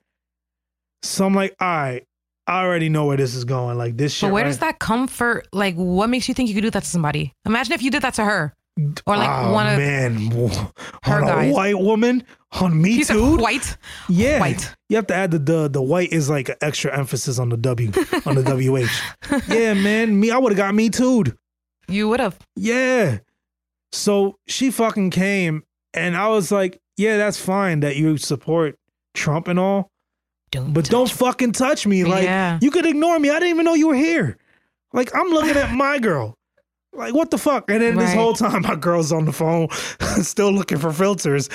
Speaker 1: So I'm like, all right, I already know where this is going. Like this shit.
Speaker 2: But where
Speaker 1: right?
Speaker 2: does that comfort? Like, what makes you think you could do that to somebody? Imagine if you did that to her, or like
Speaker 1: oh,
Speaker 2: one of
Speaker 1: man,
Speaker 2: her
Speaker 1: on a
Speaker 2: guys.
Speaker 1: white woman, on me
Speaker 2: he's
Speaker 1: too.
Speaker 2: white.
Speaker 1: yeah,
Speaker 2: white.
Speaker 1: You have to add the, the the white is like an extra emphasis on the W on the
Speaker 2: <laughs>
Speaker 1: WH. Yeah, man, me I would have got me too.
Speaker 2: You would have.
Speaker 1: Yeah. So she fucking came and I was like, yeah, that's fine that you support Trump and all,
Speaker 2: Don't.
Speaker 1: but don't fucking touch me. Like,
Speaker 2: Yeah.
Speaker 1: you could ignore me. I didn't even know you were here. Like, I'm looking at my girl. Like, what the fuck? And then this
Speaker 2: Right.
Speaker 1: whole time, my girl's on the phone, <laughs> still looking for filters.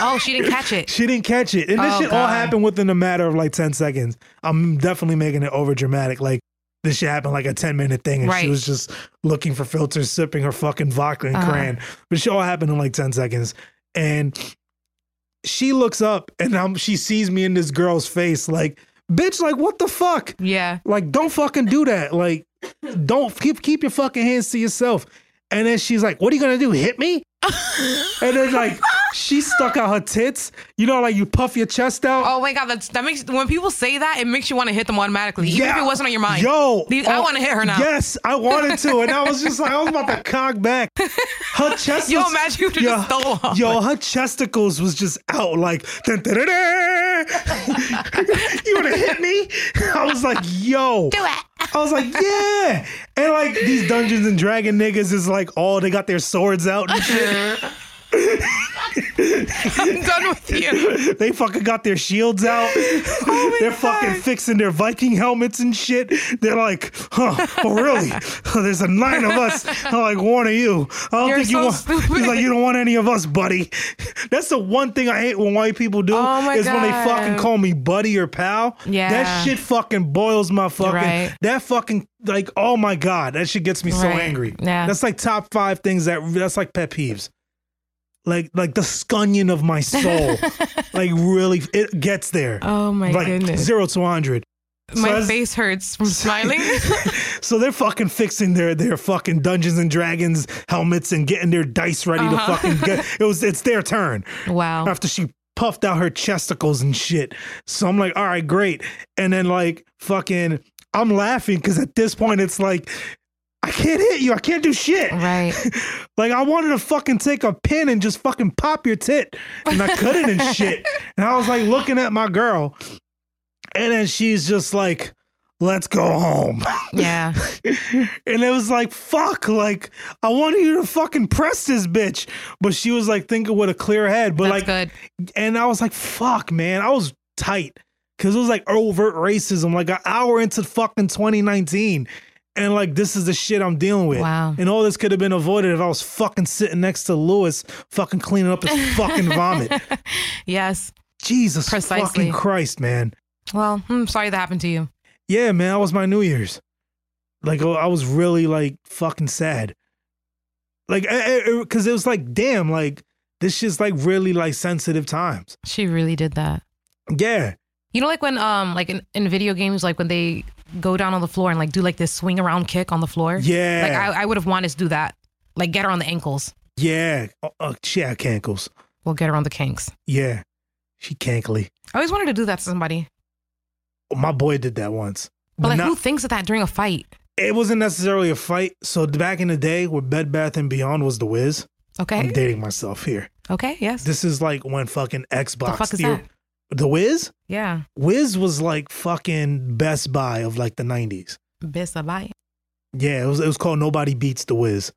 Speaker 2: Oh, she didn't catch it.
Speaker 1: She didn't catch it. And this
Speaker 2: Oh,
Speaker 1: shit all
Speaker 2: God.
Speaker 1: happened within a matter of like 10 seconds. I'm definitely making it over dramatic. Like, this shit happened like a 10 minute thing. And she
Speaker 2: Right.
Speaker 1: was just looking for filters, sipping her fucking vodka and
Speaker 2: Uh-huh.
Speaker 1: crayon. But shit all happened in like 10 seconds. And she looks up and i she sees me in this girl's face, like, bitch, like, what the fuck?
Speaker 2: Yeah.
Speaker 1: Like, don't fucking do that. Like, don't keep keep your fucking hands to yourself. And then she's like, "What are you gonna do? Hit me?" and then like she stuck out her tits. You know, like you puff your chest out.
Speaker 2: Oh my God, that's, that makes when people say that, it makes you want to hit them automatically, even if it wasn't on your mind.
Speaker 1: Yo,
Speaker 2: The- I
Speaker 1: oh,
Speaker 2: want to hit her now.
Speaker 1: Yes, I wanted to, and I was just like, I was about to
Speaker 2: <laughs>
Speaker 1: cock back. Her chest.
Speaker 2: Yo,
Speaker 1: was,
Speaker 2: imagine you would've
Speaker 1: yo,
Speaker 2: just stole off.
Speaker 1: Yo, her chesticles was just out, like dun, dun, dun, dun. <laughs> you would have hit me. I was like, yo, do it. I was like, yeah, and like these Dungeons and Dragon niggas is like, oh, they got their swords out and shit.
Speaker 2: <laughs> I'm done
Speaker 1: <laughs>
Speaker 2: with you.
Speaker 1: they fucking got their shields
Speaker 2: <laughs>
Speaker 1: out.
Speaker 2: Oh
Speaker 1: They're fucking fixing their Viking helmets and shit. They're like, huh, oh really? <laughs> There's a nine of us. I'm like, one of you. I don't
Speaker 2: You're
Speaker 1: think you
Speaker 2: so
Speaker 1: want
Speaker 2: stupid.
Speaker 1: He's like, you don't want any of us, buddy. <laughs> That's the one thing I hate when white people do
Speaker 2: Oh my
Speaker 1: is when they
Speaker 2: God.
Speaker 1: fucking call me buddy or pal.
Speaker 2: Yeah.
Speaker 1: That shit fucking boils my fucking
Speaker 2: Right.
Speaker 1: that fucking like oh my God. That shit gets me so
Speaker 2: Right.
Speaker 1: angry.
Speaker 2: Yeah.
Speaker 1: That's like top five things that that's like pet peeves like like the scunion of my
Speaker 2: <laughs>
Speaker 1: soul. like really, it gets there.
Speaker 2: Oh my
Speaker 1: like
Speaker 2: goodness.
Speaker 1: zero to hundred. so
Speaker 2: my
Speaker 1: that's-
Speaker 2: face hurts <laughs> from smiling.
Speaker 1: So they're fucking fixing their their fucking Dungeons and Dragons helmets and getting their dice ready to
Speaker 2: Uh-huh.
Speaker 1: fucking
Speaker 2: <laughs>
Speaker 1: get. It was it's their turn
Speaker 2: wow.
Speaker 1: after she puffed out her chesticles and shit. So I'm like, all right, great. And then like fucking, I'm laughing because at this point it's like. I can't hit you. I can't do shit.
Speaker 2: <laughs> Right.
Speaker 1: Like I wanted to fucking take a pin and just fucking pop your tit, and I couldn't
Speaker 2: <laughs>
Speaker 1: and shit. And I was like looking at my girl, and then she's just like, "Let's go home."
Speaker 2: <laughs> Yeah.
Speaker 1: <laughs> and it was like, "Fuck!" Like I wanted you to fucking press this bitch, but she was like thinking with a clear head. But
Speaker 2: That's
Speaker 1: like,
Speaker 2: good.
Speaker 1: and I was like, "Fuck, man!" I was tight because it was like overt racism, like an hour into fucking 2019. And like this is the shit I'm dealing with.
Speaker 2: Wow.
Speaker 1: And all this could have been avoided if I was fucking sitting next to Lewis, fucking cleaning up
Speaker 2: <laughs>
Speaker 1: his fucking vomit.
Speaker 2: Yes.
Speaker 1: Jesus
Speaker 2: Precisely.
Speaker 1: fucking Christ, man.
Speaker 2: Well, I'm sorry that happened to you.
Speaker 1: Yeah, man, that was my New Year's. Like oh, I was really like fucking sad. Like eh, because it was like, damn, like this shit's like really like sensitive times.
Speaker 2: She really did that.
Speaker 1: Yeah.
Speaker 2: You know, like when um, like in, in video games, like when they go down on the floor and like do like this swing around kick on the floor.
Speaker 1: Yeah.
Speaker 2: Like I, I would have wanted to do that. Like get her on the ankles.
Speaker 1: Yeah. Oh, oh, she had cankles.
Speaker 2: We'll get her on the kinks.
Speaker 1: Yeah. She cankly.
Speaker 2: I always wanted to do that to somebody.
Speaker 1: My boy did that once.
Speaker 2: But like
Speaker 1: not-
Speaker 2: who thinks of that during a fight?
Speaker 1: it wasn't necessarily a fight. So back in the day where Bed Bath and Beyond was the whiz. I'm
Speaker 2: Okay.
Speaker 1: dating myself here.
Speaker 2: Okay, yes.
Speaker 1: This is like when fucking Xbox
Speaker 2: fuck is
Speaker 1: era- The Wiz?
Speaker 2: yeah.
Speaker 1: Wiz was like fucking Best Buy of like the 90s.
Speaker 2: Best of bite.
Speaker 1: Yeah, it was it was called Nobody Beats the Wiz.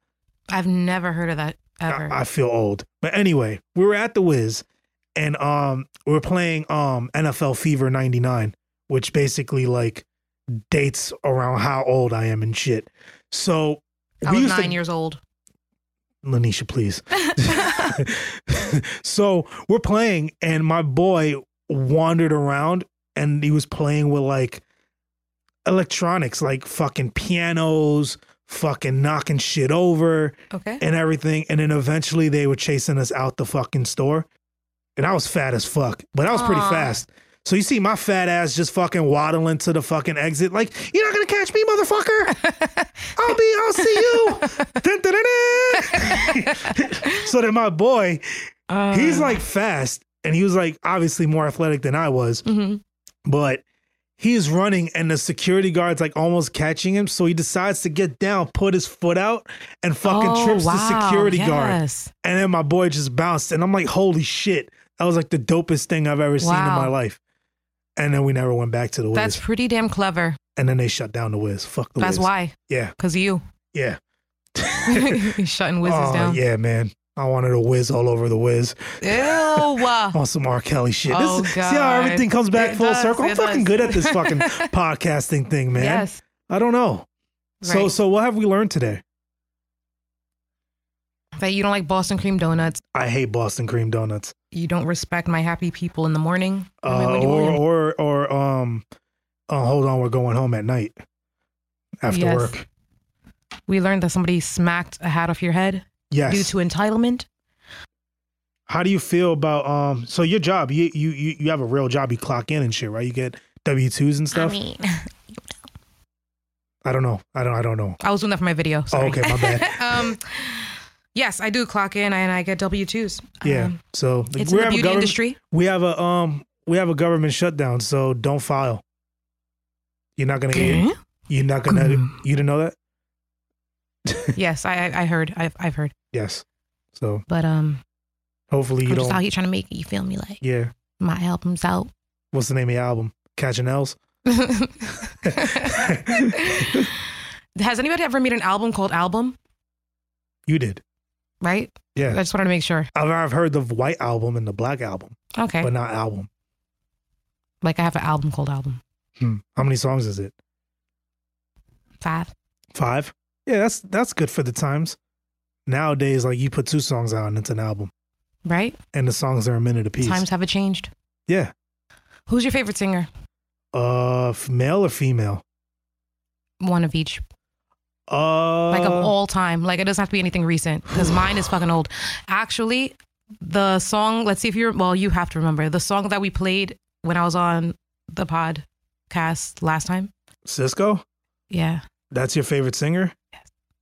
Speaker 2: I've never heard of that ever.
Speaker 1: I, I feel old. But anyway, we were at the Wiz and um we were playing um NFL Fever 99, which basically like dates around how old I am and shit. So
Speaker 2: I
Speaker 1: we
Speaker 2: was
Speaker 1: used
Speaker 2: nine
Speaker 1: to,
Speaker 2: years old.
Speaker 1: Lanisha,
Speaker 2: <laughs>
Speaker 1: please. <laughs> so we're playing, and my boy wandered around and he was playing with like electronics, like fucking pianos, fucking knocking shit over
Speaker 2: <laughs> Okay.
Speaker 1: and everything. And then eventually they were chasing us out the fucking store. And I was fat as fuck, but I was pretty
Speaker 2: Aw.
Speaker 1: fast. So you see my fat ass just fucking waddling to the fucking exit, like, you're not gonna catch me, motherfucker. I'll be, I'll see
Speaker 2: <laughs>
Speaker 1: you. Dun, dun, dun, dun. so then my boy,
Speaker 2: Uh,
Speaker 1: he's like fast, and he was like obviously more athletic than I was
Speaker 2: Mhm.
Speaker 1: but he's running and the security guard's like almost catching him so he decides to get down put his foot out and fucking
Speaker 2: Oh,
Speaker 1: trips the
Speaker 2: wow.
Speaker 1: security guard
Speaker 2: Yes.
Speaker 1: and then my boy just bounced and i'm like holy shit that was like the dopest thing i've ever seen in
Speaker 2: Wow.
Speaker 1: my life and then we never went back to the
Speaker 2: That's
Speaker 1: Wiz.
Speaker 2: pretty damn clever.
Speaker 1: And then they shut down the Wiz. Fuck the
Speaker 2: That's
Speaker 1: Wiz.
Speaker 2: why,
Speaker 1: Yeah, <laughs>
Speaker 2: because you. <laughs>
Speaker 1: yeah.
Speaker 2: He's shutting whizzes
Speaker 1: oh,
Speaker 2: down.
Speaker 1: yeah, man. I wanted a Wiz all over the Wiz. <laughs>
Speaker 2: Ew.
Speaker 1: on some R. Kelly shit.
Speaker 2: Oh,
Speaker 1: this, See how
Speaker 2: God.
Speaker 1: everything comes back
Speaker 2: It
Speaker 1: full
Speaker 2: does,
Speaker 1: circle? I'm
Speaker 2: it
Speaker 1: fucking
Speaker 2: does.
Speaker 1: good at this
Speaker 2: <laughs>
Speaker 1: fucking podcasting thing, man.
Speaker 2: Yes.
Speaker 1: I don't know. So
Speaker 2: Right.
Speaker 1: so what have we learned today?
Speaker 2: That you don't like Boston cream donuts.
Speaker 1: I hate Boston cream donuts.
Speaker 2: You don't respect my happy people in the morning. I mean,
Speaker 1: Uh,
Speaker 2: when you-
Speaker 1: or or or um oh hold on, we're going home at night. After
Speaker 2: Yes.
Speaker 1: work.
Speaker 2: we learned that somebody smacked a hat off your head due
Speaker 1: Yes.
Speaker 2: to entitlement.
Speaker 1: How do you feel about um so your job, you you you, you have a real job, you clock in and shit, right? You get W twos and stuff? I,
Speaker 2: mean, <laughs>
Speaker 1: don't know. I don't I don't know.
Speaker 2: I was doing that for my video.
Speaker 1: Oh,
Speaker 2: Sorry.
Speaker 1: okay, my bad.
Speaker 2: <laughs> um, yes, I do clock in and I get W twos.
Speaker 1: Yeah.
Speaker 2: Um,
Speaker 1: so
Speaker 2: it's
Speaker 1: we
Speaker 2: in the
Speaker 1: have a
Speaker 2: beauty
Speaker 1: government- <laughs>
Speaker 2: industry.
Speaker 1: We have a um we have a government shutdown, so don't file. You're not gonna get you're not gonna you didn't know that?
Speaker 2: yes, I I- I heard. I've I've heard.
Speaker 1: Yes. So
Speaker 2: But um,
Speaker 1: hopefully you
Speaker 2: I'm
Speaker 1: don't
Speaker 2: just out here trying to make it. You feel me? Like
Speaker 1: Yeah.
Speaker 2: my album's out.
Speaker 1: what's the name of the album? Catching L's.
Speaker 2: <laughs> Has anybody ever made an album called Album?
Speaker 1: You did.
Speaker 2: Right? I
Speaker 1: Yeah.
Speaker 2: just wanted to make sure.
Speaker 1: I've, I've heard the white album and the black album,
Speaker 2: Okay.
Speaker 1: but not album.
Speaker 2: like I have an album called Album
Speaker 1: Hmm. How many songs is it?
Speaker 2: Five.
Speaker 1: Five? Yeah, that's that's good for the times. Nowadays, like you put two songs out and it's an album.
Speaker 2: Right?
Speaker 1: And the songs are a minute apiece.
Speaker 2: Times have changed.
Speaker 1: yeah.
Speaker 2: Who's your favorite singer?
Speaker 1: Uh f- male or female?
Speaker 2: One of each.
Speaker 1: Uh
Speaker 2: like of all time. Like it doesn't have to be anything
Speaker 1: <sighs>
Speaker 2: recent because mine is fucking old. Actually, the song. Let's see if you. Well, you have to remember the song that we played when I was on the podcast last time.
Speaker 1: Cisco?
Speaker 2: Yeah.
Speaker 1: That's your favorite singer?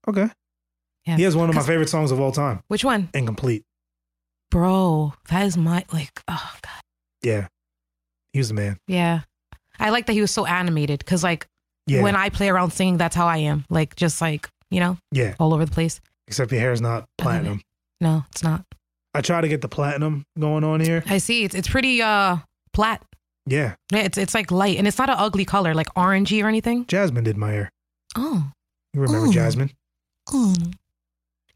Speaker 1: Okay.
Speaker 2: Yeah.
Speaker 1: He has one of my
Speaker 2: 'Cause-
Speaker 1: favorite songs of all time.
Speaker 2: Which one,
Speaker 1: Incomplete.
Speaker 2: bro? That is my like. Oh god.
Speaker 1: Yeah. He was the man.
Speaker 2: Yeah. I like that he was so animated because like
Speaker 1: Yeah.
Speaker 2: when I play around singing, that's how I am. Like just like you know
Speaker 1: yeah.
Speaker 2: all over the place.
Speaker 1: Except your hair's not
Speaker 2: I love it.
Speaker 1: platinum.
Speaker 2: No, it's not.
Speaker 1: I try to get the platinum going on here.
Speaker 2: I see. It's it's pretty uh plat.
Speaker 1: Yeah,
Speaker 2: Yeah, it's it's like light and it's not an ugly color like orangey or anything.
Speaker 1: Jasmine did my hair.
Speaker 2: Oh.
Speaker 1: You remember
Speaker 2: Ooh.
Speaker 1: Jasmine?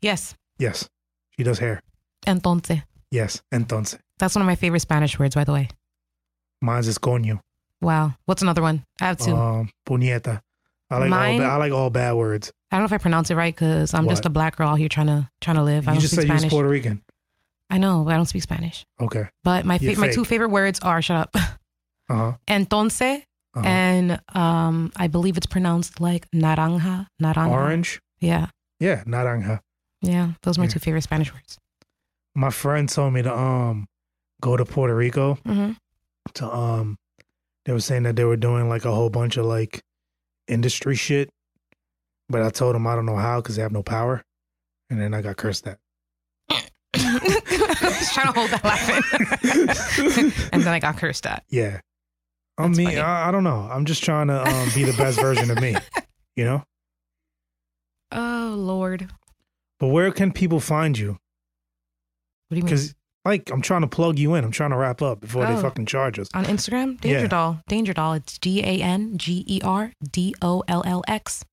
Speaker 2: Yes.
Speaker 1: Yes, she does hair.
Speaker 2: Entonces.
Speaker 1: Yes, entonces.
Speaker 2: That's one of my favorite Spanish words, by the way.
Speaker 1: Mine's is coño.
Speaker 2: Wow. What's another one? I have two.
Speaker 1: Um, puñeta. I like all
Speaker 2: Mine-
Speaker 1: ba- I like all bad words.
Speaker 2: I don't know if I pronounce it right because I'm
Speaker 1: What?
Speaker 2: just a black girl out here trying to trying to live. I
Speaker 1: you
Speaker 2: don't
Speaker 1: just
Speaker 2: speak
Speaker 1: said you was
Speaker 2: Spanish.
Speaker 1: Puerto Rican.
Speaker 2: I know, but I don't speak Spanish.
Speaker 1: Okay.
Speaker 2: But my
Speaker 1: You're
Speaker 2: fa- my two
Speaker 1: fake.
Speaker 2: favorite words are shut up. <laughs>
Speaker 1: Uh huh.
Speaker 2: Entonces
Speaker 1: Uh-huh.
Speaker 2: and um I believe it's pronounced like naranja. Naranja.
Speaker 1: Orange.
Speaker 2: Yeah.
Speaker 1: Yeah, naranja.
Speaker 2: Yeah. Those are my
Speaker 1: Yeah.
Speaker 2: two favorite Spanish words.
Speaker 1: My friend told me to um go to Puerto Rico
Speaker 2: <laughs> Mm-hmm.
Speaker 1: to um they were saying that they were doing like a whole bunch of like industry shit, but I told them I don't know how because they have no power, and then I got cursed
Speaker 2: <laughs>
Speaker 1: at.
Speaker 2: I was trying to hold
Speaker 1: <laughs>
Speaker 2: that laughing. and then I got cursed at.
Speaker 1: Yeah. I
Speaker 2: That's
Speaker 1: mean,
Speaker 2: funny.
Speaker 1: I, I don't know. I'm just trying to um, be the best version of me, you know?
Speaker 2: Oh Lord. What
Speaker 1: But where can people find you?
Speaker 2: do you mean?
Speaker 1: Because, like, I'm trying to plug you in. I'm trying to wrap up before they
Speaker 2: Mm. Oh.
Speaker 1: fucking charge us.
Speaker 2: on Instagram,
Speaker 1: Yeah.
Speaker 2: Danger Doll. Danger Doll. It's D A N G E R D O L L X.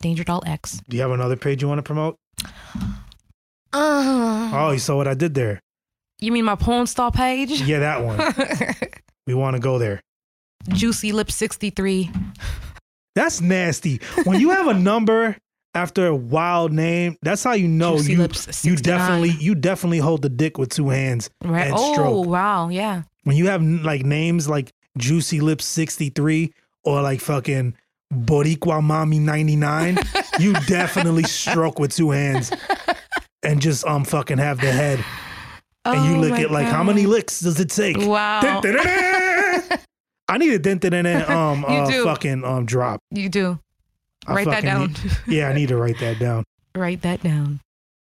Speaker 2: Danger Doll X.
Speaker 1: Do you have another page you want to promote?
Speaker 2: Uh,
Speaker 1: Oh, you saw what I did there.
Speaker 2: you mean my porn star page?
Speaker 1: Yeah, that
Speaker 2: <laughs>
Speaker 1: one. We want to go there.
Speaker 2: Juicy Lip 63.
Speaker 1: That's nasty. When you have a number after a wild name, that's how you know
Speaker 2: Juicy
Speaker 1: you
Speaker 2: Lips
Speaker 1: you
Speaker 2: 69.
Speaker 1: definitely you definitely hold the dick with two hands
Speaker 2: Right.
Speaker 1: and
Speaker 2: oh
Speaker 1: stroke.
Speaker 2: wow. Yeah.
Speaker 1: When you have like names like Juicy Lips sixty three or like fucking Boricua Mommy ninety nine,
Speaker 2: <laughs>
Speaker 1: you definitely stroke with two hands and just um fucking have the head and you
Speaker 2: Oh
Speaker 1: lick
Speaker 2: my
Speaker 1: it like how many
Speaker 2: God.
Speaker 1: licks does it take?
Speaker 2: Wow. <laughs>
Speaker 1: Dun-dun-dun-dun. I need a dent dun dun um
Speaker 2: You
Speaker 1: uh,
Speaker 2: do.
Speaker 1: fucking um drop.
Speaker 2: you do.
Speaker 1: I
Speaker 2: write that
Speaker 1: fucking
Speaker 2: down.
Speaker 1: need-
Speaker 2: <laughs>
Speaker 1: yeah, I need to write that down.
Speaker 2: write that down.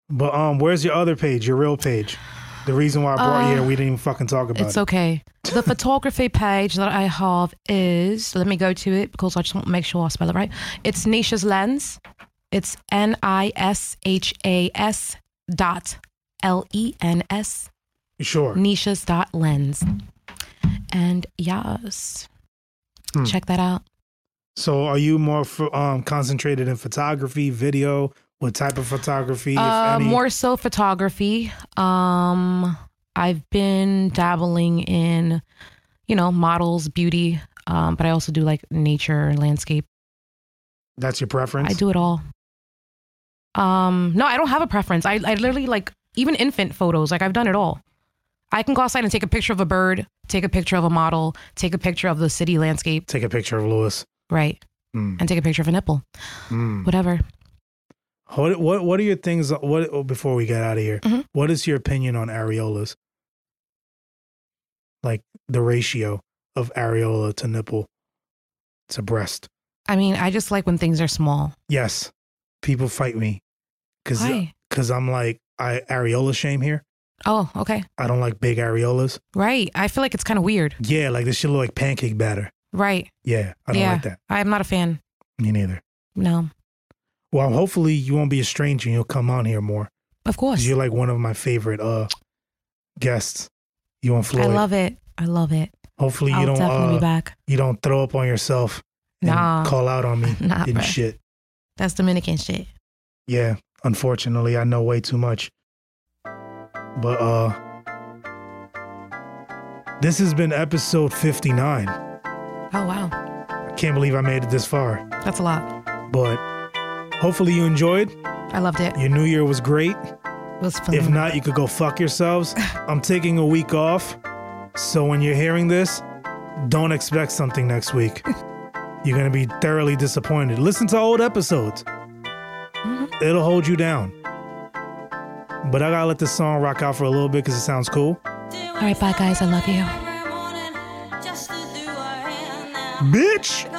Speaker 1: But um, where's your other page? Your real page? The reason why I brought you
Speaker 2: Uh,
Speaker 1: here, we didn't even fucking talk about
Speaker 2: It's
Speaker 1: it.
Speaker 2: okay.
Speaker 1: <laughs>
Speaker 2: The photography page that I have is let me go to it because I just want to make sure I spell it right. It's Nisha's Lens. It's N I S H A S dot L E N S
Speaker 1: Sure.
Speaker 2: Nisha's dot lens. And yes,
Speaker 1: Hmm.
Speaker 2: check that out.
Speaker 1: So, are you more f- um concentrated in photography, video? What type of photography,
Speaker 2: Uh,
Speaker 1: if any?
Speaker 2: more so photography. Um, I've been dabbling in, you know, models, beauty, um, but I also do like nature, landscape.
Speaker 1: That's your preference.
Speaker 2: I do it all. Um, no, I don't have a preference. I, I literally like even infant photos. Like I've done it all. I can go outside and take a picture of a bird, take a picture of a model, take a picture of the city landscape,
Speaker 1: Take a picture of Lewis.
Speaker 2: right,
Speaker 1: Mm,
Speaker 2: and take a picture of a nipple,
Speaker 1: mm.
Speaker 2: whatever.
Speaker 1: What what what are your things? What oh, before we get out of here,
Speaker 2: Mhm.
Speaker 1: what is your opinion on areolas? Like the ratio of areola to nipple to breast.
Speaker 2: I mean, I just like when things are small.
Speaker 1: Yes, people fight me because
Speaker 2: Why?
Speaker 1: because I'm like I areola shame here.
Speaker 2: Oh, okay,
Speaker 1: I don't like big areolas.
Speaker 2: right. I feel like it's kind of weird,
Speaker 1: Yeah, like this shit look like pancake batter.
Speaker 2: right?
Speaker 1: Yeah, I don't
Speaker 2: yeah,
Speaker 1: like that.
Speaker 2: I'm not a fan.
Speaker 1: Me neither.
Speaker 2: No,
Speaker 1: Well, hopefully you won't be a stranger and you'll come on here more.
Speaker 2: of course.
Speaker 1: 'Cause You're like one of my favorite uh guests. You and Floyd.
Speaker 2: I love it. I love it.
Speaker 1: hopefully you
Speaker 2: I'll
Speaker 1: don't
Speaker 2: definitely be
Speaker 1: uh,
Speaker 2: back.
Speaker 1: you don't throw up on yourself and
Speaker 2: Nah.
Speaker 1: call out on me
Speaker 2: <laughs> Nah,
Speaker 1: and
Speaker 2: bruh.
Speaker 1: shit.
Speaker 2: That's Dominican shit.
Speaker 1: Yeah, unfortunately I know way too much. But uh this has been episode 59.
Speaker 2: Oh wow,
Speaker 1: I can't believe I made it this far.
Speaker 2: that's a lot.
Speaker 1: but hopefully you enjoyed.
Speaker 2: I loved it.
Speaker 1: Your new year was great.
Speaker 2: It was fun.
Speaker 1: If not, you could go fuck yourselves. I'm taking a week off. So when you're hearing this, don't expect something next week. You're going to be thoroughly disappointed. Listen to old episodes, it'll hold you down. But I got to let this song rock out for a little bit because it sounds cool.
Speaker 2: All right, bye guys. I love you.
Speaker 1: Bitch!